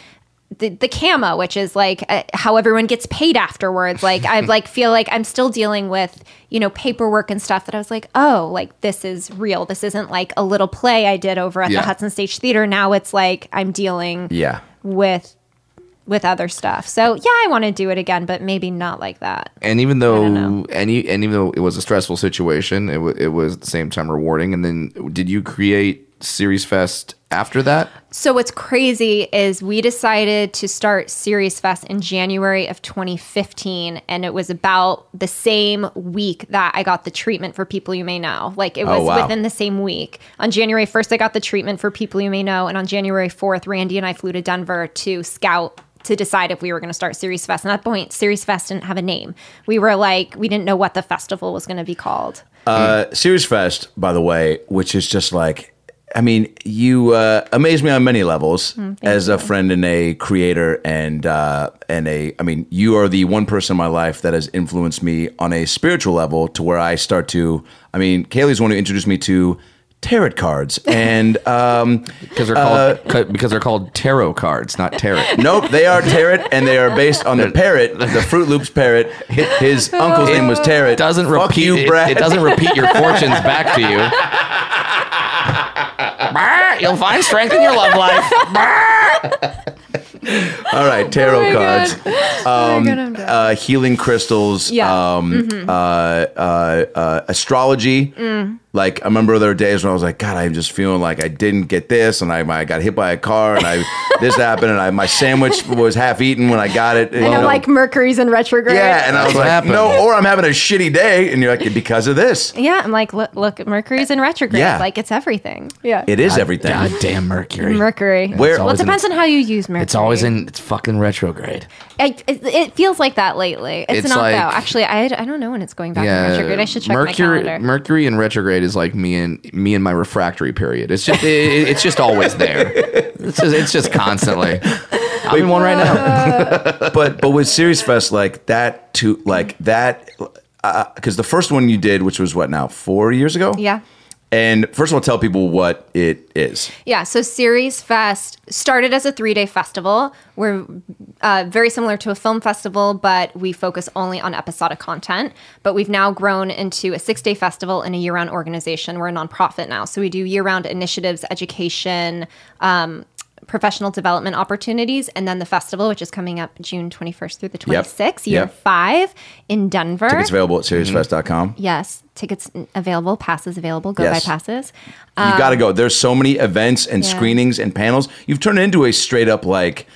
[SPEAKER 5] the, the camo, which is like uh, how everyone gets paid afterwards. Like I like feel like I'm still dealing with you know paperwork and stuff that I was like, oh, like this is real. This isn't like a little play I did over at
[SPEAKER 6] Yeah.
[SPEAKER 5] the Hudson Stage Theater. Now it's like I'm dealing
[SPEAKER 7] Yeah.
[SPEAKER 5] with with other stuff. So yeah, I want to do it again, but maybe not like that.
[SPEAKER 6] and even
[SPEAKER 5] know.
[SPEAKER 6] though any and even though it was a stressful situation it, w- it was at the same time rewarding and then did you create series fest after that
[SPEAKER 5] So what's crazy is we decided to start Series Fest in January of 2015, and it was about the same week that I got the treatment for People You May Know. Like it was
[SPEAKER 7] wow.
[SPEAKER 5] within the same week. On January 1st, I got the treatment for People You May Know, and on January 4th, Randy and I flew to Denver to scout to decide if we were going to start Series Fest. And at that point, Series Fest didn't have a name. We were like, we didn't know what the festival was going to be called.
[SPEAKER 7] Uh, Series Fest, by the way, which is just like, I mean, you uh, amaze me on many levels as a friend and a creator, and uh, and a, I mean, you are the one person in my life that has influenced me on a spiritual level to where I start to. I mean, Kaylee's the one who introduced me to tarot cards, and um,
[SPEAKER 6] because they're called ca- because they're called tarot cards not tarot
[SPEAKER 7] nope, they are tarot, and they are based on the parrot, the Fruit Loops parrot. His
[SPEAKER 5] Oh,
[SPEAKER 7] uncle's name was Tarot.
[SPEAKER 6] doesn't
[SPEAKER 7] Fuck
[SPEAKER 6] repeat
[SPEAKER 7] you,
[SPEAKER 6] it-
[SPEAKER 7] Brad.
[SPEAKER 6] It, doesn't repeat your fortunes back to you. Brr, You'll find strength in your love life. Brr.
[SPEAKER 7] All right, tarot
[SPEAKER 5] Oh my
[SPEAKER 7] cards, um,
[SPEAKER 5] God, I'm dead.
[SPEAKER 7] uh, healing crystals,
[SPEAKER 5] Yeah. Mm-hmm.
[SPEAKER 7] um, uh, uh, uh, astrology.
[SPEAKER 5] Mm.
[SPEAKER 7] Like I remember there were days when I was like, God, I'm just feeling like I didn't get this, and I, I got hit by a car, and I this happened, and I my sandwich was half eaten when I got it. you
[SPEAKER 5] And I'm
[SPEAKER 7] know.
[SPEAKER 5] like, Mercury's in retrograde.
[SPEAKER 7] yeah, and I was
[SPEAKER 6] What
[SPEAKER 7] like,
[SPEAKER 6] happened?
[SPEAKER 7] no, or I'm having a shitty day, and you're like, because of this,
[SPEAKER 5] Yeah, I'm like, look, look Mercury's in retrograde.
[SPEAKER 7] Yeah.
[SPEAKER 5] Like it's everything. Yeah.
[SPEAKER 7] it is everything.
[SPEAKER 6] God damn Mercury.
[SPEAKER 5] Mercury. well,
[SPEAKER 7] Where-
[SPEAKER 5] it
[SPEAKER 6] always in-
[SPEAKER 5] depends on how you use Mercury.
[SPEAKER 6] It's always in it's fucking retrograde.
[SPEAKER 5] It, it, it feels like that lately. It's,
[SPEAKER 6] It's
[SPEAKER 5] not
[SPEAKER 6] like-
[SPEAKER 5] though. Actually, I, I don't know when it's going back in retrograde. I should check
[SPEAKER 6] Mercury
[SPEAKER 5] my calendar.
[SPEAKER 6] Mercury in retrograde is like me and me and my refractory period. It's just it, it's just always there. It's just it's just constantly. I'm in one right now.
[SPEAKER 7] but but with Series Fest, like that to like
[SPEAKER 5] Mm-hmm.
[SPEAKER 7] that, because the first one you did, which was what now four years ago,
[SPEAKER 5] yeah.
[SPEAKER 7] And first of all, tell people what it is.
[SPEAKER 5] Yeah, so Series Fest started as a three day festival. We're uh, very similar to a film festival, but we focus only on episodic content. But we've now grown into a six day festival and a year round organization. We're a nonprofit now. So we do year round initiatives, education, um, professional development opportunities, and then the festival, which is coming up June 21st through the 26th, year
[SPEAKER 7] Yep.
[SPEAKER 5] five in Denver.
[SPEAKER 7] It's available at seriousfest.com.
[SPEAKER 5] yes, tickets available, passes available, go
[SPEAKER 7] Yes.
[SPEAKER 5] buy passes.
[SPEAKER 7] you got to go. There's so many events
[SPEAKER 5] Um,
[SPEAKER 7] and
[SPEAKER 5] Yeah.
[SPEAKER 7] screenings and panels. You've turned it into a straight up like,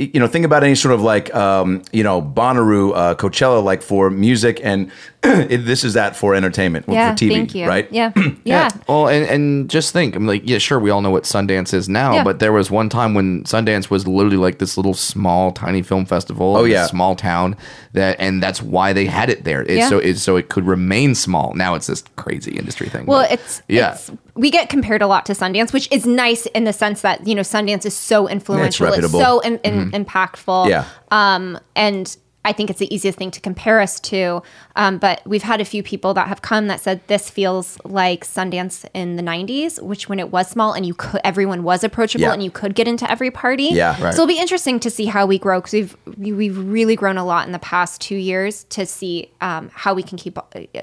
[SPEAKER 7] y- you know, think about any sort of like, um, you know, Bonnaroo, uh, Coachella, like for music and it, this is that for entertainment, well,
[SPEAKER 5] yeah,
[SPEAKER 7] for TV,
[SPEAKER 5] thank you.
[SPEAKER 7] right?
[SPEAKER 5] Yeah, yeah.
[SPEAKER 6] Well, and, and just think, I'm like, yeah, sure, we all know what Sundance is now,
[SPEAKER 5] Yeah.
[SPEAKER 6] but there was one time when Sundance was literally like this little small, tiny film festival.
[SPEAKER 7] Oh,
[SPEAKER 6] in
[SPEAKER 7] yeah.
[SPEAKER 6] a small town that, and that's why they had it there. It's
[SPEAKER 5] Yeah.
[SPEAKER 6] so it so it could remain small. Now it's this crazy industry thing.
[SPEAKER 5] Well,
[SPEAKER 6] but-
[SPEAKER 5] it's
[SPEAKER 6] yeah.
[SPEAKER 5] It's, we get compared a lot to Sundance, which is nice in the sense that you know Sundance is so influential, it's,
[SPEAKER 7] reputable.
[SPEAKER 5] so in, in, impactful.
[SPEAKER 7] Yeah.
[SPEAKER 5] Um, and I think it's the easiest thing to compare us to. Um, but we've had a few people that have come that said this feels like Sundance in the '90s, which when it was small and you could, everyone was approachable
[SPEAKER 7] Yeah.
[SPEAKER 5] and you could get into every party.
[SPEAKER 7] Yeah, right.
[SPEAKER 5] So it'll be interesting to see how we grow because we've we- we've really grown a lot in the past two years to see um, how we can keep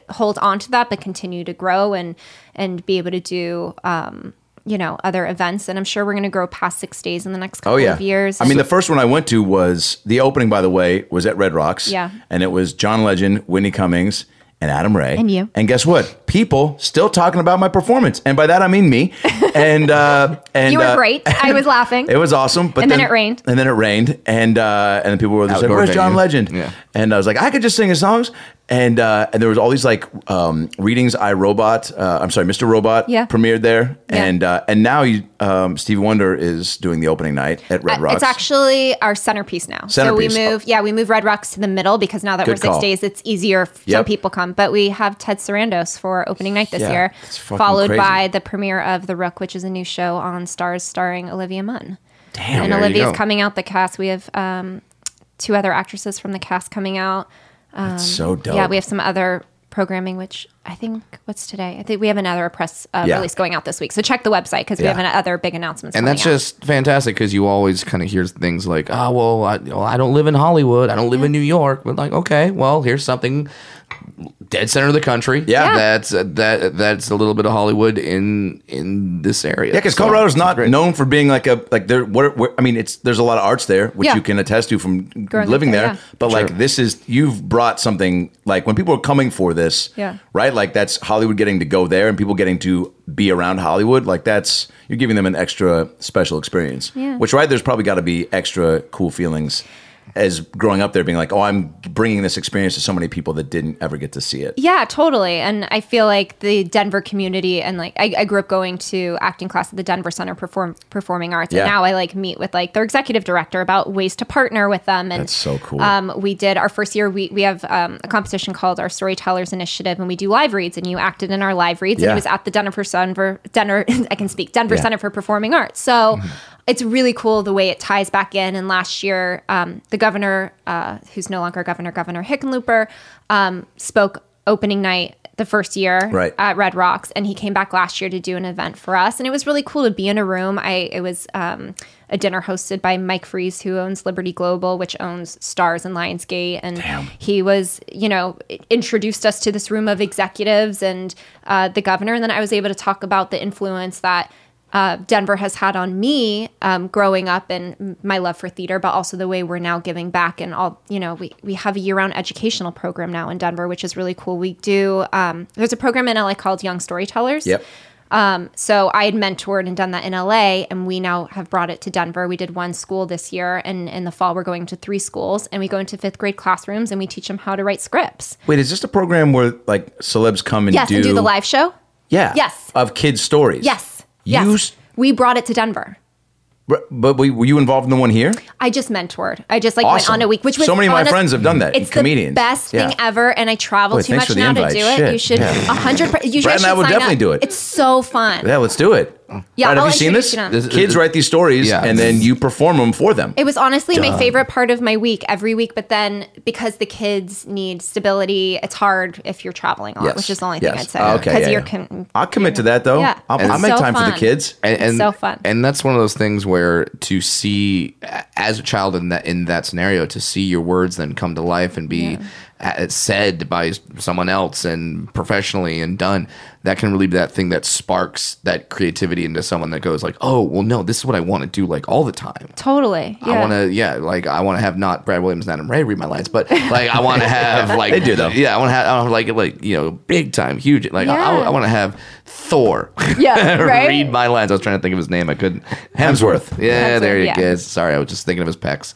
[SPEAKER 5] hold on to that, but continue to grow and and be able to do. Um, you know other events and i'm sure we're going to grow past six days in the next couple
[SPEAKER 7] Oh yeah.
[SPEAKER 5] of years
[SPEAKER 7] I mean, the first one I went to was the opening. By the way, was at Red Rocks.
[SPEAKER 5] Yeah.
[SPEAKER 7] And it was John Legend, Whitney Cummings, and Adam Ray.
[SPEAKER 5] And you.
[SPEAKER 7] And guess what? People still talking about my performance, and by that I mean me. And uh, and
[SPEAKER 5] you were
[SPEAKER 7] uh,
[SPEAKER 5] great i was laughing
[SPEAKER 7] It was awesome, but
[SPEAKER 5] And then it rained.
[SPEAKER 7] And then it rained, and uh, and people were just like,
[SPEAKER 6] Outdoor
[SPEAKER 7] "Where's John
[SPEAKER 6] venue.
[SPEAKER 7] Legend?"
[SPEAKER 6] Yeah.
[SPEAKER 7] And I was like, "I could just sing his songs." And uh, and there was all these like um, readings. I Robot, uh, I'm sorry, Mr. Robot,
[SPEAKER 5] Yeah.
[SPEAKER 7] premiered there,
[SPEAKER 5] Yeah.
[SPEAKER 7] and uh, and now you, um, Steve Wonder is doing the opening night at Red
[SPEAKER 5] Uh,
[SPEAKER 7] Rocks.
[SPEAKER 5] It's actually our centerpiece now.
[SPEAKER 7] Centerpiece.
[SPEAKER 5] So we move, yeah, we move Red Rocks to the middle because now that
[SPEAKER 7] Good
[SPEAKER 5] we're six
[SPEAKER 7] call.
[SPEAKER 5] days, it's easier. F- Some
[SPEAKER 7] Yep.
[SPEAKER 5] people come, but we have Ted Sarandos for opening night this
[SPEAKER 7] Yeah,
[SPEAKER 5] year,
[SPEAKER 7] it's fucking
[SPEAKER 5] followed
[SPEAKER 7] crazy.
[SPEAKER 5] by the premiere of The Rook, which is a new show on Stars starring Olivia Munn. Damn, and
[SPEAKER 6] there you
[SPEAKER 5] Olivia's
[SPEAKER 6] go.
[SPEAKER 5] coming out. The cast we have um, two other actresses from the cast coming out.
[SPEAKER 7] That's so dope.
[SPEAKER 5] Yeah, we have some other programming, which I think what's today. I think we have another press uh,
[SPEAKER 7] Yeah.
[SPEAKER 5] release going out this week. So check the website because we
[SPEAKER 7] Yeah.
[SPEAKER 5] have another big announcements.
[SPEAKER 6] and
[SPEAKER 5] coming
[SPEAKER 6] that's
[SPEAKER 5] out.
[SPEAKER 6] just fantastic because you always kind of hear things like, oh, well I, well, I don't live in Hollywood. I don't live in New York. But like, okay, well, here's something dead center of the country.
[SPEAKER 7] Yeah. Yeah.
[SPEAKER 6] That's that that's a little bit of Hollywood in in this area.
[SPEAKER 7] Yeah, because
[SPEAKER 6] So-
[SPEAKER 7] Colorado's not known for being like a like there. What, what I mean, it's there's a lot of arts there, which
[SPEAKER 5] Yeah.
[SPEAKER 7] you can attest to from
[SPEAKER 5] Growing up
[SPEAKER 7] living
[SPEAKER 5] there,
[SPEAKER 7] there.
[SPEAKER 5] yeah.
[SPEAKER 7] But like this is you've brought something like when people are coming for this,
[SPEAKER 5] Yeah.
[SPEAKER 7] right? Like that's Hollywood getting to go there and people getting to be around Hollywood. Like that's you're giving them an extra special experience.
[SPEAKER 5] Yeah.
[SPEAKER 7] Which right there's probably got to be extra cool feelings as growing up there, being like, oh, I'm bringing this experience to so many people that didn't ever get to see it.
[SPEAKER 5] Yeah, totally. And I feel like the Denver community and like I, I grew up going to acting class at the Denver Center Perform, Performing Arts,
[SPEAKER 7] Yeah.
[SPEAKER 5] and now I like meet with like their executive director about ways to partner with them. And
[SPEAKER 7] That's so cool.
[SPEAKER 5] Um, we did our first year. We we have um, a competition called our Storytellers Initiative, and we do live reads. And you acted in our live reads.
[SPEAKER 7] Yeah.
[SPEAKER 5] And it was at the Denver Center. Denver, I can speak. Denver Center for Performing Arts. So. It's really cool the way it ties back in. And last year, um, the governor, uh, who's no longer governor, Governor Hickenlooper, um, spoke opening night the first year
[SPEAKER 7] Right.
[SPEAKER 5] at Red Rocks, and he came back last year to do an event for us, and it was really cool to be in a room. I it was um, a dinner hosted by Mike Fries, who owns Liberty Global, which owns Stars and Lionsgate, and he was you know i- introduced us to this room of executives and uh, the governor, and then I was able to talk about the influence that. Uh, Denver has had on me um, growing up and my love for theater, but also the way we're now giving back and all. You know, we we have a year-round educational program now in Denver, which is really cool. We do. Um, there's a program in LA called Young Storytellers.
[SPEAKER 7] Yep.
[SPEAKER 5] So I had mentored and done that in LA, and we now have brought it to Denver. We did one school this year, and in the fall we're going to three schools, and we go into fifth grade classrooms and we teach them how to write scripts.
[SPEAKER 7] Wait, is this a program where like celebs come and
[SPEAKER 5] Yes,
[SPEAKER 7] do
[SPEAKER 5] and do the live show.
[SPEAKER 7] Yeah.
[SPEAKER 5] Yes.
[SPEAKER 7] Of kids' stories.
[SPEAKER 5] Yes.
[SPEAKER 7] You,
[SPEAKER 5] Yes.
[SPEAKER 7] s-
[SPEAKER 5] We brought it to Denver.
[SPEAKER 7] but- but we- were you involved in the one here?
[SPEAKER 5] I just mentored. I just like
[SPEAKER 7] Awesome.
[SPEAKER 5] went on a week, which was
[SPEAKER 7] So many of my
[SPEAKER 5] honest-
[SPEAKER 7] friends have done that,
[SPEAKER 5] It's
[SPEAKER 7] comedians.
[SPEAKER 5] the best
[SPEAKER 7] Yeah.
[SPEAKER 5] thing ever, and I travel
[SPEAKER 7] Boy,
[SPEAKER 5] too
[SPEAKER 7] thanks
[SPEAKER 5] much
[SPEAKER 7] for the
[SPEAKER 5] now to
[SPEAKER 7] invite.
[SPEAKER 5] do it.
[SPEAKER 7] Shit.
[SPEAKER 5] You should
[SPEAKER 7] Yeah.
[SPEAKER 5] a hundred. per- You
[SPEAKER 7] Brad
[SPEAKER 5] guys
[SPEAKER 7] and I
[SPEAKER 5] should
[SPEAKER 7] would
[SPEAKER 5] sign
[SPEAKER 7] definitely
[SPEAKER 5] up.
[SPEAKER 7] do it.
[SPEAKER 5] It's so fun.
[SPEAKER 7] Yeah, let's do it.
[SPEAKER 5] Yeah,
[SPEAKER 7] Brad, have
[SPEAKER 5] I'll
[SPEAKER 7] you seen
[SPEAKER 5] introduce
[SPEAKER 7] this?
[SPEAKER 5] you to them.
[SPEAKER 6] This-
[SPEAKER 7] Kids write these stories
[SPEAKER 6] Yeah.
[SPEAKER 7] and then you perform them for them.
[SPEAKER 5] It was honestly my favorite part of my week every week, but then because the kids need stability, it's hard if you're traveling a lot,
[SPEAKER 7] Yes.
[SPEAKER 5] which is the only thing
[SPEAKER 7] Yes.
[SPEAKER 5] I'd say.
[SPEAKER 7] Oh, okay,
[SPEAKER 5] because
[SPEAKER 7] yeah,
[SPEAKER 5] you're
[SPEAKER 7] yeah.
[SPEAKER 5] con-
[SPEAKER 7] I'll commit to that though.
[SPEAKER 5] Yeah.
[SPEAKER 7] I'll,
[SPEAKER 5] And
[SPEAKER 7] I'll
[SPEAKER 5] it's
[SPEAKER 7] make
[SPEAKER 5] so
[SPEAKER 7] time for the
[SPEAKER 5] fun.
[SPEAKER 7] kids.
[SPEAKER 6] and,
[SPEAKER 5] It's
[SPEAKER 6] and-
[SPEAKER 5] so fun.
[SPEAKER 6] And that's one of those things where to see a- as a child in that in that scenario to see your words then come to life and be a said by s- someone else and professionally and done that can really be that thing that sparks that creativity into someone that goes like oh well no this is what I want to do like all the time
[SPEAKER 5] totally. Yeah.
[SPEAKER 6] I want to, yeah, like I want to have not Brad Williams and Adam Ray read my lines, but like I want to have like
[SPEAKER 7] They do, though.
[SPEAKER 6] Yeah, I want to have I wanna, like like you know big time huge like I,
[SPEAKER 5] Yeah.
[SPEAKER 6] I want to have Thor.
[SPEAKER 5] Yeah, right?
[SPEAKER 6] read my lines. I was trying to think of his name. I couldn't.
[SPEAKER 7] Hemsworth.
[SPEAKER 6] Yeah,
[SPEAKER 5] Hemsworth,
[SPEAKER 6] there you
[SPEAKER 5] yeah.
[SPEAKER 6] go. Sorry, I was just thinking of his pecs.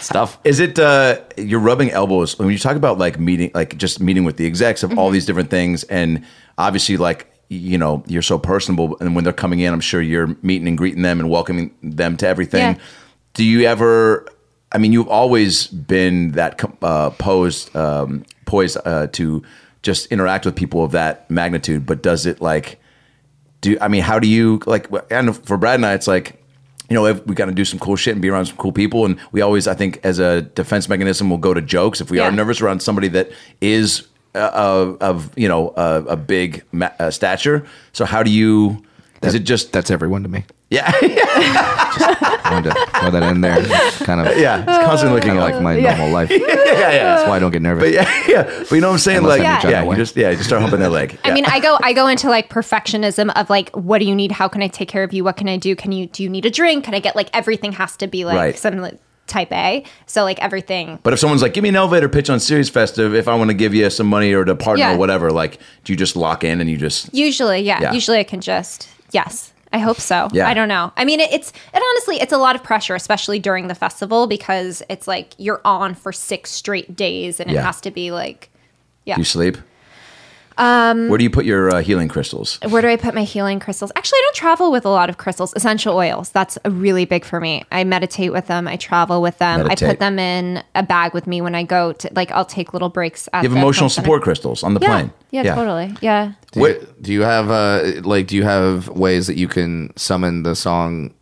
[SPEAKER 6] Stuff.
[SPEAKER 7] Is it uh you're rubbing elbows when you talk about like meeting, like just meeting with the execs of all these different things, and obviously like you know you're so personable, and when they're coming in, I'm sure you're meeting and greeting them and welcoming them to everything.
[SPEAKER 5] Yeah.
[SPEAKER 7] Do you ever? I mean, you've always been that com- uh, posed, um, poised uh, to just interact with people of that magnitude, but does it like? do I mean how do you like and for Brad and I it's like you know if we got to do some cool shit and be around some cool people and we always I think as a defense mechanism we'll go to jokes if we
[SPEAKER 5] Yeah.
[SPEAKER 7] are nervous around somebody that is uh, of, of you know uh, a big ma- uh, stature so how do you is it just
[SPEAKER 8] That's everyone to me.
[SPEAKER 7] yeah
[SPEAKER 8] I wanted to throw that in there. Kind of,
[SPEAKER 7] yeah it's constantly looking
[SPEAKER 8] kind of
[SPEAKER 7] like
[SPEAKER 8] like my normal life.
[SPEAKER 7] yeah yeah
[SPEAKER 8] That's why I don't get nervous.
[SPEAKER 7] but yeah yeah but you know what I'm saying
[SPEAKER 8] Unless
[SPEAKER 7] like
[SPEAKER 8] I'm
[SPEAKER 7] yeah,
[SPEAKER 8] in general
[SPEAKER 7] you
[SPEAKER 8] way.
[SPEAKER 7] just yeah you just start humping their leg
[SPEAKER 5] I mean, I go I go into like perfectionism of like, what do you need? How can I take care of you? What can I do? Can you do you need a drink? Can I get like everything has to be like
[SPEAKER 7] Right.
[SPEAKER 5] some like, type A? So like everything.
[SPEAKER 7] But if someone's like, give me an elevator pitch on Series Festive, if I want to give you some money or to partner
[SPEAKER 5] Yeah.
[SPEAKER 7] or whatever, like, do you just lock in and you just
[SPEAKER 5] Usually, yeah,
[SPEAKER 7] Yeah.
[SPEAKER 5] Usually, I can just yes. I hope so.
[SPEAKER 7] Yeah.
[SPEAKER 5] I don't know. I mean, it, it's it honestly, it's a lot of pressure, especially during the festival because it's like you're on for six straight days, and it
[SPEAKER 7] Yeah.
[SPEAKER 5] has to be like, yeah.
[SPEAKER 7] you sleep? Um, Where do you put your uh, healing crystals?
[SPEAKER 5] Where do I put my healing crystals? Actually, I don't travel with a lot of crystals. Essential oils. That's a really big for me. I meditate with them. I travel with them. I
[SPEAKER 7] Meditate.
[SPEAKER 5] put them in a bag with me when I go to like I'll take little breaks. At
[SPEAKER 7] You have
[SPEAKER 5] the
[SPEAKER 7] emotional
[SPEAKER 5] health center.
[SPEAKER 7] support crystals on the
[SPEAKER 5] Yeah.
[SPEAKER 7] plane.
[SPEAKER 5] yeah, totally. Yeah.
[SPEAKER 6] Do you, do you have uh, like do you have ways that you can summon the song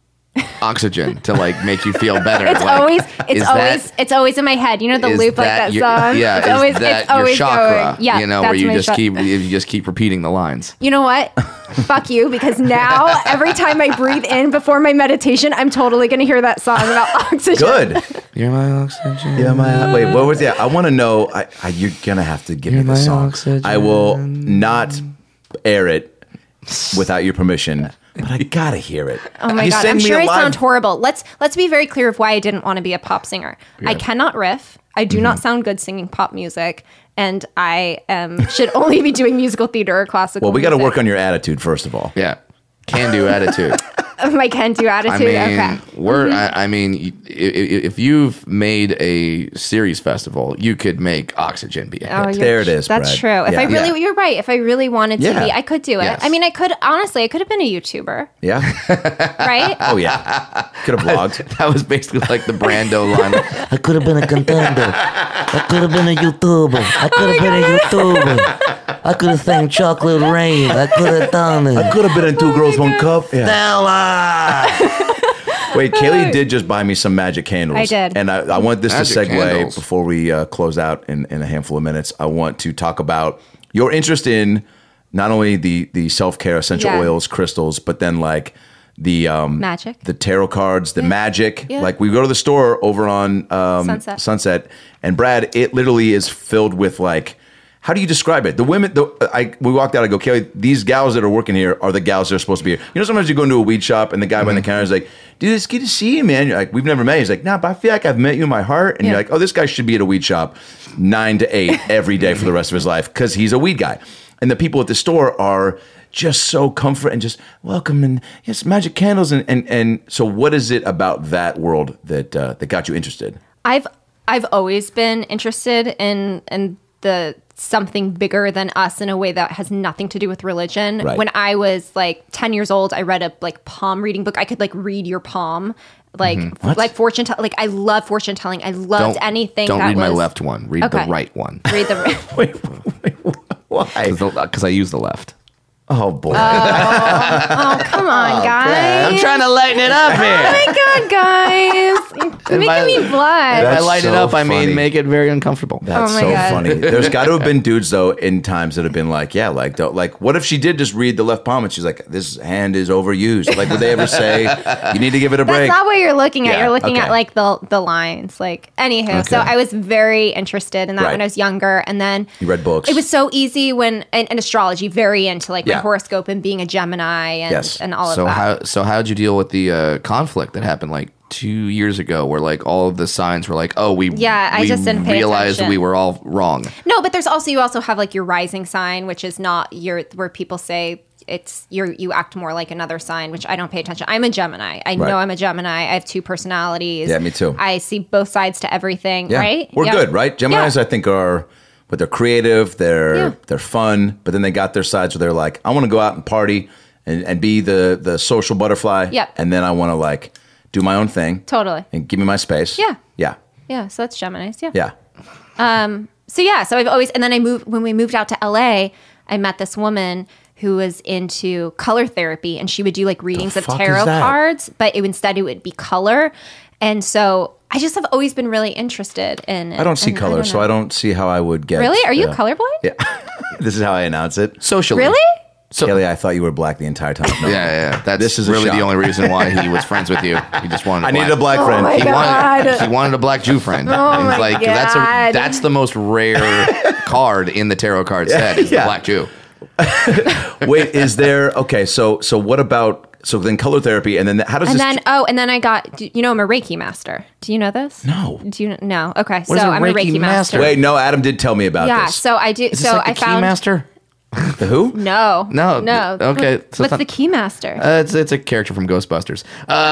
[SPEAKER 6] Oxygen to like make you feel better?
[SPEAKER 5] It's
[SPEAKER 6] Like,
[SPEAKER 5] always
[SPEAKER 6] is
[SPEAKER 5] it's
[SPEAKER 6] that-
[SPEAKER 5] always it's always in my head. You know the
[SPEAKER 6] is
[SPEAKER 5] loop like that
[SPEAKER 6] your-
[SPEAKER 5] song.
[SPEAKER 6] Yeah,
[SPEAKER 5] it's
[SPEAKER 6] is
[SPEAKER 5] always
[SPEAKER 6] that
[SPEAKER 5] it's always
[SPEAKER 6] your chakra?
[SPEAKER 5] going. Yeah,
[SPEAKER 6] you know
[SPEAKER 5] that's
[SPEAKER 6] where you
[SPEAKER 5] my
[SPEAKER 6] just
[SPEAKER 5] chakra.
[SPEAKER 6] keep you just keep repeating the lines.
[SPEAKER 5] You know what? Fuck you, because now every time I breathe in before my meditation, I'm totally gonna hear that song about oxygen.
[SPEAKER 7] Good.
[SPEAKER 6] You're my oxygen.
[SPEAKER 7] yeah, my wait. What was that? I want to know. I, I, you're gonna have to give me the
[SPEAKER 6] my
[SPEAKER 7] song.
[SPEAKER 6] oxygen.
[SPEAKER 7] I will not air it without your permission. But I gotta hear it.
[SPEAKER 5] Oh my god, I'm sure I sound horrible. Let's let's be very clear of why I didn't want to be a pop singer. I cannot riff. I do
[SPEAKER 6] Mm-hmm.
[SPEAKER 5] not sound good singing pop music, and I um, should only be doing musical theater or classical.
[SPEAKER 7] Well, we got to
[SPEAKER 5] music.
[SPEAKER 7] work on your attitude first of all.
[SPEAKER 5] Oh,
[SPEAKER 6] Yeah. Can do attitude.
[SPEAKER 5] my can do
[SPEAKER 6] I
[SPEAKER 5] attitude.
[SPEAKER 6] mean,
[SPEAKER 5] okay. Mm-hmm.
[SPEAKER 6] we're. I, I mean, y- i- i- if you've made a series festival, you could make Oxygen be a hit.
[SPEAKER 5] Oh, you're-
[SPEAKER 7] There it is,
[SPEAKER 5] That's
[SPEAKER 7] Brad.
[SPEAKER 5] true. If
[SPEAKER 7] Yeah.
[SPEAKER 5] I really,
[SPEAKER 6] Yeah.
[SPEAKER 5] you're right. If I really wanted to
[SPEAKER 7] Yeah.
[SPEAKER 5] be, I could do it.
[SPEAKER 6] Yes.
[SPEAKER 5] I mean, I could honestly, I could have been a YouTuber,
[SPEAKER 7] Yeah.
[SPEAKER 5] right?
[SPEAKER 7] Oh yeah. Could have vlogged.
[SPEAKER 6] That was basically like the Brando line.
[SPEAKER 9] I could have been a contender. I could have been a YouTuber. I could
[SPEAKER 5] Oh
[SPEAKER 9] have been a YouTuber. I could have sang Chocolate Rain. I could have done it.
[SPEAKER 7] Could have been
[SPEAKER 5] Oh
[SPEAKER 7] in two girls, one cup. Yeah.
[SPEAKER 9] Stella!
[SPEAKER 7] Wait, Kaylee did just buy me some magic candles.
[SPEAKER 5] I did.
[SPEAKER 7] And I, I want this to segue
[SPEAKER 6] Magic candles.
[SPEAKER 7] before we uh, close out in, in a handful of minutes. I want to talk about your interest in not only the the self care essential
[SPEAKER 5] Yeah.
[SPEAKER 7] oils, crystals, but then like the um,
[SPEAKER 5] Magic.
[SPEAKER 7] the tarot cards, the magic.
[SPEAKER 5] Yeah.
[SPEAKER 7] Like we go to the store over on um,
[SPEAKER 5] Sunset.
[SPEAKER 7] Sunset, and Brad, it literally is filled with like. How do you describe it? The women, the, I we walked out. I go, Kelly, these gals that are working here are the gals that are supposed to be here. You know, sometimes you go into a weed shop and the guy behind the counter is like, "Dude, it's good to see you, man." You're like, "We've never met." He's like, "Nah, but I feel like I've met you in my heart." And you're
[SPEAKER 5] Yeah.
[SPEAKER 7] like, "Oh, this guy should be at a weed shop nine to eight every day for the rest of his life because he's a weed guy." And the people at the store are just so comfort and just welcome and yes, magic candles and and and so what is it about that world that uh, that got you interested?
[SPEAKER 5] I've I've always been interested in in the something bigger than us in a way that has nothing to do with religion.
[SPEAKER 7] Right.
[SPEAKER 5] When I was like 10 years old, I read a like palm reading book. I could like read your palm like
[SPEAKER 7] Mm-hmm.
[SPEAKER 5] like fortune tell like I love fortune telling. I loved anything
[SPEAKER 6] Don't
[SPEAKER 5] that
[SPEAKER 6] read
[SPEAKER 5] was
[SPEAKER 6] my left one. Read
[SPEAKER 5] Okay.
[SPEAKER 6] the right one.
[SPEAKER 5] read the
[SPEAKER 7] Why?
[SPEAKER 6] Because I use the left.
[SPEAKER 7] Oh boy.
[SPEAKER 5] Uh, Oh, come on, guys.
[SPEAKER 6] I'm trying to lighten it up here.
[SPEAKER 5] Oh my god, guys. You're making
[SPEAKER 6] I-
[SPEAKER 5] me
[SPEAKER 6] If
[SPEAKER 5] blush.
[SPEAKER 6] I
[SPEAKER 7] That's
[SPEAKER 6] light it
[SPEAKER 7] so
[SPEAKER 6] up, I
[SPEAKER 7] funny.
[SPEAKER 6] mean, make it very uncomfortable.
[SPEAKER 7] That's
[SPEAKER 5] Oh my
[SPEAKER 7] so
[SPEAKER 5] God.
[SPEAKER 7] funny. There's got to have been dudes though in times that have been like, yeah, like, do like, what if she did just read the left palm and she's like, this hand is overused? Like, would they ever say you need to give it a
[SPEAKER 5] That's
[SPEAKER 7] break?
[SPEAKER 5] not what you're looking at.
[SPEAKER 7] Yeah,
[SPEAKER 5] you're looking
[SPEAKER 7] okay.
[SPEAKER 5] at like the the lines. Like anywho, so
[SPEAKER 7] Okay.
[SPEAKER 5] I was very interested in that
[SPEAKER 7] Right.
[SPEAKER 5] when I was younger, and then
[SPEAKER 7] you read books.
[SPEAKER 5] It was so easy when and, and astrology, very into like
[SPEAKER 7] Yeah.
[SPEAKER 5] my horoscope and being a Gemini and
[SPEAKER 7] Yes.
[SPEAKER 5] and all
[SPEAKER 6] So
[SPEAKER 5] of that.
[SPEAKER 6] how so how'd you deal with the uh, conflict that happened like two years ago, where like all of the signs were like, oh, we
[SPEAKER 5] Yeah, I
[SPEAKER 6] we
[SPEAKER 5] just didn't pay
[SPEAKER 6] realized
[SPEAKER 5] attention.
[SPEAKER 6] we were all wrong.
[SPEAKER 5] no, but there's also you also have like your rising sign, which is not your where people say it's you you act more like another sign, which I don't pay attention. I'm a Gemini. I
[SPEAKER 7] Right.
[SPEAKER 5] know I'm a Gemini. I have two personalities.
[SPEAKER 7] Yeah, me too.
[SPEAKER 5] I see both sides to everything.
[SPEAKER 7] Yeah.
[SPEAKER 5] Right?
[SPEAKER 7] We're
[SPEAKER 5] Yeah.
[SPEAKER 7] good, right? Gemini's,
[SPEAKER 5] Yeah.
[SPEAKER 7] I think, are but they're creative, they're
[SPEAKER 5] Yeah.
[SPEAKER 7] they're fun, but then they got their sides where they're like, I want to go out and party and, and be the the social butterfly.
[SPEAKER 5] Yep.
[SPEAKER 7] And then I want to like do my own thing
[SPEAKER 5] Totally.
[SPEAKER 7] and give me my space.
[SPEAKER 5] Yeah.
[SPEAKER 7] Yeah.
[SPEAKER 5] Yeah. So that's Gemini's. Yeah.
[SPEAKER 7] Yeah.
[SPEAKER 5] Um, so yeah, so I've always and then I moved when we moved out to LA, I met this woman who was into color therapy and she would do like readings of
[SPEAKER 10] fuck
[SPEAKER 5] tarot
[SPEAKER 10] is that?
[SPEAKER 5] cards, but it, instead it would be color. And so I just have always been really interested in
[SPEAKER 7] I don't see
[SPEAKER 5] and
[SPEAKER 7] color, so I
[SPEAKER 5] know.
[SPEAKER 7] don't see how I would get.
[SPEAKER 5] Really? Are you
[SPEAKER 7] yeah.
[SPEAKER 5] colorblind?
[SPEAKER 7] Yeah. this is how I announce it. Socially.
[SPEAKER 5] Really?
[SPEAKER 7] Kelly, I thought you were black the entire time. No.
[SPEAKER 6] Yeah, yeah, yeah. That's
[SPEAKER 7] This is a
[SPEAKER 6] really the
[SPEAKER 7] shock.
[SPEAKER 6] only reason why he was friends with you. He just wanted.
[SPEAKER 7] I needed a black Oh friend. my
[SPEAKER 6] he,
[SPEAKER 7] God.
[SPEAKER 6] Wanted, he wanted a black Jew friend.
[SPEAKER 7] Oh
[SPEAKER 6] And
[SPEAKER 7] my
[SPEAKER 6] like that's a,
[SPEAKER 7] God.
[SPEAKER 6] that's the most rare card in the tarot card set is
[SPEAKER 7] Yeah.
[SPEAKER 6] the black Jew.
[SPEAKER 7] Wait, is there okay? So so what about so then color therapy and then how does
[SPEAKER 5] and
[SPEAKER 7] this?
[SPEAKER 5] then oh, and then I got do you know I'm a Reiki master. Do you know this?
[SPEAKER 7] No.
[SPEAKER 5] Do you no? Okay, so I'm a Reiki master.
[SPEAKER 7] Oh. Wait, no, Adam did tell me about
[SPEAKER 5] yeah,
[SPEAKER 7] this.
[SPEAKER 5] so I do. so I found
[SPEAKER 7] The who?
[SPEAKER 5] No,
[SPEAKER 6] No,
[SPEAKER 5] no.
[SPEAKER 6] okay, so it's
[SPEAKER 5] what's
[SPEAKER 6] not-
[SPEAKER 5] the key master?
[SPEAKER 6] Uh, it's it's a character from Ghostbusters. Uh,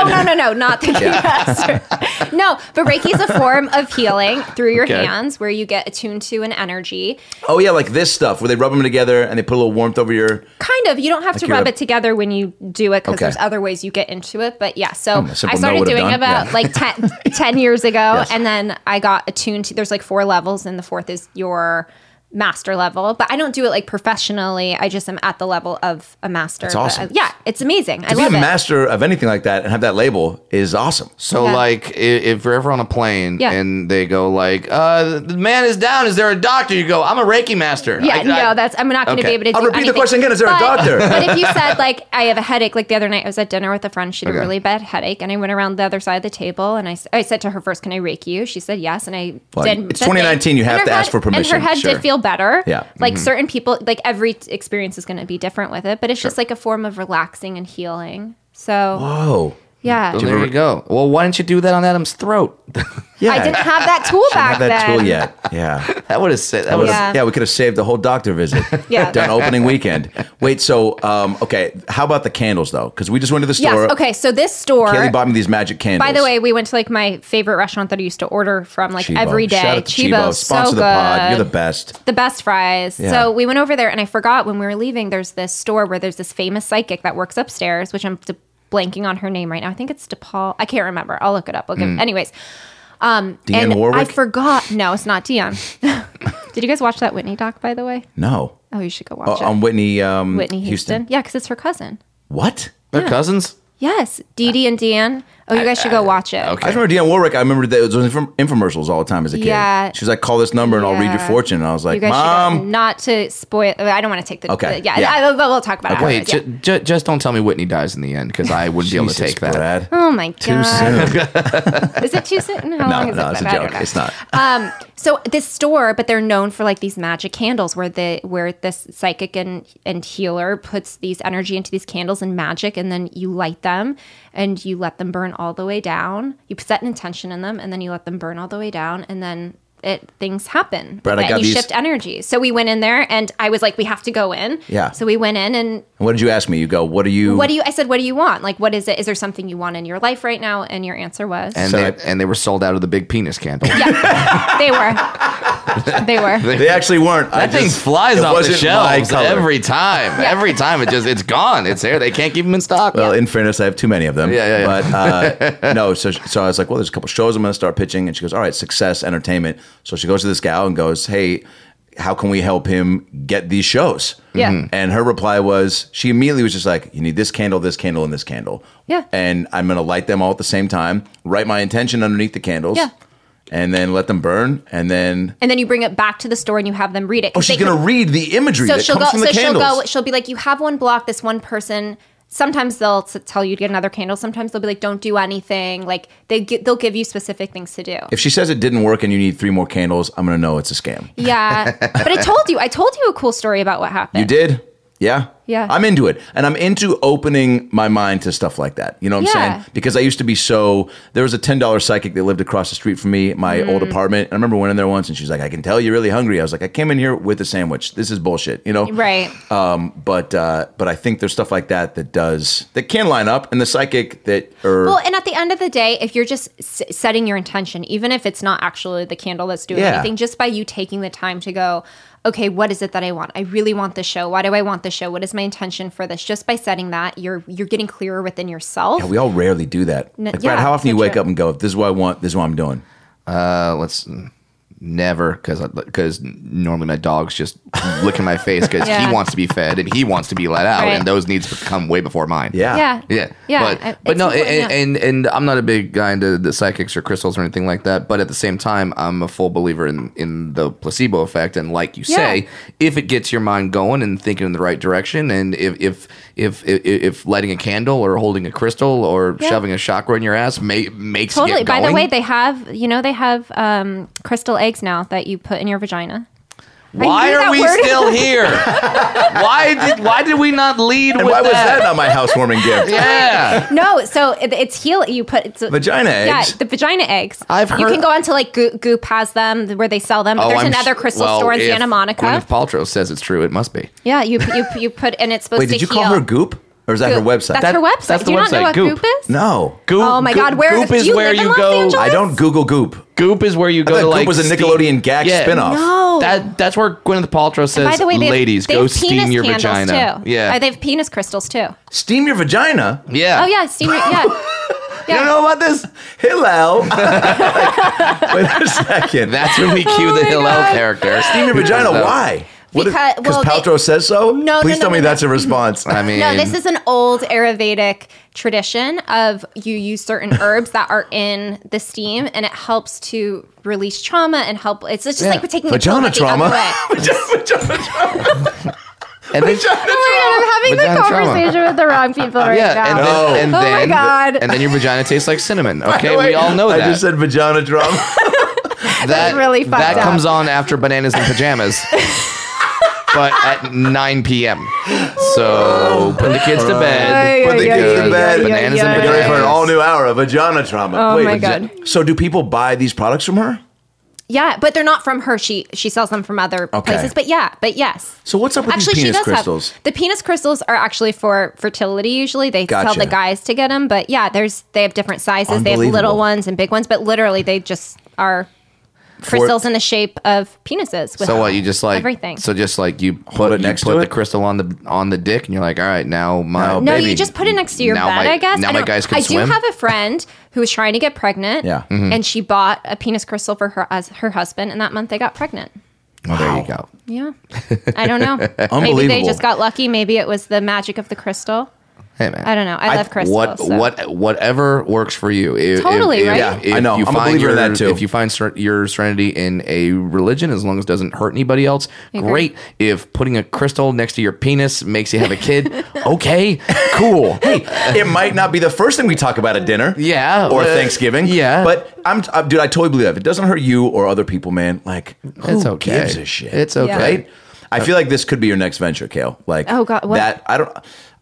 [SPEAKER 5] Oh, oh, no, no, no, not the
[SPEAKER 6] Yeah.
[SPEAKER 5] keymaster. no, but Reiki is a form of healing through your
[SPEAKER 7] Okay.
[SPEAKER 5] hands where you get attuned to an energy.
[SPEAKER 7] Oh yeah, like this stuff where they rub them together and they put a little warmth over your.
[SPEAKER 5] Kind of, you don't have
[SPEAKER 7] Like
[SPEAKER 5] to
[SPEAKER 7] you're
[SPEAKER 5] rub
[SPEAKER 7] a-
[SPEAKER 5] it together when you do it because
[SPEAKER 7] Okay.
[SPEAKER 5] there's other ways you get into it. But yeah, so
[SPEAKER 7] Um, a simple
[SPEAKER 5] I
[SPEAKER 7] no
[SPEAKER 5] started
[SPEAKER 7] would've
[SPEAKER 5] doing
[SPEAKER 7] done.
[SPEAKER 5] about
[SPEAKER 7] Yeah.
[SPEAKER 5] like 10, 10 years ago.
[SPEAKER 7] Yes.
[SPEAKER 5] And then I got attuned to, there's like four levels, and the fourth is your master level. But I don't do it like professionally. I just am at the level of a master.
[SPEAKER 7] That's
[SPEAKER 5] But, uh,
[SPEAKER 7] awesome.
[SPEAKER 5] yeah, it's amazing. I
[SPEAKER 7] to be a
[SPEAKER 5] love it.
[SPEAKER 7] master of anything like that and have that label is awesome.
[SPEAKER 6] So
[SPEAKER 5] Yeah.
[SPEAKER 6] like, i- if you're ever on a plane
[SPEAKER 5] Yeah.
[SPEAKER 6] and they go like, uh, "The man is down. Is there a doctor?" You go, "I'm a Reiki master."
[SPEAKER 5] Yeah,
[SPEAKER 6] I- I-
[SPEAKER 5] no, that's I'm not going to
[SPEAKER 6] Okay.
[SPEAKER 5] be able to.
[SPEAKER 6] I'll
[SPEAKER 5] do
[SPEAKER 6] repeat the
[SPEAKER 5] anything.
[SPEAKER 6] question again. Is there a
[SPEAKER 5] But-
[SPEAKER 6] doctor?
[SPEAKER 5] But if you said like I have a headache, like the other night I was at dinner with a friend, she had
[SPEAKER 6] Okay.
[SPEAKER 5] a really bad headache, and I went around the other side of the table, and I, s- I said to her first, "Can I rake you?" She said yes, and I
[SPEAKER 7] Well,
[SPEAKER 5] did.
[SPEAKER 7] it's
[SPEAKER 5] the thing.
[SPEAKER 7] 2019, you
[SPEAKER 5] And
[SPEAKER 7] have
[SPEAKER 5] her
[SPEAKER 7] to ask
[SPEAKER 5] head-
[SPEAKER 7] for permission.
[SPEAKER 5] And her head
[SPEAKER 7] Sure.
[SPEAKER 5] did feel better.
[SPEAKER 7] Yeah.
[SPEAKER 5] like
[SPEAKER 7] Mhm.
[SPEAKER 5] certain people, like every t- experience is going to be different with it, but it's just like a form of relaxing and healing. So
[SPEAKER 7] Oh,
[SPEAKER 6] Whoa.
[SPEAKER 5] yeah,
[SPEAKER 6] So there you go. Well, why didn't you do that on Adam's throat?
[SPEAKER 5] I didn't have that tool back
[SPEAKER 7] that
[SPEAKER 5] then.
[SPEAKER 7] tool yet. Yeah.
[SPEAKER 6] that would have said
[SPEAKER 5] that would've-
[SPEAKER 7] yeah.
[SPEAKER 5] Oh, Yeah.
[SPEAKER 7] we could have saved the whole doctor visit.
[SPEAKER 5] Yeah.
[SPEAKER 7] Done opening weekend. Wait, so um, okay, how about the candles though? Because we just went to the store.
[SPEAKER 5] Yes. Okay. So this store.
[SPEAKER 7] Kelly bought me these magic candles.
[SPEAKER 5] By the way, we went to like my favorite restaurant that I used to order from like
[SPEAKER 7] Chibo.
[SPEAKER 5] every day.
[SPEAKER 7] Shout out to Chibo. Sponsor
[SPEAKER 5] so
[SPEAKER 7] the
[SPEAKER 5] good.
[SPEAKER 7] pod. You're the best.
[SPEAKER 5] The best fries.
[SPEAKER 7] Yeah.
[SPEAKER 5] So we went over there, and I forgot when we were leaving. There's this store where there's this famous psychic that works upstairs, which I'm d- blanking on her name right now. I think it's DePaul. I can't remember. I'll look it up. I'll give.
[SPEAKER 7] Mm.
[SPEAKER 5] Anyways, um,
[SPEAKER 7] Dionne
[SPEAKER 5] and I
[SPEAKER 7] Warwick?
[SPEAKER 5] forgot. No, it's not Dion. Did you guys watch that Whitney doc? By the way,
[SPEAKER 7] No.
[SPEAKER 5] oh, you should go
[SPEAKER 7] Uh,
[SPEAKER 5] watch it.
[SPEAKER 7] on Whitney um
[SPEAKER 5] Whitney Houston. Yeah, because it's her cousin.
[SPEAKER 7] What?
[SPEAKER 6] They're cousins?
[SPEAKER 5] Yes, Dee Dee and Deanne. Oh, you guys should go watch it.
[SPEAKER 7] Uh, I just remember Dionne Warwick. I remember that it was in infom- infomercials all the time as a kid.
[SPEAKER 5] Yeah.
[SPEAKER 7] She was like, call this number and I'll read your
[SPEAKER 5] Yeah.
[SPEAKER 7] fortune. And I was like,
[SPEAKER 5] you guys should
[SPEAKER 7] Mom.
[SPEAKER 5] go, not to spoil. I don't want to take the.
[SPEAKER 6] Okay.
[SPEAKER 5] the- yeah,
[SPEAKER 6] Yeah.
[SPEAKER 5] I, I, we'll talk about it.
[SPEAKER 6] Wait,
[SPEAKER 5] afterwards, yeah.
[SPEAKER 6] ju- ju- just don't tell me Whitney dies in the end because I wouldn't be able to
[SPEAKER 7] Jesus,
[SPEAKER 6] take that.
[SPEAKER 5] oh my god. Is it too soon? How long
[SPEAKER 6] no,
[SPEAKER 5] is
[SPEAKER 6] no,
[SPEAKER 5] it?
[SPEAKER 6] it's a
[SPEAKER 5] been? I don't
[SPEAKER 6] joke.
[SPEAKER 5] know.
[SPEAKER 6] It's not.
[SPEAKER 5] Um, so this store, but they're known for like these magic candles, where the where this psychic and and healer puts these energy into these candles and magic, and then you light them and you let them burn all the way down. You set an intention in them, and then you let them burn all the way down, and then. It things happen.
[SPEAKER 7] Brad, I
[SPEAKER 5] and
[SPEAKER 7] got
[SPEAKER 5] you
[SPEAKER 7] these-
[SPEAKER 5] shift energy. So we went in there, and I was like, "We have to go in."
[SPEAKER 7] Yeah.
[SPEAKER 5] So we went in, and
[SPEAKER 7] And what did you ask me? You go, what do you.
[SPEAKER 5] what do you? I said, "What do you want? Like, what is it? Is there something you want in your life right now?" And your answer was,
[SPEAKER 6] And, they, and they were sold out of the big penis candle.
[SPEAKER 5] they were. They were.
[SPEAKER 7] They actually weren't.
[SPEAKER 6] That
[SPEAKER 7] I
[SPEAKER 6] thing
[SPEAKER 7] just-
[SPEAKER 6] flies
[SPEAKER 7] it
[SPEAKER 6] off the
[SPEAKER 7] wasn't my
[SPEAKER 6] shelves
[SPEAKER 7] color.
[SPEAKER 6] every time. Every time it just it's gone. It's there. They can't keep them in stock.
[SPEAKER 7] Well, in fairness, I have too many of them.
[SPEAKER 6] Yeah, yeah, yeah.
[SPEAKER 7] But uh, no, so so I was like, well, there's a couple shows I'm going to start pitching, and she goes, all right, success, entertainment. So she goes to this gal and goes, hey, how can we help him get these shows?
[SPEAKER 5] Yeah.
[SPEAKER 6] Mm-hmm.
[SPEAKER 5] Mhm.
[SPEAKER 7] And her reply was, she immediately was just like, you need this candle, this candle, and this candle.
[SPEAKER 5] Yeah.
[SPEAKER 7] And I'm going to light them all at the same time. Write my intention underneath the candles.
[SPEAKER 5] Yeah.
[SPEAKER 7] And then let them burn, and then
[SPEAKER 5] And then you bring it back to the store and you have them read it.
[SPEAKER 7] oh, she's going to read the imagery that
[SPEAKER 5] she'll
[SPEAKER 7] comes
[SPEAKER 5] go.
[SPEAKER 7] from the
[SPEAKER 5] so
[SPEAKER 7] candles.
[SPEAKER 5] she'll go. She'll be like, "You have one block. This one person." Sometimes they'll s- tell you to get another candle. Sometimes they'll be like, "Don't do anything." Like they gi- they'll give you specific things to do.
[SPEAKER 7] If she says it didn't work and you need three more candles, I'm gonna know it's a scam.
[SPEAKER 5] Yeah, but I told you. I told you a cool story about what happened.
[SPEAKER 7] You did? Yeah.
[SPEAKER 5] Yeah.
[SPEAKER 7] I'm into it. And I'm into opening my mind to stuff like that. You know what
[SPEAKER 5] Yeah.
[SPEAKER 7] I'm saying? Because I used to be so there was a ten dollar psychic that lived across the street from me, my old
[SPEAKER 5] Mm.
[SPEAKER 7] apartment. I remember went in there once and she's like, I can tell you're really hungry. I was like, I came in here with a sandwich. This is bullshit, you know?
[SPEAKER 5] Right.
[SPEAKER 7] Um, but uh, but I think there's stuff like that that does that can line up and the psychic that or
[SPEAKER 5] Well, and at the end of the day, if you're just s- setting your intention, even if it's not actually the candle that's doing
[SPEAKER 7] Yeah.
[SPEAKER 5] anything, just by you taking the time to go, okay, what is it that I want? I really want this show. Why do I want this show? What is my intention for this? Just by setting that, you're you're getting clearer within yourself.
[SPEAKER 7] Yeah, we all rarely do that.
[SPEAKER 5] No,
[SPEAKER 7] like,
[SPEAKER 5] yeah,
[SPEAKER 7] Brad, how often do you
[SPEAKER 5] so
[SPEAKER 7] wake
[SPEAKER 5] true.
[SPEAKER 7] up and go, This is what I want, this is what I'm doing.
[SPEAKER 6] Uh, let's never because because normally my dog's just licking my face because
[SPEAKER 5] Yeah.
[SPEAKER 6] he wants to be fed and he wants to be let out,
[SPEAKER 5] Right.
[SPEAKER 6] and those needs come way before mine.
[SPEAKER 5] yeah,
[SPEAKER 6] Yeah.
[SPEAKER 5] Yeah,
[SPEAKER 6] But,
[SPEAKER 5] I-
[SPEAKER 6] but
[SPEAKER 5] it's
[SPEAKER 6] no,
[SPEAKER 5] important, yeah.
[SPEAKER 6] and, and and I'm not a big guy into the psychics or crystals or anything like that. But at the same time, I'm a full believer in in the placebo effect. And like you
[SPEAKER 5] Yeah.
[SPEAKER 6] say, if it gets your mind going and thinking in the right direction, and if if if if, if lighting a candle or holding a crystal or
[SPEAKER 5] Yeah.
[SPEAKER 6] shoving a chakra in your ass may, makes you
[SPEAKER 5] totally.
[SPEAKER 6] get going,
[SPEAKER 5] By the way, they have you know they have um, crystal eggs now that you put in your vagina.
[SPEAKER 6] why
[SPEAKER 5] knew
[SPEAKER 6] are
[SPEAKER 5] that
[SPEAKER 6] we
[SPEAKER 5] word.
[SPEAKER 6] still here? why did why did we not lead
[SPEAKER 7] And
[SPEAKER 6] with
[SPEAKER 7] why was that
[SPEAKER 6] that?
[SPEAKER 7] not my housewarming gift?
[SPEAKER 6] yeah.
[SPEAKER 5] No, so it, it's heal. You put it's,
[SPEAKER 7] Vagina eggs?
[SPEAKER 5] Yeah, the vagina eggs.
[SPEAKER 6] I've
[SPEAKER 5] You
[SPEAKER 6] heard- Oh,
[SPEAKER 5] can go onto like Goo- Goop has them where they sell them. But there's
[SPEAKER 6] I'm
[SPEAKER 5] another
[SPEAKER 6] sh-
[SPEAKER 5] crystal
[SPEAKER 6] well,
[SPEAKER 5] store in
[SPEAKER 6] if
[SPEAKER 5] Santa Monica.
[SPEAKER 6] Gwyneth Paltrow says it's true. It must be.
[SPEAKER 5] Yeah, you you you put and it's supposed
[SPEAKER 7] Wait,
[SPEAKER 5] to
[SPEAKER 7] did you
[SPEAKER 5] heal.
[SPEAKER 7] call her Goop? Or is that her
[SPEAKER 5] Goop.
[SPEAKER 7] website?
[SPEAKER 5] That's
[SPEAKER 6] That-
[SPEAKER 5] her website.
[SPEAKER 6] that's the
[SPEAKER 5] Do you not
[SPEAKER 6] website,
[SPEAKER 5] know what Goop,
[SPEAKER 6] Goop.
[SPEAKER 5] is?
[SPEAKER 7] no.
[SPEAKER 6] Goop,
[SPEAKER 5] Oh my God, where-
[SPEAKER 6] Goop
[SPEAKER 5] do
[SPEAKER 6] is
[SPEAKER 5] you
[SPEAKER 6] where
[SPEAKER 5] live in
[SPEAKER 6] you
[SPEAKER 5] Los
[SPEAKER 6] go?
[SPEAKER 5] Angeles?
[SPEAKER 7] I don't Google Goop.
[SPEAKER 6] Goop is where you go
[SPEAKER 7] thought
[SPEAKER 6] to
[SPEAKER 7] Goop
[SPEAKER 6] like.
[SPEAKER 7] was a
[SPEAKER 6] steam-
[SPEAKER 7] Nickelodeon gag spinoff.
[SPEAKER 5] No.
[SPEAKER 6] That that's where Gwyneth Paltrow says,
[SPEAKER 5] By the way, they
[SPEAKER 6] "Ladies,
[SPEAKER 5] they
[SPEAKER 6] go
[SPEAKER 5] have
[SPEAKER 6] steam
[SPEAKER 5] penis
[SPEAKER 6] your
[SPEAKER 5] candles
[SPEAKER 6] vagina."
[SPEAKER 5] Too.
[SPEAKER 6] Yeah,
[SPEAKER 5] Uh, they have penis crystals too.
[SPEAKER 7] Steam your vagina?
[SPEAKER 6] yeah.
[SPEAKER 5] Oh yeah, steam. Yeah. yeah.
[SPEAKER 6] You don't know about this?
[SPEAKER 7] Hello. Like, wait a second.
[SPEAKER 6] That's when we cue the
[SPEAKER 5] Oh my
[SPEAKER 6] Hillel
[SPEAKER 5] God.
[SPEAKER 6] character.
[SPEAKER 7] Steam your vagina. Why?
[SPEAKER 5] Because-
[SPEAKER 7] Because
[SPEAKER 5] well, they-
[SPEAKER 7] Paltrow says so.
[SPEAKER 5] No, no,
[SPEAKER 7] Please
[SPEAKER 5] no,
[SPEAKER 7] tell
[SPEAKER 5] no,
[SPEAKER 7] me
[SPEAKER 5] no.
[SPEAKER 7] that's a response.
[SPEAKER 6] I mean,
[SPEAKER 5] No, this is an old Ayurvedic tradition of you use certain herbs that are in the steam, and it helps to release trauma and help. It's just like we're taking
[SPEAKER 7] Vagina
[SPEAKER 5] a pill, but the
[SPEAKER 7] trauma.
[SPEAKER 5] other way.
[SPEAKER 6] and then,
[SPEAKER 5] Oh my god, I'm having the
[SPEAKER 6] Vagina trauma. Uh,
[SPEAKER 5] conversation with the wrong people right
[SPEAKER 6] yeah,
[SPEAKER 5] now.
[SPEAKER 6] and then, and
[SPEAKER 5] oh
[SPEAKER 6] then,
[SPEAKER 5] my god,
[SPEAKER 6] and then your vagina tastes like cinnamon. Okay,
[SPEAKER 7] Wait,
[SPEAKER 6] we all know that.
[SPEAKER 7] I just said vagina drama.
[SPEAKER 6] that
[SPEAKER 5] really fucked
[SPEAKER 6] that
[SPEAKER 5] up.
[SPEAKER 6] comes on after bananas and pajamas. But at 9 p.m. So put the kids to bed.
[SPEAKER 7] Put the
[SPEAKER 5] yeah,
[SPEAKER 7] kids
[SPEAKER 5] yeah,
[SPEAKER 7] to bed.
[SPEAKER 5] yeah, yeah,
[SPEAKER 6] Bananas and
[SPEAKER 5] yeah, yeah.
[SPEAKER 7] We're going for an
[SPEAKER 6] bananas.
[SPEAKER 7] all new hour of vagina trauma.
[SPEAKER 5] Oh my
[SPEAKER 7] vagi-
[SPEAKER 5] God.
[SPEAKER 7] So do people buy these products from her?
[SPEAKER 5] Yeah, but they're not from her. She she sells them from other
[SPEAKER 7] Okay.
[SPEAKER 5] places. But yeah, but yes.
[SPEAKER 7] So what's up with
[SPEAKER 5] Actually,
[SPEAKER 7] these
[SPEAKER 5] she
[SPEAKER 7] penis
[SPEAKER 5] does
[SPEAKER 7] crystals?
[SPEAKER 5] have the penis crystals are actually for fertility. Usually, they tell
[SPEAKER 7] Gotcha.
[SPEAKER 5] the guys to get them. But yeah, there's they have different sizes. They have
[SPEAKER 7] Unbelievable.
[SPEAKER 5] little ones and big ones. But literally, they just are crystals in the shape of penises. With
[SPEAKER 6] So what? You just like
[SPEAKER 5] everything.
[SPEAKER 6] So just like you put
[SPEAKER 7] it
[SPEAKER 6] you
[SPEAKER 7] next
[SPEAKER 6] put
[SPEAKER 7] to
[SPEAKER 6] the
[SPEAKER 7] it?
[SPEAKER 6] crystal on the on the dick, and you're like, all right, now my
[SPEAKER 7] No,
[SPEAKER 5] No,
[SPEAKER 7] Maybe.
[SPEAKER 5] you just put it next to your
[SPEAKER 6] Now
[SPEAKER 5] bed,
[SPEAKER 6] my-
[SPEAKER 5] I guess.
[SPEAKER 6] now
[SPEAKER 5] I
[SPEAKER 6] my
[SPEAKER 5] don't-
[SPEAKER 6] guys can
[SPEAKER 5] I
[SPEAKER 6] swim. Mm-hmm.
[SPEAKER 5] do have a friend who was trying to get pregnant.
[SPEAKER 7] Yeah.
[SPEAKER 5] And she bought a penis crystal for her as her husband, and that month they got pregnant.
[SPEAKER 6] Well, there you go.
[SPEAKER 5] Yeah. I don't know. Maybe they
[SPEAKER 7] Unbelievable.
[SPEAKER 5] just got lucky. Maybe it was the magic of the crystal.
[SPEAKER 6] Hey man,
[SPEAKER 5] I don't know. I, love crystals.
[SPEAKER 6] What
[SPEAKER 5] so.
[SPEAKER 6] what whatever works for you. If,
[SPEAKER 5] Totally,
[SPEAKER 6] if,
[SPEAKER 5] right?
[SPEAKER 7] Yeah, I know.
[SPEAKER 6] You
[SPEAKER 7] I'm a
[SPEAKER 6] find your,
[SPEAKER 7] believer in that, too.
[SPEAKER 6] If you find ser- your serenity in a religion, as long as it doesn't hurt anybody else,
[SPEAKER 5] agree.
[SPEAKER 6] great. If putting a crystal next to your penis makes you have a kid, okay, cool. Hey,
[SPEAKER 7] it might not be the first thing we talk about at dinner.
[SPEAKER 6] Yeah,
[SPEAKER 7] Or
[SPEAKER 6] uh,
[SPEAKER 7] Thanksgiving.
[SPEAKER 6] yeah.
[SPEAKER 7] But I'm, i dude, I totally believe that. If it doesn't hurt you or other people, man, like, who
[SPEAKER 6] it's okay.
[SPEAKER 7] gives a shit?
[SPEAKER 6] It's
[SPEAKER 5] Yeah.
[SPEAKER 6] okay.
[SPEAKER 7] right? I feel like this could be your next venture, Kale. Like,
[SPEAKER 5] Oh, God, what?
[SPEAKER 7] that I don't.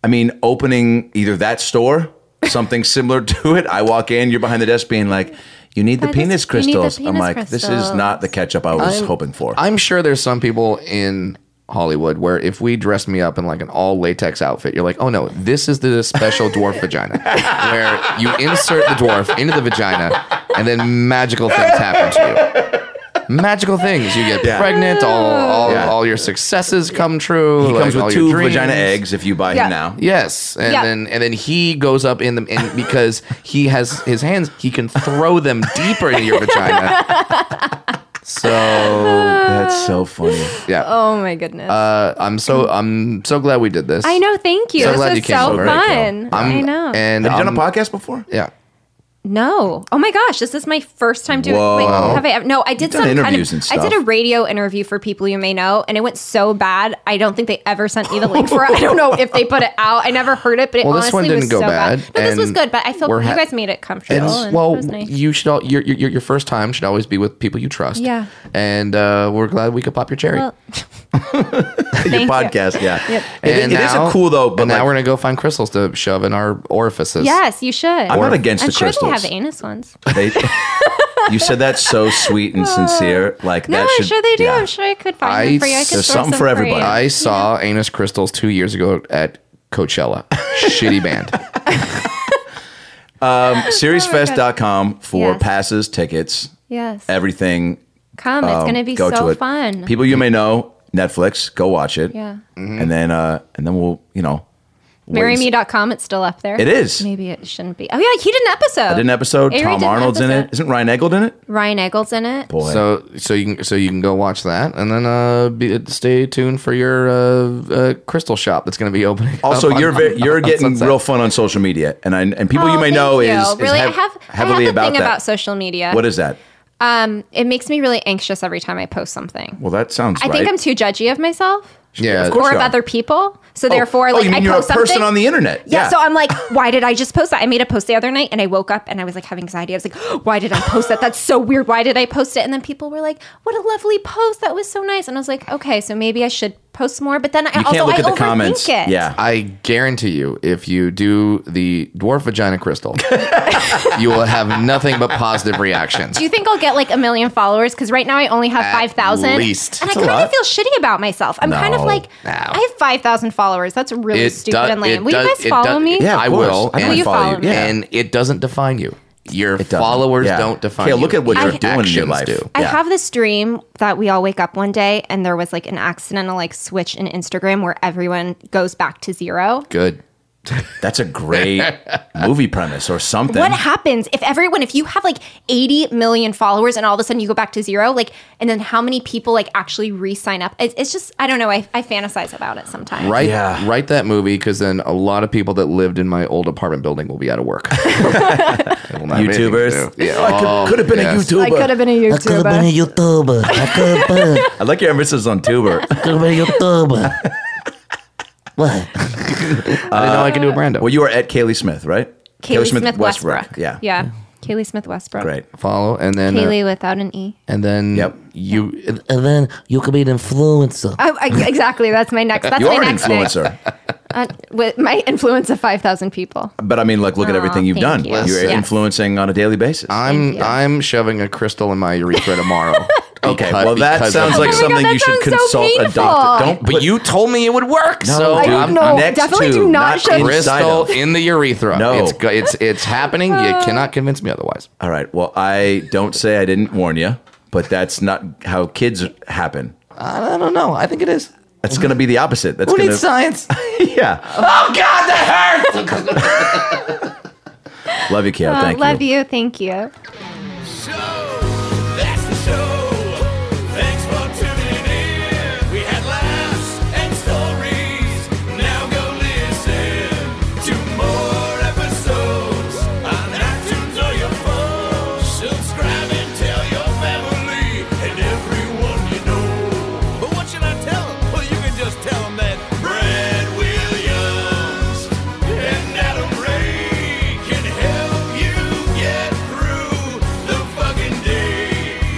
[SPEAKER 7] I mean, opening either that store, something similar to it. I walk in, you're behind the desk, being like, "You need the
[SPEAKER 5] Buy this-
[SPEAKER 7] penis
[SPEAKER 5] you need the
[SPEAKER 7] crystals." I'm
[SPEAKER 5] penis
[SPEAKER 7] like, "This is
[SPEAKER 5] crystals."
[SPEAKER 7] not the ketchup I was
[SPEAKER 6] I'm-
[SPEAKER 7] hoping for."
[SPEAKER 6] I'm sure there's some people in Hollywood where if we dress me up in like an all latex outfit, you're like, oh no, this is the special dwarf vagina, where you insert the dwarf into the vagina, and then magical things happen to you. Magical things. You get
[SPEAKER 7] Yeah.
[SPEAKER 6] pregnant. All all,
[SPEAKER 7] Yeah.
[SPEAKER 6] all your successes come true.
[SPEAKER 7] he
[SPEAKER 6] like,
[SPEAKER 7] comes
[SPEAKER 6] all
[SPEAKER 7] with
[SPEAKER 6] your
[SPEAKER 7] two
[SPEAKER 6] dreams.
[SPEAKER 7] vagina eggs if you buy
[SPEAKER 5] Yeah.
[SPEAKER 7] him now.
[SPEAKER 6] Yes, and
[SPEAKER 5] Yeah.
[SPEAKER 6] then and then he goes up in them, and because he has his hands, he can throw them deeper into your vagina. So
[SPEAKER 7] That's so funny.
[SPEAKER 6] yeah,
[SPEAKER 5] Oh my goodness.
[SPEAKER 6] uh, I'm so I'm so glad we did this.
[SPEAKER 5] I know. Thank you.
[SPEAKER 6] so
[SPEAKER 5] this
[SPEAKER 6] glad
[SPEAKER 5] was
[SPEAKER 6] you came
[SPEAKER 5] so
[SPEAKER 6] over.
[SPEAKER 5] fun.
[SPEAKER 6] I'm,
[SPEAKER 5] I know.
[SPEAKER 6] And um,
[SPEAKER 7] Have you
[SPEAKER 6] I'm-
[SPEAKER 7] done a podcast before?
[SPEAKER 6] Yeah.
[SPEAKER 5] No. Oh my gosh, this is my first time doing.
[SPEAKER 7] Whoa.
[SPEAKER 5] Wait, have I ever? No, I did
[SPEAKER 7] done
[SPEAKER 5] some kind of-
[SPEAKER 7] interviews and stuff.
[SPEAKER 5] I did a radio interview for people you may know, and it went so bad. I don't think they ever sent me the link for it. I don't know if they put it out. I never heard it, but it
[SPEAKER 6] Well,
[SPEAKER 5] honestly
[SPEAKER 6] this one
[SPEAKER 5] was
[SPEAKER 6] didn't go
[SPEAKER 5] so bad.
[SPEAKER 6] bad,
[SPEAKER 5] No, this was
[SPEAKER 6] and
[SPEAKER 5] good, but I feel
[SPEAKER 6] we're
[SPEAKER 5] you
[SPEAKER 6] ha-
[SPEAKER 5] guys made it comfortable.
[SPEAKER 6] It's-
[SPEAKER 5] and it
[SPEAKER 6] well,
[SPEAKER 5] Oh, was nice.
[SPEAKER 6] you should all your, your your first time should always be with people you trust.
[SPEAKER 5] Yeah.
[SPEAKER 6] And uh, we're glad we could pop your cherry.
[SPEAKER 5] Well,
[SPEAKER 11] your
[SPEAKER 5] Thank you.
[SPEAKER 11] podcast. Yeah,
[SPEAKER 5] Yep.
[SPEAKER 11] It- it is a cool though. But
[SPEAKER 6] and
[SPEAKER 11] like,
[SPEAKER 6] now we're gonna go find crystals to shove in our orifices.
[SPEAKER 5] Yes, you should.
[SPEAKER 11] I'm not against
[SPEAKER 5] I'm
[SPEAKER 11] the
[SPEAKER 5] sure
[SPEAKER 11] crystals.
[SPEAKER 5] they have anus ones.
[SPEAKER 11] They, you said that so sweet and sincere. Like
[SPEAKER 5] No,
[SPEAKER 11] that
[SPEAKER 5] I'm
[SPEAKER 11] should,
[SPEAKER 5] sure they do.
[SPEAKER 11] yeah.
[SPEAKER 5] I'm sure I could find them for you. I could
[SPEAKER 11] there's
[SPEAKER 5] source
[SPEAKER 11] something
[SPEAKER 5] them
[SPEAKER 11] for
[SPEAKER 5] you.
[SPEAKER 11] everybody.
[SPEAKER 6] I saw anus crystals two years ago at Coachella. Shitty band.
[SPEAKER 11] Um, SiriusFest.com for
[SPEAKER 5] Oh Yes.
[SPEAKER 11] passes, tickets,
[SPEAKER 5] Yes.
[SPEAKER 11] everything.
[SPEAKER 5] Come, Oh, it's
[SPEAKER 11] Um,
[SPEAKER 5] gonna be
[SPEAKER 11] go to
[SPEAKER 5] so
[SPEAKER 11] it.
[SPEAKER 5] fun.
[SPEAKER 11] People you may know, Netflix. Go watch it.
[SPEAKER 5] Yeah.
[SPEAKER 6] Mm-hmm.
[SPEAKER 11] and then uh, and then we'll you know. wait and see.
[SPEAKER 5] Marryme.com, it's still up there.
[SPEAKER 11] It is.
[SPEAKER 5] Maybe it shouldn't be. Oh yeah, he did an episode.
[SPEAKER 11] I did an episode.
[SPEAKER 5] Avery
[SPEAKER 11] Tom
[SPEAKER 5] did an
[SPEAKER 11] Arnold's in
[SPEAKER 5] episode.
[SPEAKER 11] it. Isn't Ryan Eggold in it?
[SPEAKER 5] Ryan Eggold's in it.
[SPEAKER 11] Boy,
[SPEAKER 6] So uh, so you can so you can go watch that and then uh be, stay tuned for your uh, uh crystal shop that's going to be opening.
[SPEAKER 11] Also,
[SPEAKER 6] up on-
[SPEAKER 11] you're very, you're
[SPEAKER 6] on
[SPEAKER 11] getting
[SPEAKER 6] Sunset.
[SPEAKER 11] real fun on social media, and I, and people you
[SPEAKER 5] Oh,
[SPEAKER 11] may
[SPEAKER 5] thank
[SPEAKER 11] know
[SPEAKER 5] you.
[SPEAKER 11] is, is
[SPEAKER 5] really
[SPEAKER 11] hev-
[SPEAKER 5] I have
[SPEAKER 11] heavily
[SPEAKER 5] I have a
[SPEAKER 11] about
[SPEAKER 5] thing
[SPEAKER 11] that.
[SPEAKER 5] about social media.
[SPEAKER 11] What is that?
[SPEAKER 5] um it makes me really anxious every time I post something.
[SPEAKER 11] Well, that sounds.
[SPEAKER 5] I
[SPEAKER 11] right.
[SPEAKER 5] think I'm too judgy of myself
[SPEAKER 6] Yeah.
[SPEAKER 11] Of course
[SPEAKER 5] or
[SPEAKER 11] you
[SPEAKER 5] of
[SPEAKER 11] are.
[SPEAKER 5] other people. So
[SPEAKER 11] Oh,
[SPEAKER 5] therefore
[SPEAKER 11] oh,
[SPEAKER 5] like
[SPEAKER 11] you mean
[SPEAKER 5] I
[SPEAKER 11] you're
[SPEAKER 5] post
[SPEAKER 11] a person
[SPEAKER 5] something
[SPEAKER 11] on the internet.
[SPEAKER 5] Yeah,
[SPEAKER 11] Yeah.
[SPEAKER 5] so I'm like, why did I just post that? I made a post the other night and I woke up and I was like having anxiety. I was like, why did I post that? That's so weird. Why did I post it? And then people were like, what a lovely post. That was so nice. And I was like, okay, so maybe I should post more. But then I
[SPEAKER 11] you
[SPEAKER 5] also
[SPEAKER 11] can't look
[SPEAKER 5] I
[SPEAKER 11] at the
[SPEAKER 5] overthink
[SPEAKER 11] comments.
[SPEAKER 5] it.
[SPEAKER 11] Yeah.
[SPEAKER 6] I guarantee you, if you do the dwarf vagina crystal, you will have nothing but positive reactions.
[SPEAKER 5] Do you think I'll get like a million followers? Because right now I only have
[SPEAKER 6] At
[SPEAKER 5] 5,000. And
[SPEAKER 6] least.
[SPEAKER 5] I
[SPEAKER 6] That's a
[SPEAKER 5] kind of
[SPEAKER 11] lot.
[SPEAKER 5] feel shitty about myself. I'm kind of
[SPEAKER 11] No.
[SPEAKER 5] like,
[SPEAKER 6] No.
[SPEAKER 5] I have 5,000 followers. That's really
[SPEAKER 6] It
[SPEAKER 5] stupid
[SPEAKER 6] does-
[SPEAKER 5] and lame.
[SPEAKER 6] it
[SPEAKER 5] Will
[SPEAKER 6] does-
[SPEAKER 5] you guys
[SPEAKER 6] it
[SPEAKER 5] follow
[SPEAKER 6] does-
[SPEAKER 5] me?
[SPEAKER 11] Yeah, of
[SPEAKER 6] I
[SPEAKER 11] course.
[SPEAKER 6] will.
[SPEAKER 11] I
[SPEAKER 6] and-
[SPEAKER 11] don't
[SPEAKER 5] Will you
[SPEAKER 11] follow
[SPEAKER 5] follow
[SPEAKER 11] you.
[SPEAKER 5] me?
[SPEAKER 11] Yeah.
[SPEAKER 6] and it doesn't define you. Your
[SPEAKER 11] doesn't.
[SPEAKER 6] followers
[SPEAKER 11] Yeah.
[SPEAKER 6] don't define
[SPEAKER 11] Okay,
[SPEAKER 6] you.
[SPEAKER 11] look at what
[SPEAKER 6] Your
[SPEAKER 11] you're doing in your
[SPEAKER 6] actions
[SPEAKER 11] life.
[SPEAKER 6] do.
[SPEAKER 5] I
[SPEAKER 11] Yeah.
[SPEAKER 5] have this dream that we all wake up one day and there was like an accidental like switch in Instagram where everyone goes back to zero.
[SPEAKER 6] Good.
[SPEAKER 11] That's a great movie premise or something.
[SPEAKER 5] What happens if everyone, if you have like 80 million followers and all of a sudden you go back to zero, like, and then how many people like actually re sign up? It's, it's just, I don't know. I, I fantasize about it sometimes.
[SPEAKER 6] Write,
[SPEAKER 11] Yeah.
[SPEAKER 6] write that movie because then a lot of people that lived in my old apartment building will be out of work. They will not have anything to
[SPEAKER 11] YouTubers.
[SPEAKER 6] do. Yeah.
[SPEAKER 11] Oh, I could,
[SPEAKER 6] Oh,
[SPEAKER 11] could have been
[SPEAKER 6] yes.
[SPEAKER 11] a YouTuber. I,
[SPEAKER 5] been a
[SPEAKER 2] I could have been a YouTuber. I could have been.
[SPEAKER 11] like your emphasis on tuber.
[SPEAKER 2] Could have been a YouTuber. What?
[SPEAKER 6] I didn't know I could do a brando.
[SPEAKER 11] well, you are at Kaylee Smith, right?
[SPEAKER 5] Kaylee Smith, Westbrook.
[SPEAKER 11] Yeah.
[SPEAKER 5] Yeah. Kaylee Smith Westbrook.
[SPEAKER 11] Great.
[SPEAKER 6] follow and then uh,
[SPEAKER 5] Kaylee without an E.
[SPEAKER 6] and then
[SPEAKER 11] Yep.
[SPEAKER 6] you
[SPEAKER 2] And then you could be an influencer.
[SPEAKER 5] Oh, I, exactly. That's my next. That's
[SPEAKER 11] You
[SPEAKER 5] my
[SPEAKER 11] are an
[SPEAKER 5] next thing.
[SPEAKER 11] influencer,
[SPEAKER 5] Uh, with my influence of five thousand people.
[SPEAKER 11] but I mean, like, look at everything you've
[SPEAKER 5] thank
[SPEAKER 11] done.
[SPEAKER 5] you.
[SPEAKER 11] You're
[SPEAKER 5] Yes.
[SPEAKER 11] influencing on a daily basis.
[SPEAKER 6] I'm
[SPEAKER 5] you.
[SPEAKER 6] I'm shoving a crystal in my urethra tomorrow.
[SPEAKER 11] okay,
[SPEAKER 6] Because-
[SPEAKER 11] well, that
[SPEAKER 6] because
[SPEAKER 11] sounds
[SPEAKER 6] of
[SPEAKER 11] like
[SPEAKER 6] you.
[SPEAKER 11] something
[SPEAKER 5] Oh that
[SPEAKER 11] you should
[SPEAKER 5] sounds so
[SPEAKER 11] consult a
[SPEAKER 5] painful.
[SPEAKER 11] doctor. Don't,
[SPEAKER 6] But you told me it would work.
[SPEAKER 11] No,
[SPEAKER 6] so
[SPEAKER 11] dude.
[SPEAKER 6] I'm,
[SPEAKER 5] no,
[SPEAKER 6] I'm
[SPEAKER 11] next
[SPEAKER 5] definitely
[SPEAKER 11] to,
[SPEAKER 5] do not
[SPEAKER 11] not
[SPEAKER 5] shove-
[SPEAKER 11] inside
[SPEAKER 6] crystal
[SPEAKER 11] of.
[SPEAKER 6] in the urethra.
[SPEAKER 11] No.
[SPEAKER 6] it's go- it's it's happening. You cannot convince me otherwise.
[SPEAKER 11] All right. Well, I don't say I didn't warn you, but that's not how kids happen.
[SPEAKER 6] I, I don't know. I think it is.
[SPEAKER 11] That's going to be the opposite. That's
[SPEAKER 6] Who
[SPEAKER 11] going
[SPEAKER 6] needs science?
[SPEAKER 11] yeah.
[SPEAKER 6] oh God, that hurts.
[SPEAKER 11] Love you, Kale. Oh, Thank
[SPEAKER 5] Oh, love you. Thank you.
[SPEAKER 7] That's the show. Thanks for tuning in. We had laughs and stories. Now go listen to more episodes on iTunes or your phone. Subscribe and tell your family and everyone you know. But what should I tell them? Well, you can just tell them that Brad Williams and Adam Ray can help you get through the fucking day.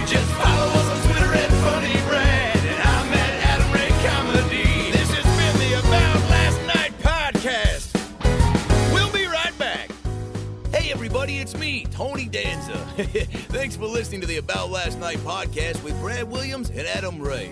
[SPEAKER 7] Just follow us on Twitter at Funny Brad, and I'm at Adam Ray Comedy. This has been the About Last Night podcast. We'll be right back. Hey, everybody, it's me, Tony Danza. Thanks for listening to the About Last Night podcast with Brad Williams and Adam Ray.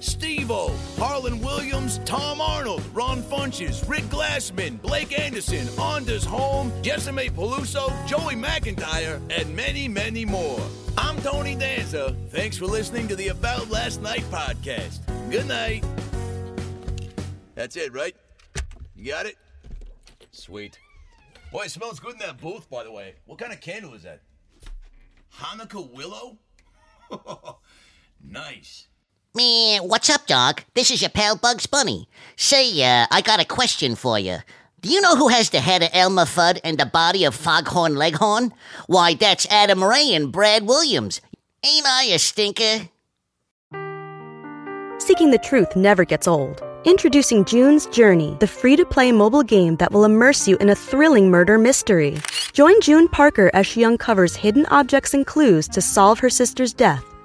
[SPEAKER 7] Steve-O, Harlan Williams, Tom Arnold, Ron Funches, Rick Glassman, Blake Anderson, Anders Holm, Jessime Peluso, Joey McIntyre, and many, many more. I'm Tony Danza. Thanks for listening to the About Last Night podcast. Good night. That's it, right? You got it? Sweet. Boy, it smells good in that booth, by the way. What kind of candle is that? Hanukkah willow? nice.
[SPEAKER 10] Man, Eh, what's up, dog? This is your pal Bugs Bunny. Say, uh, I got a question for you. Do you know who has the head of Elmer Fudd and the body of Foghorn Leghorn? Why, that's Adam Ray and Brad Williams. Ain't I a stinker?
[SPEAKER 12] Seeking the truth never gets old. Introducing June's Journey, the free to play mobile game that will immerse you in a thrilling murder mystery. Join June Parker as she uncovers hidden objects and clues to solve her sister's death